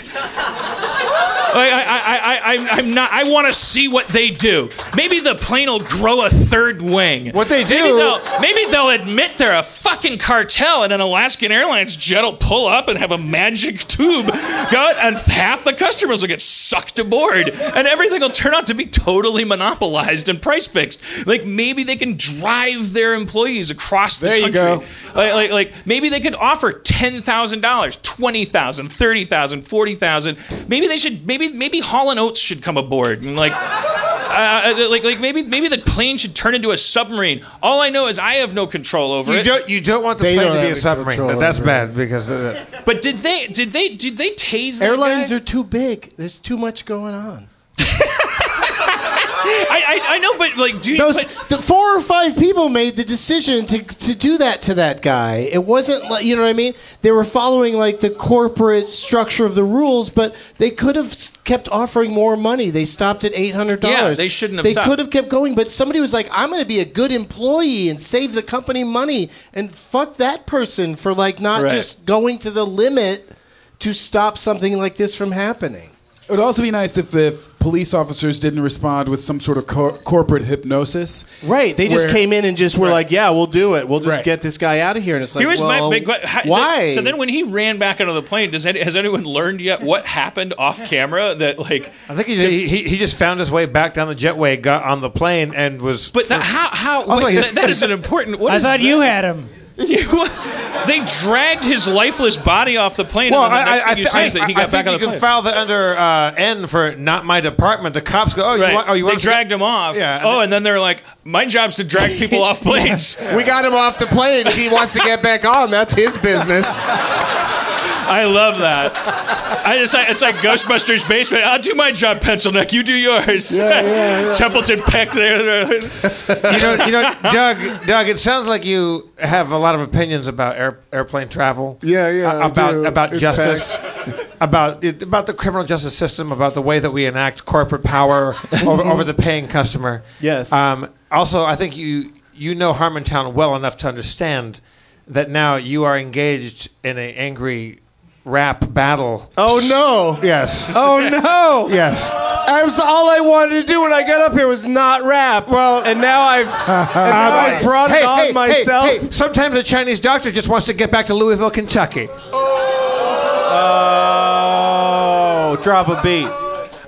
Speaker 2: I, I, I, I, I'm- I'm not. I want to see what they do. Maybe the plane will grow a third wing. What they do? Maybe they'll, maybe they'll admit they're a fucking cartel, and an Alaskan Airlines jet will pull up and have a magic tube go, and half the customers will get sucked aboard, and everything will turn out to be totally monopolized and price fixed. Like maybe they can drive their employees across the
Speaker 7: There you
Speaker 2: country.
Speaker 7: go.
Speaker 2: Like, like, like maybe they could offer ten thousand dollars, twenty thousand, thirty thousand, forty thousand. Maybe they should. Maybe maybe Hall and Oates should come aboard and like. Uh, uh, like, like maybe maybe the plane should turn into a submarine. All I know is I have no control over
Speaker 1: You
Speaker 2: it.
Speaker 1: don't, you don't want the
Speaker 2: They
Speaker 1: plane
Speaker 2: don't
Speaker 1: to be
Speaker 2: have
Speaker 1: a submarine.
Speaker 2: control
Speaker 1: That's
Speaker 2: over
Speaker 1: bad because. Uh,
Speaker 2: But did they did they did they tase that
Speaker 11: Airlines
Speaker 2: guy?
Speaker 11: are too big. There's too much going on.
Speaker 2: I, I I know, but like, do you?
Speaker 11: Those
Speaker 2: but-
Speaker 11: the four or five people made the decision to to do that to that guy. It wasn't like you know what I mean. They were following like the corporate structure of the rules, but they could have s- kept offering more money. They stopped at eight hundred dollars.
Speaker 2: Yeah, they shouldn't have
Speaker 11: They
Speaker 2: stopped.
Speaker 11: could have kept going, but somebody was like, "I'm going to be a good employee and save the company money," and fuck that person for like not
Speaker 7: Right.
Speaker 11: just going to the limit to stop something like this from happening.
Speaker 7: It would also be nice if the f- police officers didn't respond with some sort of cor- corporate hypnosis.
Speaker 11: Right. They just came in and just were like, "Yeah, we'll do it. We'll just get this guy out of here." And it's like,
Speaker 2: Here is
Speaker 11: well,
Speaker 2: my big question.
Speaker 11: why?
Speaker 2: So, then, when he ran back onto the plane, does any, has anyone learned yet what happened off camera? That like,
Speaker 1: I think he just, he, he just found his way back down the jetway, got on the plane, and was. But
Speaker 2: that, how how
Speaker 1: Also,
Speaker 2: wait,
Speaker 1: his-
Speaker 2: that- that is an important. What
Speaker 1: I
Speaker 2: is
Speaker 1: thought
Speaker 2: that?
Speaker 1: you had him.
Speaker 2: You- they dragged his lifeless body off the plane,
Speaker 1: Well,
Speaker 2: and then the
Speaker 1: I,
Speaker 2: next
Speaker 1: I, I,
Speaker 2: thing you
Speaker 1: th-
Speaker 2: see is
Speaker 1: I,
Speaker 2: that he
Speaker 1: I
Speaker 2: got
Speaker 1: think
Speaker 2: back on
Speaker 1: you
Speaker 2: the
Speaker 1: can
Speaker 2: plane.
Speaker 1: file that under uh, N for not my department. The cops go, oh, you
Speaker 2: Right.
Speaker 1: want, oh, you
Speaker 2: they
Speaker 1: want
Speaker 2: dragged him off.
Speaker 1: Yeah.
Speaker 2: Oh, and then they're like, my job's to drag people off planes.
Speaker 11: we got him off the plane. If he wants to get back on, that's his business.
Speaker 2: I love that. I just like, it's like Ghostbusters basement. I'll do my job, pencil neck. You do yours.
Speaker 1: Yeah, yeah, yeah.
Speaker 2: Templeton Peck there.
Speaker 1: you know, you know, Doug, Doug. It sounds like you have a lot of opinions about air, airplane travel.
Speaker 11: Yeah, yeah.
Speaker 1: about about
Speaker 11: In
Speaker 1: justice. about it, about the criminal justice system, about the way that we enact corporate power over, over the paying customer.
Speaker 3: Yes.
Speaker 1: Um, also, I think you you know Harmontown well enough to understand that now you are engaged in an angry rap battle.
Speaker 11: Oh no!
Speaker 1: Yes.
Speaker 11: Oh no!
Speaker 1: Yes.
Speaker 11: I was all I wanted to do when I got up here was not rap. Well, and now I've, and now I've brought
Speaker 1: Hey,
Speaker 11: it on
Speaker 1: hey, hey,
Speaker 11: myself.
Speaker 1: hey, sometimes a Chinese doctor just wants to get back to Louisville, Kentucky.
Speaker 3: Oh, drop a beat.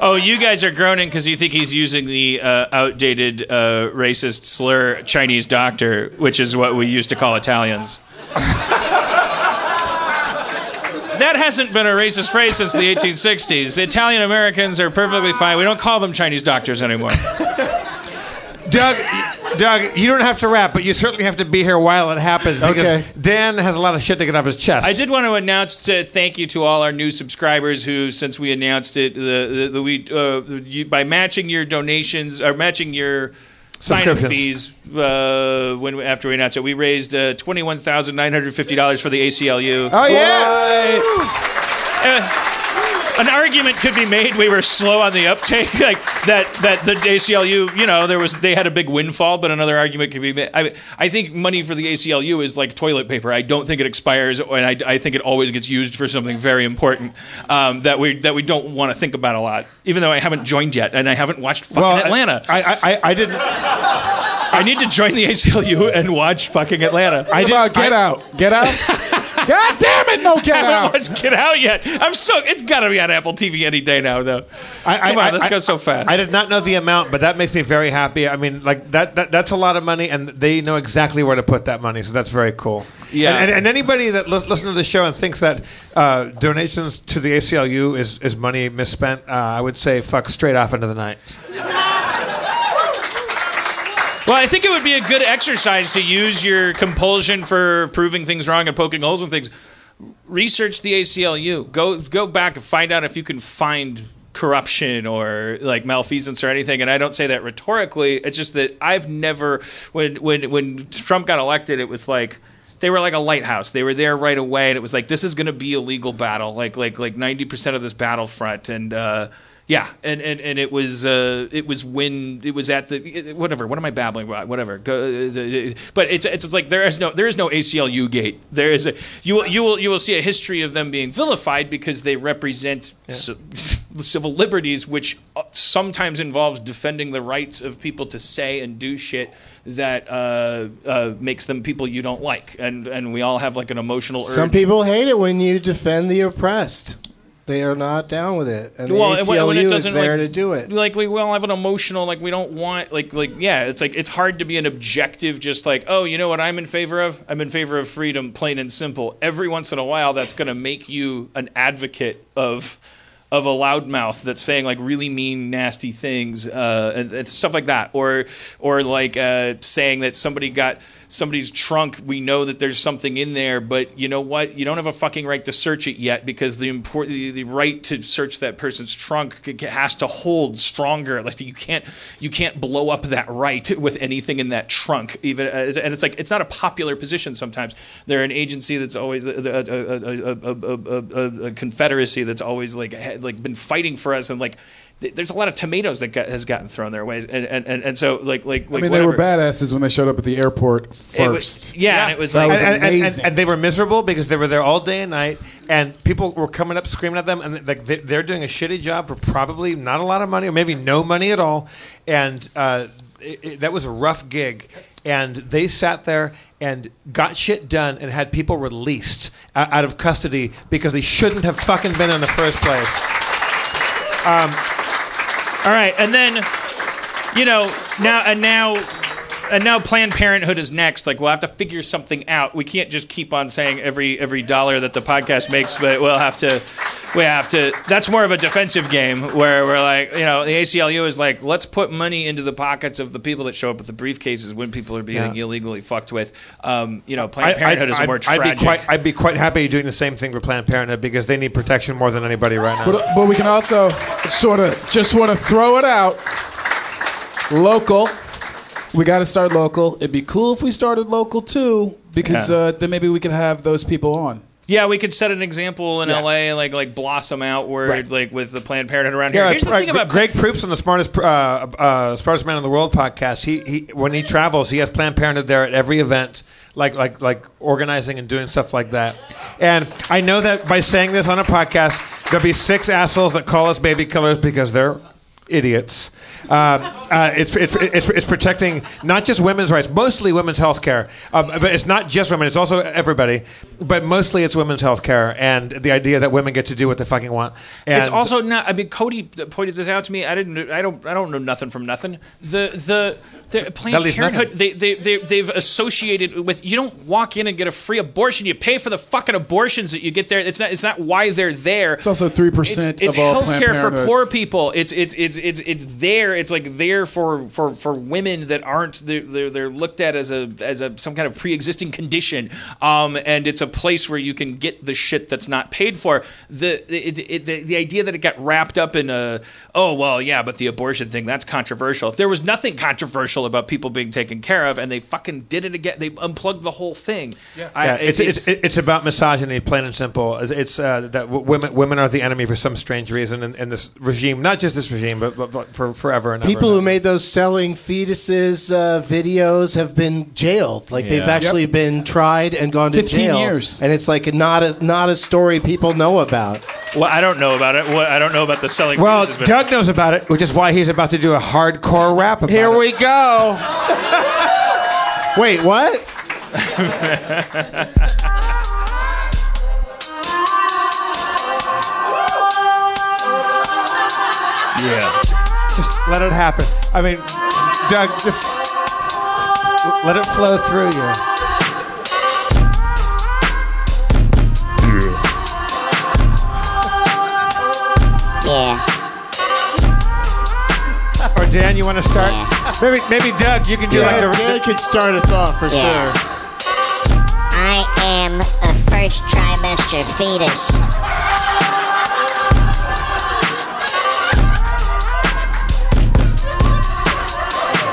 Speaker 2: Oh, you guys are groaning because you think he's using the uh, outdated uh, racist slur Chinese doctor, which is what we used to call Italians. that hasn't been a racist phrase since the 1860s. Italian Americans are perfectly fine. We don't call them Chinese doctors anymore.
Speaker 1: Doug, Doug, you don't have to rap, but you certainly have to be here while it happens because
Speaker 2: Okay.
Speaker 1: Dan has a lot of shit to get off his chest.
Speaker 2: I did want to announce uh, thank you to all our new subscribers who, since we announced it, the, the, the we uh, you, by matching your donations or matching your sign-up
Speaker 1: Subscriptions.
Speaker 2: fees uh, when after we announced it, we raised uh, twenty-one thousand nine hundred fifty dollars for the ACLU.
Speaker 1: Oh yeah!
Speaker 2: Uh, an argument could be made we were slow on the uptake, like that that the ACLU, you know, there was they had a big windfall, but another argument could be made. I, I think money for the ACLU is like toilet paper. I don't think it expires, and I, I think it always gets used for something very important um, that we that we don't want to think about a lot. Even though I haven't joined yet, and I haven't watched fucking
Speaker 1: Well, I-
Speaker 2: Atlanta.
Speaker 1: I I, I didn't.
Speaker 2: I need to join the ACLU and watch fucking Atlanta.
Speaker 7: I did, about Get Out? Get Out? God damn it, no Get
Speaker 2: I haven't
Speaker 7: Out.
Speaker 2: watched Get Out yet. I'm so. It's got to be on Apple TV any day now, though.
Speaker 1: I,
Speaker 2: Come
Speaker 1: I,
Speaker 2: on, let's
Speaker 1: I-
Speaker 2: go so fast.
Speaker 1: I did not know the amount, but that makes me very happy. I mean, like that, that that's a lot of money, and they know exactly where to put that money, so that's very cool.
Speaker 2: Yeah.
Speaker 1: And, and, and anybody that lis- listens to the show and thinks that uh, donations to the ACLU is is money misspent, uh, I would say fuck straight off into the night.
Speaker 2: Well, I think it would be a good exercise to use your compulsion for proving things wrong and poking holes in things. Research the ACLU. Go go back and find out if you can find corruption or like malfeasance or anything. And I don't say that rhetorically. It's just that I've never when when when Trump got elected, it was like they were like a lighthouse. They were there right away, and it was like this is going to be a legal battle, like like like ninety percent of this battlefront, and uh, yeah, and, and and it was uh, it was when it was at the it- whatever. What am I babbling about? Whatever. Go, uh, but it's, it's it's like there is no there is no ACLU gate. There is a you will you will you will see a history of them being vilified because they represent ci- civil liberties, which uh, sometimes involves defending the rights of people to say and do shit that uh, uh, makes them people you don't like, and and we all have like an emotional urge.
Speaker 11: Some people hate it when you defend the oppressed. They are not down with it, and the
Speaker 2: and
Speaker 11: ACLU
Speaker 2: when- when it
Speaker 11: is
Speaker 2: doesn't,
Speaker 11: there
Speaker 2: like-
Speaker 11: to do it.
Speaker 2: Like we all have an emotional, like we don't want, like like yeah, it's like it's hard to be an objective, just like oh, you know what I'm in favor of? I'm in favor of freedom, plain and simple. Every once in a while, that's going to make you an advocate of of a loudmouth that's saying like really mean, nasty things, uh, and, and stuff like that, or or like uh, saying that somebody got somebody's trunk. We know that there's something in there, but you know what? You don't have a fucking right to search it yet because the import the, the right to search that person's trunk c- c- has to hold stronger. Like you can't you can't blow up that right with anything in that trunk. Even uh, and it's like it's not a popular position sometimes. They're an agency that's always uh, a, a, a, a, a, a, uh, a, a confederacy that's always like ha- like been fighting for us and like. th- There's a lot of tomatoes that got, has gotten thrown their way, and and, and, and so like like,
Speaker 7: I
Speaker 2: like
Speaker 7: mean, they
Speaker 2: whatever.
Speaker 7: were badasses when they showed up at the airport first.
Speaker 2: It was- yeah, and it was
Speaker 7: That
Speaker 2: like
Speaker 7: was
Speaker 1: and, and- and-
Speaker 7: amazing.
Speaker 1: and they were miserable because they were there all day and night, and people were coming up screaming at them, and like they, they're doing a shitty job for probably not a lot of money or maybe no money at all, and uh, it, it- that was a rough gig, and they sat there and got shit done and had people released uh, out of custody because they shouldn't have fucking been in the first place.
Speaker 2: Um, all right, and then you know now and now and now Planned Parenthood is next. Like we'll have to figure something out. We can't just keep on saying every every dollar that the podcast makes, but we'll have to we have to. That's more of a defensive game where we're like, you know, the ACLU is like, let's put money into the pockets of the people that show up with the briefcases when people are being
Speaker 1: Yeah.
Speaker 2: illegally fucked with. Um, you know,
Speaker 1: I-
Speaker 2: Planned
Speaker 1: I-
Speaker 2: Parenthood is a
Speaker 1: I'd-
Speaker 2: more tragic.
Speaker 1: I'd be, quite, I'd be quite happy doing the same thing for Planned Parenthood because they need protection more than anybody right now.
Speaker 7: But, but we can also sort of just want to throw it out. Local. We got to start local. It'd be cool if we started local too, because
Speaker 2: Yeah.
Speaker 7: uh, then maybe we could have those people on.
Speaker 2: yeah, we could set an example in
Speaker 1: Yeah.
Speaker 2: L.A. like like blossom outward like with the Planned Parenthood around here.
Speaker 1: Yeah,
Speaker 2: Here's the
Speaker 1: uh,
Speaker 2: thing about
Speaker 1: Greg Proops on the smartest uh, uh, smartest man in the world podcast. He, he when he travels, he has Planned Parenthood there at every event, like like like organizing and doing stuff like that. And I know that by saying this on a podcast, there'll be six assholes that call us baby killers because they're idiots. Uh, uh, it's, it's, it's, it's protecting not just women's rights, mostly women's health care, uh, but it's not just women, it's also everybody, but mostly it's women's health care and the idea that women get to do what they fucking want. And
Speaker 2: it's also not. I mean, Cody pointed this out to me. I didn't. I don't. I don't know nothing from nothing. The the the
Speaker 1: At
Speaker 2: Planned
Speaker 1: least
Speaker 2: Parenthood. They, they they they've associated with. You don't walk in and get a free abortion. You pay for the fucking abortions that you get there. It's not. It's not why they're there.
Speaker 7: It's also three percent
Speaker 2: It's
Speaker 7: of all
Speaker 2: health
Speaker 7: Planned
Speaker 2: care for
Speaker 7: Parenthoods.
Speaker 2: poor people. It's it's it's it's it's there. It's like there for for for women that aren't they're they're, they're looked at as a as a some kind of pre existing condition. Um, and it's a place where you can get the shit that's not paid for. The it, it, the the idea that it got wrapped up in a oh well yeah, but the abortion thing that's controversial. There was nothing controversial about people being taken care of, and they fucking did it again. They unplugged the whole thing. Yeah,
Speaker 1: yeah, it's, it's, it's, about misogyny, plain and simple. It's, it's, uh, that w- women women are the enemy for some strange reason in, in this regime, not just this regime, but, but, but for forever and ever.
Speaker 11: People who made those selling fetuses uh, videos have been jailed. Like they've
Speaker 1: Yeah.
Speaker 11: actually
Speaker 1: Yep.
Speaker 11: been tried and gone to
Speaker 2: 15
Speaker 11: jail.
Speaker 2: years.
Speaker 11: And it's like not a not a story people know about.
Speaker 2: well, I don't know about it. What I don't know about the selling.
Speaker 1: Well,
Speaker 2: fetuses, but-
Speaker 1: Doug knows about it, which is why he's about to do a hardcore rap about
Speaker 11: Here
Speaker 1: it.
Speaker 11: we go. Wait, what?
Speaker 1: Yeah. Just let it happen. I mean, Doug, just l- let it flow through you.
Speaker 15: Yeah.
Speaker 1: Or Dan, you want to start? Maybe, maybe Doug, you can do
Speaker 11: Yeah,
Speaker 1: like the.
Speaker 11: Dan could start us off for
Speaker 15: Yeah.
Speaker 11: sure.
Speaker 15: I am a first trimester fetus.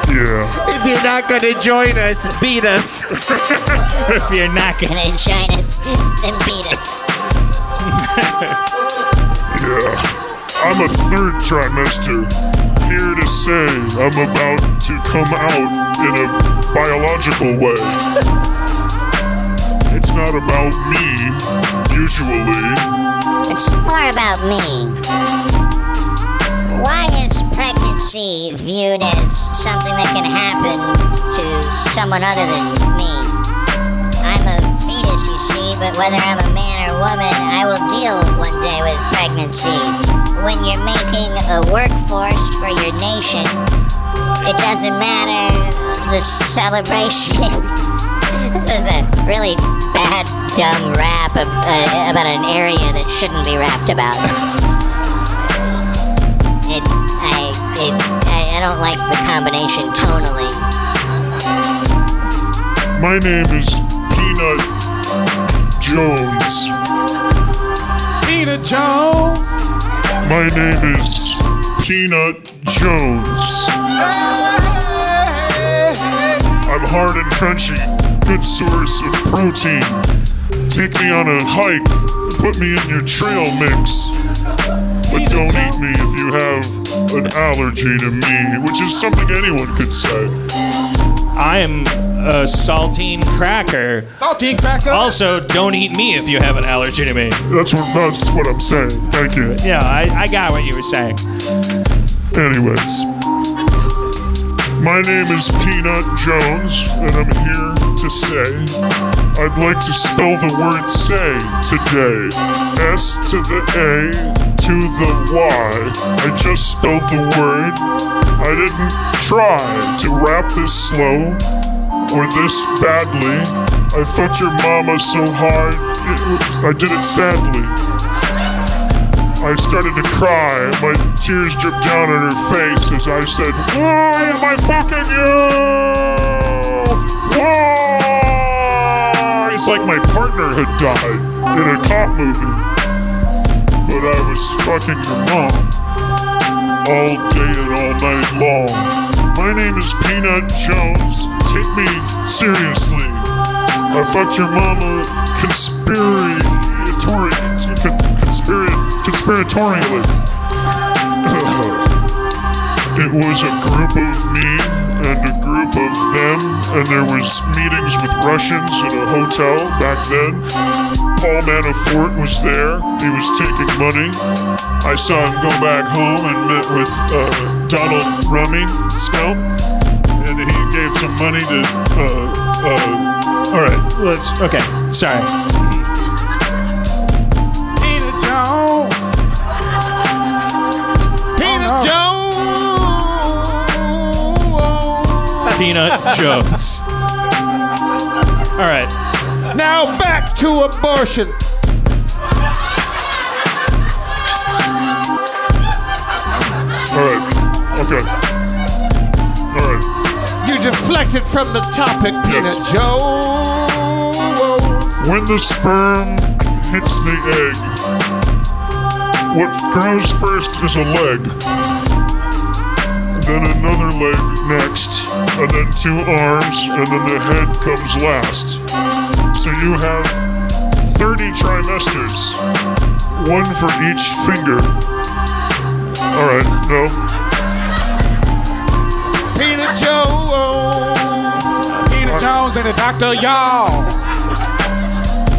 Speaker 14: Yeah.
Speaker 15: If you're not gonna join us, beat us. if
Speaker 2: you're not
Speaker 15: gonna join us, then beat us.
Speaker 14: Yeah. I'm a third trimester. Here to say I'm about to come out in a biological way. It's not about me, usually.
Speaker 15: It's more about me. Why is pregnancy viewed as something that can happen to someone other than me? I'm a fetus, you see, but whether I'm a man or woman, I will deal one day with pregnancy. When you're making a workforce for your nation, it doesn't matter the celebration. this is a really bad, dumb rap ab- uh, about an area that shouldn't be rapped about. It, I, it, I, I don't like the combination tonally.
Speaker 14: My name is Peanut Jones.
Speaker 11: Peanut Jones.
Speaker 14: My name is Peanut Jones. I'm hard and crunchy, good source of protein. Take me on a hike, put me in your trail mix. But don't eat me if you have an allergy to me, which is something anyone could say.
Speaker 2: I'm a saltine cracker.
Speaker 7: Saltine cracker.
Speaker 2: Also, don't eat me if you have an allergy to me.
Speaker 14: That's what that's what I'm saying. Thank you.
Speaker 2: Yeah, I, I got what you were saying.
Speaker 14: Anyways, my name is Peanut Jones, and I'm here to say I'd like to spell the word say today. S to the A to the Y. I just spelled the word. I didn't try to rap this slow or this badly. I fucked your mama so hard, it, I did it sadly. I started to cry. My tears dripped down on her face as I said, Why am I fucking you? Why? It's like my partner had died in a cop movie. But I was fucking your mom all day and all night long. My name is Peanut Jones. Take me seriously. I fucked your mama conspiracy
Speaker 8: conspiratori- conspira- conspiratorially. it was a group of me and a group of them, and there was meetings with Russians at a hotel back then. Paul Manafort was there. He was taking money. I saw him go back home and met with uh, Donald Rummy Snow, and he gave some money to. Uh, uh, all right, let's. Okay, sorry.
Speaker 7: Peter Jones. Peter
Speaker 2: Peanut Jones.
Speaker 1: All right. Now back to abortion.
Speaker 8: All right. Okay. All right.
Speaker 1: You deflected from the topic, Peanut
Speaker 8: Yes.
Speaker 1: Joe.
Speaker 8: When the sperm hits the egg, what grows first is a leg, then another leg next, and then two arms, and then the head comes last. So you have 30 trimesters, one for each finger. Alright, no.
Speaker 1: Peter Joe.
Speaker 7: Peter Jones and the doctor, y'all.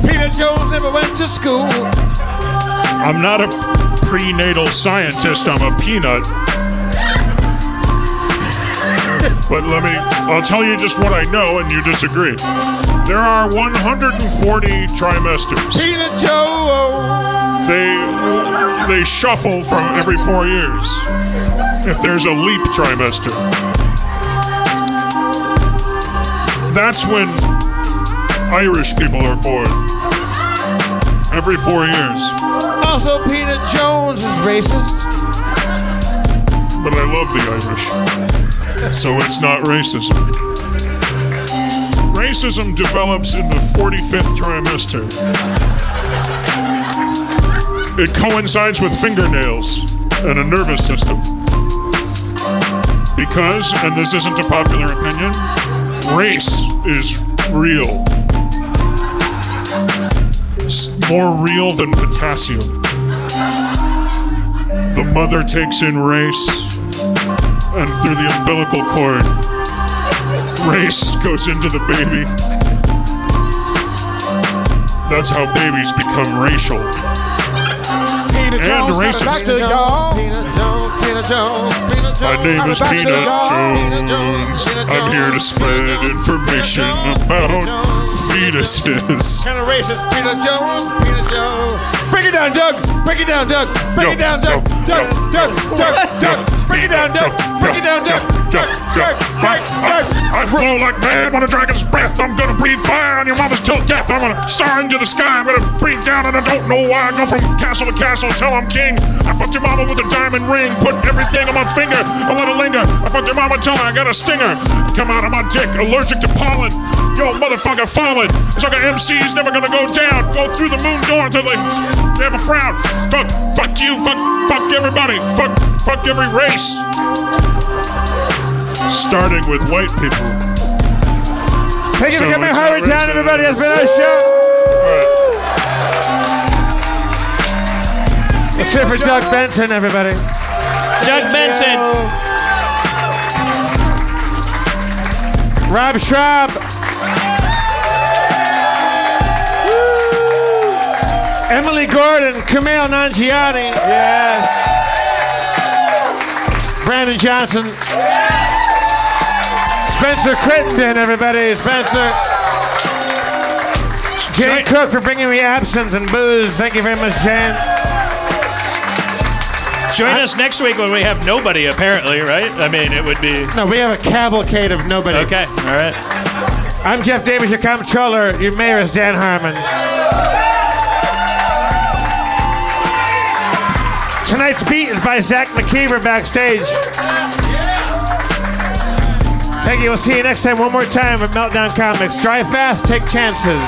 Speaker 1: Peter Jones never went to school.
Speaker 16: I'm not a prenatal scientist, I'm a peanut. But let me, I'll tell you just what I know and you disagree. There are 140 trimesters.
Speaker 1: Peter Joe.
Speaker 8: They they shuffle from every four years. If there's a leap trimester, that's when Irish people are born. Every four years.
Speaker 1: Also, Peter Jones is racist.
Speaker 8: But I love the Irish, so it's not racism. Racism develops in the 45th trimester. It coincides with fingernails and a nervous system. Because, and this isn't a popular opinion, race is real. S- More real than potassium. The mother takes in race, and through the umbilical cord, race goes into the baby. That's how babies become racial.
Speaker 7: Peter
Speaker 8: And
Speaker 7: Jones and the
Speaker 8: racist.
Speaker 7: doctor, y'all. Peter Jones, Peter Jones, Peter Jones.
Speaker 8: My name is
Speaker 7: Doctor,
Speaker 8: Peanut
Speaker 7: y'all.
Speaker 8: Jones. I'm here to spread information about fetuses.
Speaker 1: Kind of racist, Peter Jones. Peter Jones. Break it down, Doug. Break it down, Doug. Break it down, Doug. Doug, Doug, Doug, Doug. Break it down, Doug. Break it down, Doug. Doug, Doug.
Speaker 8: I, I, I flow like mad on a dragon's breath. I'm gonna breathe fire on your mother's till death. I'm gonna soar into the sky. I'm gonna breathe down, and I don't know why. I go from castle to castle till I'm king. I fucked your mama with a diamond ring. Put everything on my finger. I let it linger. I fucked your mama till I got a stinger. Come out of my dick, allergic to pollen. Yo, motherfucker, fallen. It's like an MC's never gonna go down. Go through the moon door until they have a frown. Fuck, fuck you, fuck, fuck everybody. Fuck, fuck every race starting with white people.
Speaker 14: Take it,
Speaker 8: So
Speaker 14: so come
Speaker 8: it's not
Speaker 14: hurry down,
Speaker 8: racist.
Speaker 14: everybody. That's been our show.
Speaker 1: Let's hear for Doug Benson, everybody.
Speaker 2: Doug Benson.
Speaker 1: Rob Schraub. Emily Gordon, Camille Nangiani. Yes. Brandon Johnson. Spencer Crittenden, everybody. Spencer. Jane Cook for bringing me absinthe and booze. Thank you very much, Jane.
Speaker 2: Join us next week when we have nobody, apparently, right? I mean, it would be.
Speaker 1: No, we have a cavalcade of nobody.
Speaker 2: Okay, all right.
Speaker 1: I'm Jeff Davis, your comptroller. Your mayor is Dan Harmon. Tonight's beat is by Zach McKeever backstage. Thank you. We'll see you next time one more time at Meltdown Comics. Drive fast, take chances.